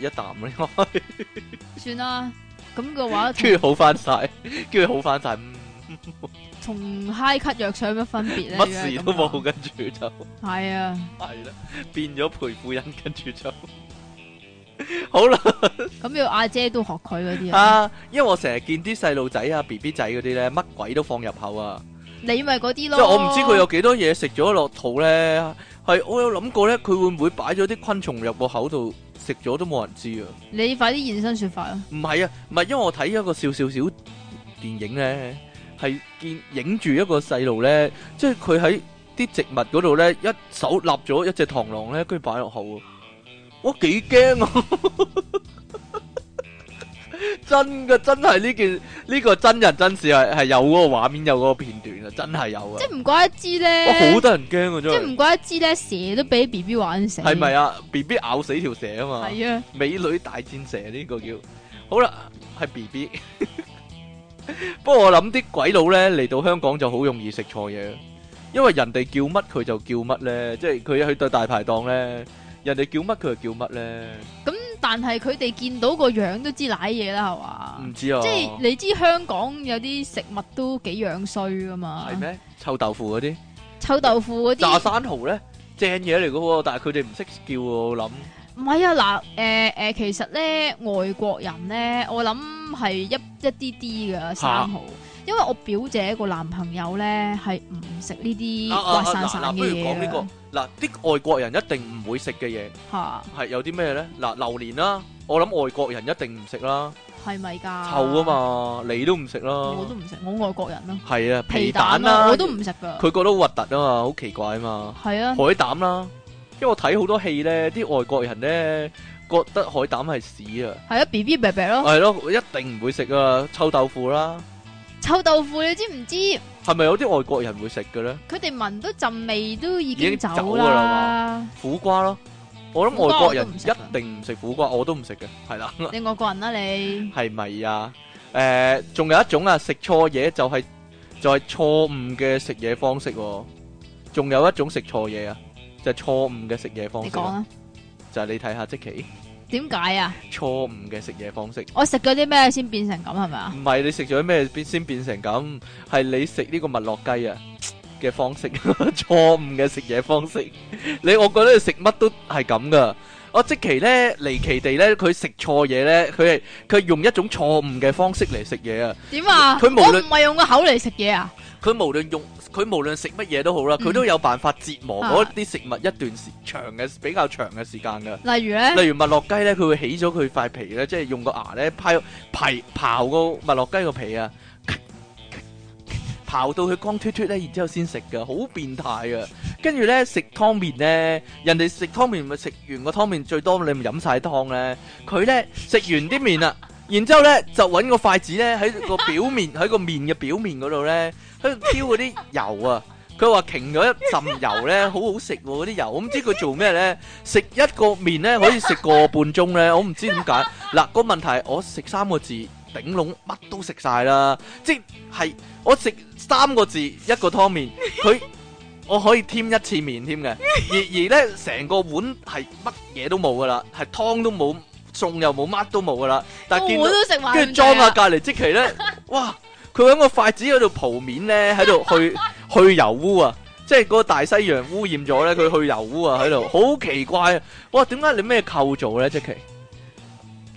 Speaker 1: 一啖咯，
Speaker 2: 算啦，咁嘅話
Speaker 1: 跟住好翻晒，跟住好翻晒，嗯
Speaker 2: 同 high cut 藥水有乜分別咧？
Speaker 1: 乜事都冇，
Speaker 2: 嘅。
Speaker 1: 跟住就。
Speaker 2: 係啊。
Speaker 1: 系啦，變咗陪婦人，跟住就好啦。
Speaker 2: 咁要阿姐都學佢嗰啲啊，
Speaker 1: 啊，因為我成日見啲細路仔啊、B B 仔嗰啲咧，乜鬼都放入口啊，
Speaker 2: 你咪嗰啲
Speaker 1: 即
Speaker 2: 咯。
Speaker 1: 係我唔知佢有幾多嘢食咗落肚咧。係我有諗過咧，佢會唔會擺咗啲昆蟲入個口度食咗都冇人知啊？
Speaker 2: 你快啲現身說法啊！
Speaker 1: 唔係啊，唔係因為我睇一個少少少電影咧，係見影住一個細路咧，即係佢喺啲植物嗰度咧，一手立咗一隻螳螂咧，跟住擺落口喎，我幾驚啊！ 真嘅，真係呢件呢、個真人真事係係有嗰個畫面有嗰個片段啊，真係有啊
Speaker 2: 即！係唔怪得知
Speaker 1: 哇，好
Speaker 2: 咧，
Speaker 1: 得人驚啊，
Speaker 2: 即
Speaker 1: 真
Speaker 2: 係
Speaker 1: 係
Speaker 2: 唔怪得知咧，蛇都俾 B B 玩死。
Speaker 1: 係咪啊？B B 咬死條蛇啊嘛！
Speaker 2: 係啊，
Speaker 1: 美女大戰蛇呢、個叫，好啦，係 B B。不過我諗啲鬼佬呢嚟到香港就好容易食錯嘢，因為人哋叫乜佢就叫乜呢，即係佢去到大排檔呢，人哋叫乜佢就叫乜呢，
Speaker 2: 但係佢哋見到個樣都知舐嘢啦，係嘛
Speaker 1: 唔？知啊
Speaker 2: 即。係你知香港有啲食物都幾樣衰噶嘛？
Speaker 1: 係？咩？臭豆腐嗰啲，
Speaker 2: 臭豆腐嗰
Speaker 1: 炸
Speaker 2: 啲
Speaker 1: 生蠔呢，正嘢嚟嘅喎，但係佢哋唔識叫喎，我諗
Speaker 2: 唔係啊嗱，诶、诶、其實咧外國人咧，我諗係一一啲啲噶生蠔，因為我表姐個男朋友咧係唔食呢啲
Speaker 1: 啊啊
Speaker 2: 滑
Speaker 1: 啊
Speaker 2: 潺
Speaker 1: 嗱
Speaker 2: 潺
Speaker 1: 嗱，不
Speaker 2: 嘅
Speaker 1: 如講
Speaker 2: 嘢
Speaker 1: 呢
Speaker 2: 㗎
Speaker 1: 個嗱，啲外國人一定唔會食嘅嘢
Speaker 2: 吓，
Speaker 1: 係有啲咩呢？嗱，榴蓮啦，我諗外國人一定唔食啦。
Speaker 2: 係咪㗎？
Speaker 1: 臭啊！嘛，你都唔食啦。
Speaker 2: 我都唔食，我外國人啦，
Speaker 1: 係啊，皮
Speaker 2: 皮
Speaker 1: 蛋
Speaker 2: 蛋
Speaker 1: 啦、
Speaker 2: 啦，我都唔食噶。
Speaker 1: 佢覺得好核突啊嘛，好奇怪啊嘛。
Speaker 2: 係啊
Speaker 1: 海，膽啦、因為我睇好多戲咧，啲外國人咧覺得海膽係屎啊，
Speaker 2: 係啊，B B 白白咯，
Speaker 1: 係咯、一定唔會食啊。臭豆腐啦，
Speaker 2: 臭豆腐你知唔知？
Speaker 1: 係咪有啲外國人會食嘅咧？
Speaker 2: 佢哋聞到陣味都已
Speaker 1: 已經
Speaker 2: 經
Speaker 1: 走
Speaker 2: 走
Speaker 1: 㗎啦
Speaker 2: 啦。
Speaker 1: 苦瓜咯，我諗
Speaker 2: 苦瓜
Speaker 1: 外國人
Speaker 2: 我都唔食啊
Speaker 1: 一定唔食苦瓜，我都唔食嘅，係啦，
Speaker 2: 你外國人啦你，
Speaker 1: 係咪啊？誒、仲有一種啊，食錯嘢就係、就係、錯誤嘅食嘢方式喎、仲有一種食錯嘢啊，就係、錯誤嘅食嘢方
Speaker 2: 你
Speaker 1: 式
Speaker 2: 講
Speaker 1: 啊、
Speaker 2: 啊，
Speaker 1: 就係你睇下即期
Speaker 2: 點解啊？
Speaker 1: 錯誤嘅食嘢方式，
Speaker 2: 我食咗啲咩先變成咁係咪啊？
Speaker 1: 唔係你食咗咩變先變成咁，係你食呢個麥樂雞啊嘅方式， 錯誤嘅食嘢方式。你我覺得你食乜都係咁噶。我即期咧離奇地咧，佢食錯嘢咧，佢係佢用一種錯誤嘅方式嚟食嘢啊！
Speaker 2: 點啊？
Speaker 1: 佢無論
Speaker 2: 我唔係用個口嚟食嘢啊，
Speaker 1: 佢無論用佢無論食乜嘢都好啦，佢
Speaker 2: 嗯
Speaker 1: 都有辦法折磨嗰
Speaker 2: 啊
Speaker 1: 啲食物一段時長嘅比較長嘅時間噶。
Speaker 2: 例如咧，
Speaker 1: 例如麥樂雞咧，佢會起咗佢塊皮咧，即係用個牙咧批皮刨個麥樂雞個皮啊，刨到佢光脱脱咧，然之後先食噶，好變態噶。跟住咧食湯面咧，人哋食湯面咪食完個湯面最多你咪飲晒湯咧，佢咧食完啲面啦，然之後咧就揾個筷子咧喺個表面喺個面嘅表面嗰度咧，喺度挑嗰啲油啊。佢話瓊咗一浸油咧，好好食喎嗰啲油，我唔知佢做咩咧。食一個面咧可以食個半鐘咧，我唔知點解。 嗱個問題係我食三個字頂籠乜都食晒啦，即係我食三個字一個湯面，佢 我可以添一次面添嘅，而而咧成個碗係乜嘢都冇噶啦，係湯都冇，餸又冇，乜都冇噶啦。但係見
Speaker 2: 我
Speaker 1: 到
Speaker 2: 都食埋。
Speaker 1: 跟住裝下隔離即期 咧，哇！佢揾個筷子喺度蒲面咧，喺度 去去油污啊！即係嗰個大西洋污染咗咧，佢去油污啊喺度，好奇怪啊！哇，點解你咩構造咧？即期，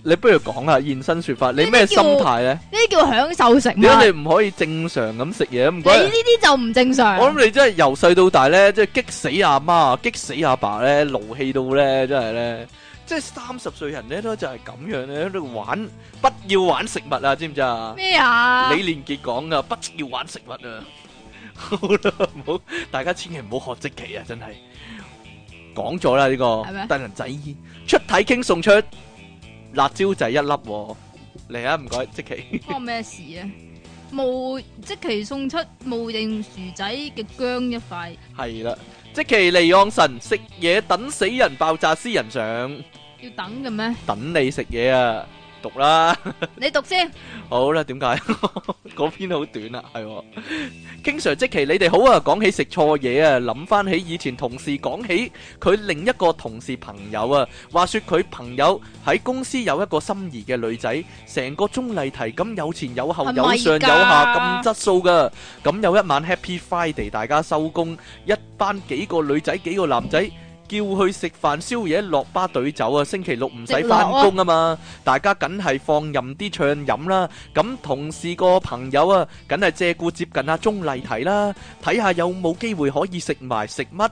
Speaker 1: 你不如講下現身說法，你咩心態咧？
Speaker 2: 呢啲叫享受食物。你
Speaker 1: 點解
Speaker 2: 呢
Speaker 1: 你唔可以正常咁食嘢？唔該。
Speaker 2: 啲就唔正常。
Speaker 1: 我諗你真係由細到大咧，即係激死阿媽、啊激死阿爸咧，勞氣到咧，真係咧，即係三十歲人咧都就係咁樣咧，喺度玩，不要玩食物啊，知唔知啊？
Speaker 2: 咩啊？
Speaker 1: 李連杰講噶，不要玩食物啊！ 好啦，唔好，大家千祈唔好學積淇啊！真係講咗啦呢
Speaker 2: 係
Speaker 1: 個
Speaker 2: 咩
Speaker 1: 得人仔煙出體傾送出辣椒仔一粒喎，嚟啊！唔該，積淇
Speaker 2: 關我咩事啊？無即其送出無形薯仔嘅姜一塊，
Speaker 1: 係啦，積淇離岸神食嘢等死人爆炸私人相。
Speaker 2: 要等嘅咩？
Speaker 1: 等你食嘢啊，讀啦，
Speaker 2: 你讀先。
Speaker 1: 好啦，點解 嗰篇好短啊？係喎，King Sir 即期你哋好啊！講起食錯嘢啊，諗翻起以前同事講起佢另一個同事朋友啊，話說佢朋友喺公司有一個心儀嘅女仔，成個鐘麗緹咁有前有後
Speaker 2: 係咪
Speaker 1: 有上有下咁
Speaker 2: 㗎
Speaker 1: 質素噶。咁有一晚 Happy Friday，大家收工，一班幾個女仔幾個男仔。叫佢食飯宵夜落巴隊酒啊！星期六唔使翻工啊嘛，大家梗係放任啲暢飲啦。咁同事個朋友啊，梗係借故接近阿鐘麗緹啦，睇下有冇機會可以食埋食乜？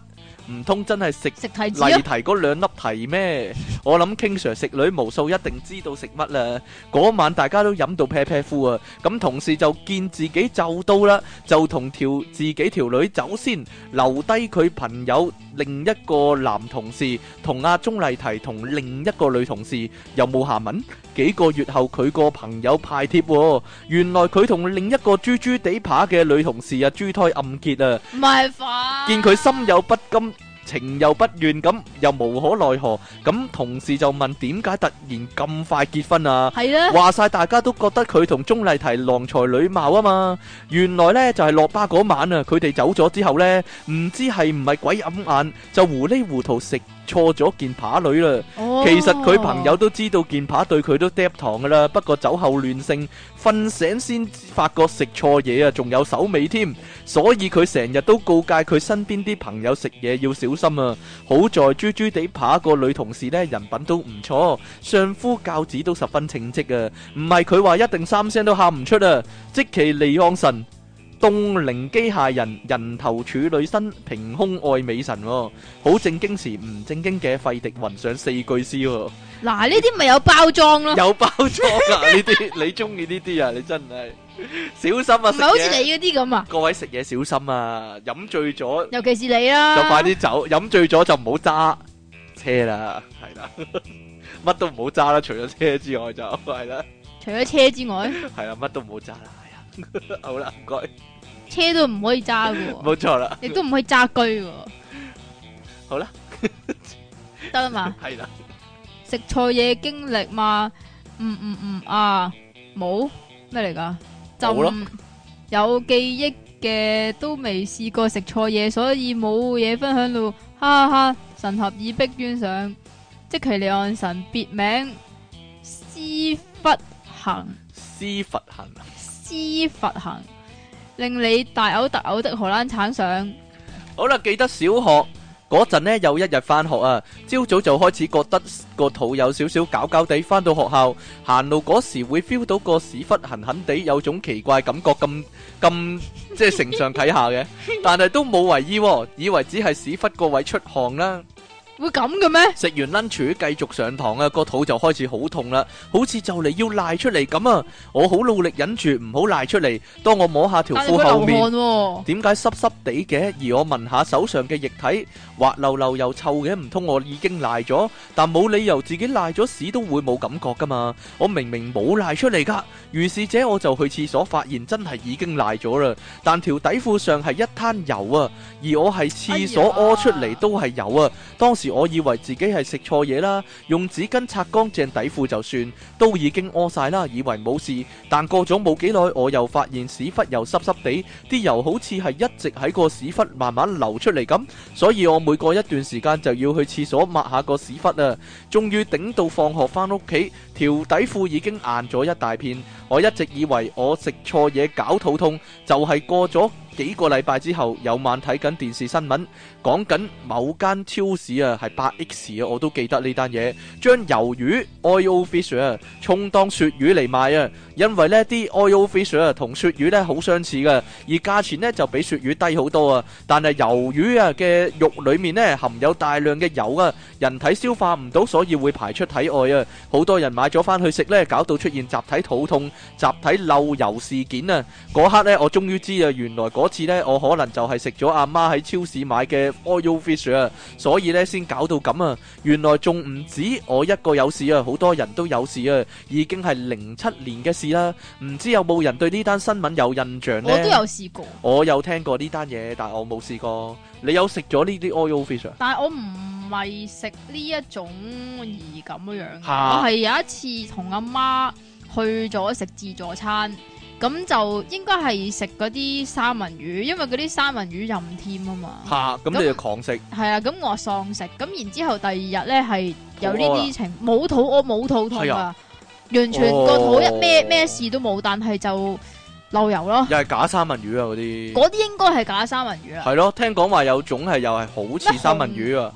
Speaker 1: 唔通真係食
Speaker 2: 食提子啊
Speaker 1: 例！題嗰兩粒題咩？我諗 King Sir 食女無數一定知道食乜啦。嗰晚大家都飲到啤啤呼啊，咁同事就見自己就到啦，就同條自己條女走先，留低佢朋友另一個男同事同阿鐘麗緹同另一個女同事有冇下文？幾個月後佢個朋友派帖喎，原來佢同另一個豬豬地扒嘅女同事啊豬胎暗結啊！
Speaker 2: 唔係飯，
Speaker 1: 見佢心有不甘、情有不願咁，又無可奈何，咁同事就問點解突然咁快結婚 啊？
Speaker 2: 係咧，
Speaker 1: 話晒大家都覺得佢同鐘麗緹郎才女貌啊嘛，原來呢就係落巴嗰晚啊，佢哋走咗之後呢，唔知係唔係鬼揞眼，就糊里糊塗食錯咗件扒女啦。
Speaker 2: 哦
Speaker 1: 其實佢朋友都知道健扒對佢都嗒糖噶啦，不過酒後亂性，瞓醒先發覺食錯嘢啊，仲有手尾添，所以佢成日都告誡佢身邊啲朋友食嘢要小心啊。好在豬豬地扒個女同事呢，人品都唔錯，相夫教子都十分稱職啊。唔係佢話一定三聲都喊唔出啊，即其利昂神。凍齡機械人，人頭處女身，平胸愛美神、喎。好正經時唔正經嘅費迪雲上四句詩喎，
Speaker 2: 嗱呢啲咪有包裝咯，
Speaker 1: 有包裝 啊！呢啲你中意呢啲啊？你真係小心啊！
Speaker 2: 唔
Speaker 1: 食
Speaker 2: 係好似
Speaker 1: 嘢，
Speaker 2: 你嗰啲咁啊，
Speaker 1: 各位食嘢小心啊！飲醉咗就
Speaker 2: 尤其是你啦，
Speaker 1: 快啲走，飲醉咗就唔好揸車啦， 係啦，乜都唔好揸啦，除咗車之外就 係啦，
Speaker 2: 除咗車之外，
Speaker 1: 係啦，乜都唔好揸啦，係啊， 好啦，唔該，
Speaker 2: 車都唔可以揸嘅喎，
Speaker 1: 冇錯啦，
Speaker 2: 亦都唔可以揸車嘅喎。
Speaker 1: 好啦，
Speaker 2: 得 啦嘛，
Speaker 1: 係啦，
Speaker 2: 食錯嘢經歷嘛，嗯嗯嗯啊，冇咩嚟㗎？就
Speaker 1: 冇咯
Speaker 2: 唔有記憶嘅都未試過食錯嘢，所以冇嘢分享到，哈哈！神合以逼冤上，即其利岸神別名施忽行。
Speaker 1: 施佛行
Speaker 2: 施佛行，令你大嘔特嘔的荷蘭橙上，
Speaker 1: 好啦，記得小學嗰陣呢，有一日翻學啊，朝早就開始覺得個肚有少少搞搞地，翻到學校行路嗰時會 feel 到個屎忽痕痕地，有種奇怪感覺，咁咁即係承上啟下 嘅，但係都冇為意、喎，以為只係屎忽個位出汗啦。
Speaker 2: 會咁嘅咩？
Speaker 1: 食完 lunch 繼續上堂啊，個肚就開始好痛啦，好似就嚟要賴出嚟咁啊！我好努力忍住唔好賴出嚟，當我摸下條
Speaker 2: 但係
Speaker 1: 褲
Speaker 2: 佢
Speaker 1: 後
Speaker 2: 流
Speaker 1: 面。
Speaker 2: 汗喎，
Speaker 1: 點解濕濕地嘅？而我聞下手上嘅液體，滑溜溜又臭嘅，唔通我已經賴咗？但冇理由自己賴咗屎都會冇感覺噶嘛？我明明冇賴出嚟噶。如是者我就去廁所，發現真係已經賴咗啦。但條底褲上係一灘油啊，而我係廁所
Speaker 2: 哎呀
Speaker 1: 屙出嚟都係油啊。當時我以為自己係食錯嘢啦，用紙巾擦乾淨底褲就算，都已經屙晒啦，以為冇事。但過咗冇幾耐，我又發現屎忽又濕濕地，啲油好似係一直喺個屎忽慢慢流出嚟咁，所以我每過一段時間就要去廁所抹下個屎忽啊。終於頂到放學翻屋企，條底褲已經硬咗一大片。我一直以為我食錯嘢搞肚痛，就係、過咗幾個禮拜之後，有晚睇緊電視新聞，講緊某間超市啊，係八 X 啊，我都記得呢單嘢，將魷魚 oil fish 啊，充當鱈魚嚟賣啊，因為呢啲 oil fish 啊同鱈魚呢好相似嘅，而價錢呢就比鱈魚低好多啊，但係魷魚啊嘅肉裡面呢含有大量嘅油啊，人體消化唔到，所以會排出體外啊，好多人買咗翻去食呢，搞到出現集體肚痛。集體漏油事件啊！嗰刻呢，我終於知啊，原來嗰次呢，我可能就係食咗阿媽喺超市買嘅 oil fish 啊，所以呢，先搞到咁啊！原來仲唔止我一個有事啊，好多人都有事啊，已經係零七年嘅事啦。唔知有冇人對呢單新聞有印象呢？
Speaker 2: 我都有試過，
Speaker 1: 我有聽過呢單嘢，但我冇試過。你有食咗呢啲 oil fish 啊？
Speaker 2: 但係我唔係食呢一種而咁樣嘅，
Speaker 1: 嚇
Speaker 2: 我係有一次同阿媽去咗食自助餐。咁就應該係食嗰啲三文魚，因為嗰啲三文魚任添啊嘛。
Speaker 1: 嚇！咁你就狂食，
Speaker 2: 係啊，咁我喪食，咁然之後第二日咧係有呢
Speaker 1: 肚
Speaker 2: 啲情，冇肚屙冇肚痛
Speaker 1: 係
Speaker 2: 啊
Speaker 1: 啊，
Speaker 2: 完全
Speaker 1: 哦
Speaker 2: 個肚一咩咩事都冇，但係就漏油咯。
Speaker 1: 又係假三文魚啊嗰啲。
Speaker 2: 嗰啲應該係假三文魚啦，
Speaker 1: 係咯，聽講話有種係又係好似三文魚啊。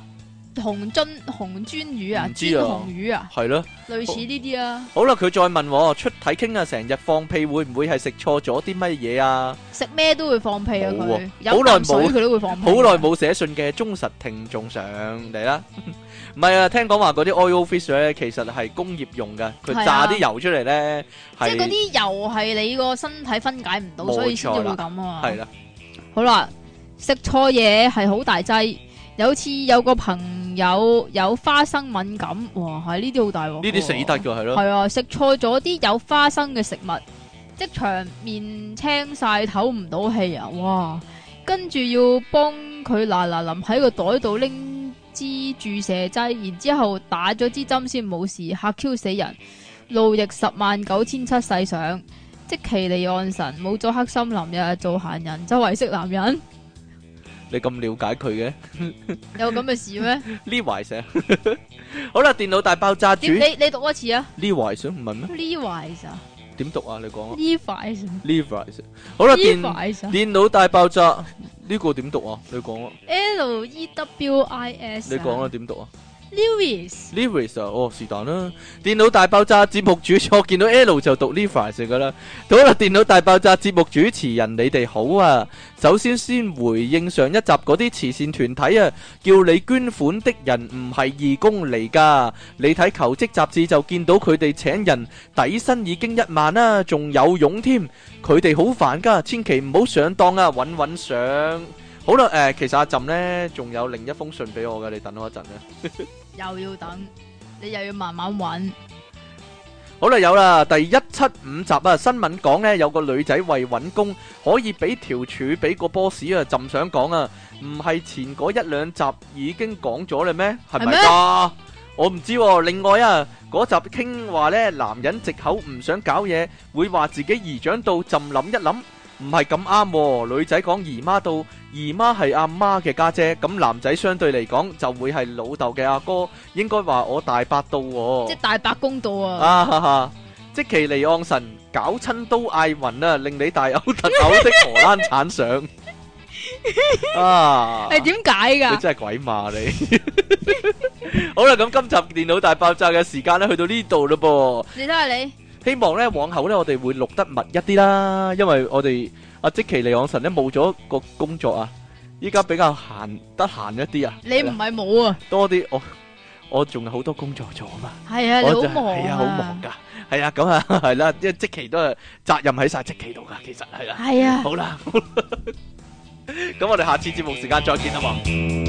Speaker 2: 紅樽紅磚魚啊，
Speaker 1: 唔
Speaker 2: 磚
Speaker 1: 知啊
Speaker 2: 紅魚啊，
Speaker 1: 係咯。
Speaker 2: 類似呢啲啊，
Speaker 1: 好啦，佢再問我出體傾啊，成日放屁會唔會係食錯咗啲乜嘢啊？
Speaker 2: 食咩都會放屁啊
Speaker 1: 冇
Speaker 2: 佢
Speaker 1: 喎，
Speaker 2: 有
Speaker 1: 好耐
Speaker 2: 啖水
Speaker 1: 冇
Speaker 2: 佢都會放屁。啊
Speaker 1: 好耐。冇寫信嘅忠實聽眾上嚟啦。 唔係啊，聽講話嗰啲 oil fish 咧，其實係工業用嘅，佢
Speaker 2: 係啊
Speaker 1: 炸啲油出嚟咧，
Speaker 2: 即係嗰
Speaker 1: 係
Speaker 2: 啲油係你個身體分解唔到，所以先至會咁啊嘛。
Speaker 1: 係啦，
Speaker 2: 好啦，食錯嘢係好大劑。有次有個朋友有花生敏感，哇，係呢啲好大鑊。
Speaker 1: 呢啲死得㗎係咯，
Speaker 2: 係啊，食錯咗啲有花生嘅食物，即場面青晒，唞唔到氣啊！哇，跟住要幫佢嗱嗱臨喺個袋度拎支注射劑，然之後打咗支針先冇事，嚇 Q 死人！路易十萬九千七世上，即其離岸神冇咗黑森林，日日做閒人， 周圍識男人，
Speaker 1: 你咁了解佢嘅。
Speaker 2: 有咁嘅事咩？
Speaker 1: 呢懷石， 好啦，電腦大爆炸主
Speaker 2: 點你你讀一次啊
Speaker 1: 呢懷石唔係咩？
Speaker 2: ？Levi's 啊
Speaker 1: 點讀啊？你講啊
Speaker 2: ，Levi's 啊
Speaker 1: 呢懷石，好啦，電
Speaker 2: ，Levi's 啊
Speaker 1: 電腦大爆炸呢個點讀啊？你講啊，
Speaker 2: ，L E W I S
Speaker 1: 你
Speaker 2: 啊。
Speaker 1: 講啊，點讀啊
Speaker 2: Lewis，
Speaker 1: 呢懷石哦，是但 Oh, 啦。電腦大爆炸節目主持，我見到 L 就讀呢懷石噶啦。好啦，電腦大爆炸節目主持人，你哋好啊！首先先回應上一集嗰啲慈善團體啊，叫你捐款的人唔係義工嚟噶。你睇求職雜誌就見到佢哋請人底薪已經一萬啦，仲有佣添，佢哋好煩噶，千祈唔好上當啊！揾揾上。好啦，誒、其實阿朕呢，仲有另一封信俾我嘅，你等我一陣啊。
Speaker 2: 又要等，你又要慢慢揾。
Speaker 1: 好啦，有啦，第一七五集啊，新聞講呢，有個女仔為揾工可以俾條柱俾個 boss 啊，朕想講啊，唔係前嗰一兩集已經講咗啦咩？係咪
Speaker 2: 係咩
Speaker 1: 㗎？我唔知喎、另外啊，嗰集傾話呢，男人藉口唔想搞嘢，會話自己姨丈到，朕諗一諗，唔係咁啱喎。女仔講姨媽到，姨媽係阿媽嘅家姐，咁男仔相對嚟講就會係老豆嘅阿哥，應該話我大伯到喎。
Speaker 2: 即係大白公道啊！
Speaker 1: 哦啊哈哈！即其尼昂神搞親都嗌暈啊，令你大嘔特嘔的荷蘭產 相啊！
Speaker 2: 係點解
Speaker 1: 你
Speaker 2: 噶？
Speaker 1: 真係鬼馬你！ 好啦，咁今集電腦大爆炸嘅時間咧，去到呢度嘞噃。
Speaker 2: 你睇下你，
Speaker 1: 希望咧往後咧，我哋會錄得密一啲啦，因為我哋阿即其尼昂神咧冇咗個工作啊，依家比較閒得閒一啲啊，
Speaker 2: 你唔係冇啊？
Speaker 1: 多啲我我仲有好多工作做啊嘛。
Speaker 2: 係啊，你
Speaker 1: 我
Speaker 2: 好
Speaker 1: 就
Speaker 2: 忙
Speaker 1: 係啊，好忙。噶，係啊，咁啊， 係啦，即係即期都係責任喺晒即期度噶，其實係啦。
Speaker 2: 係啊。
Speaker 1: 好啦，好啦咁我哋下次節目時間再見啦喎。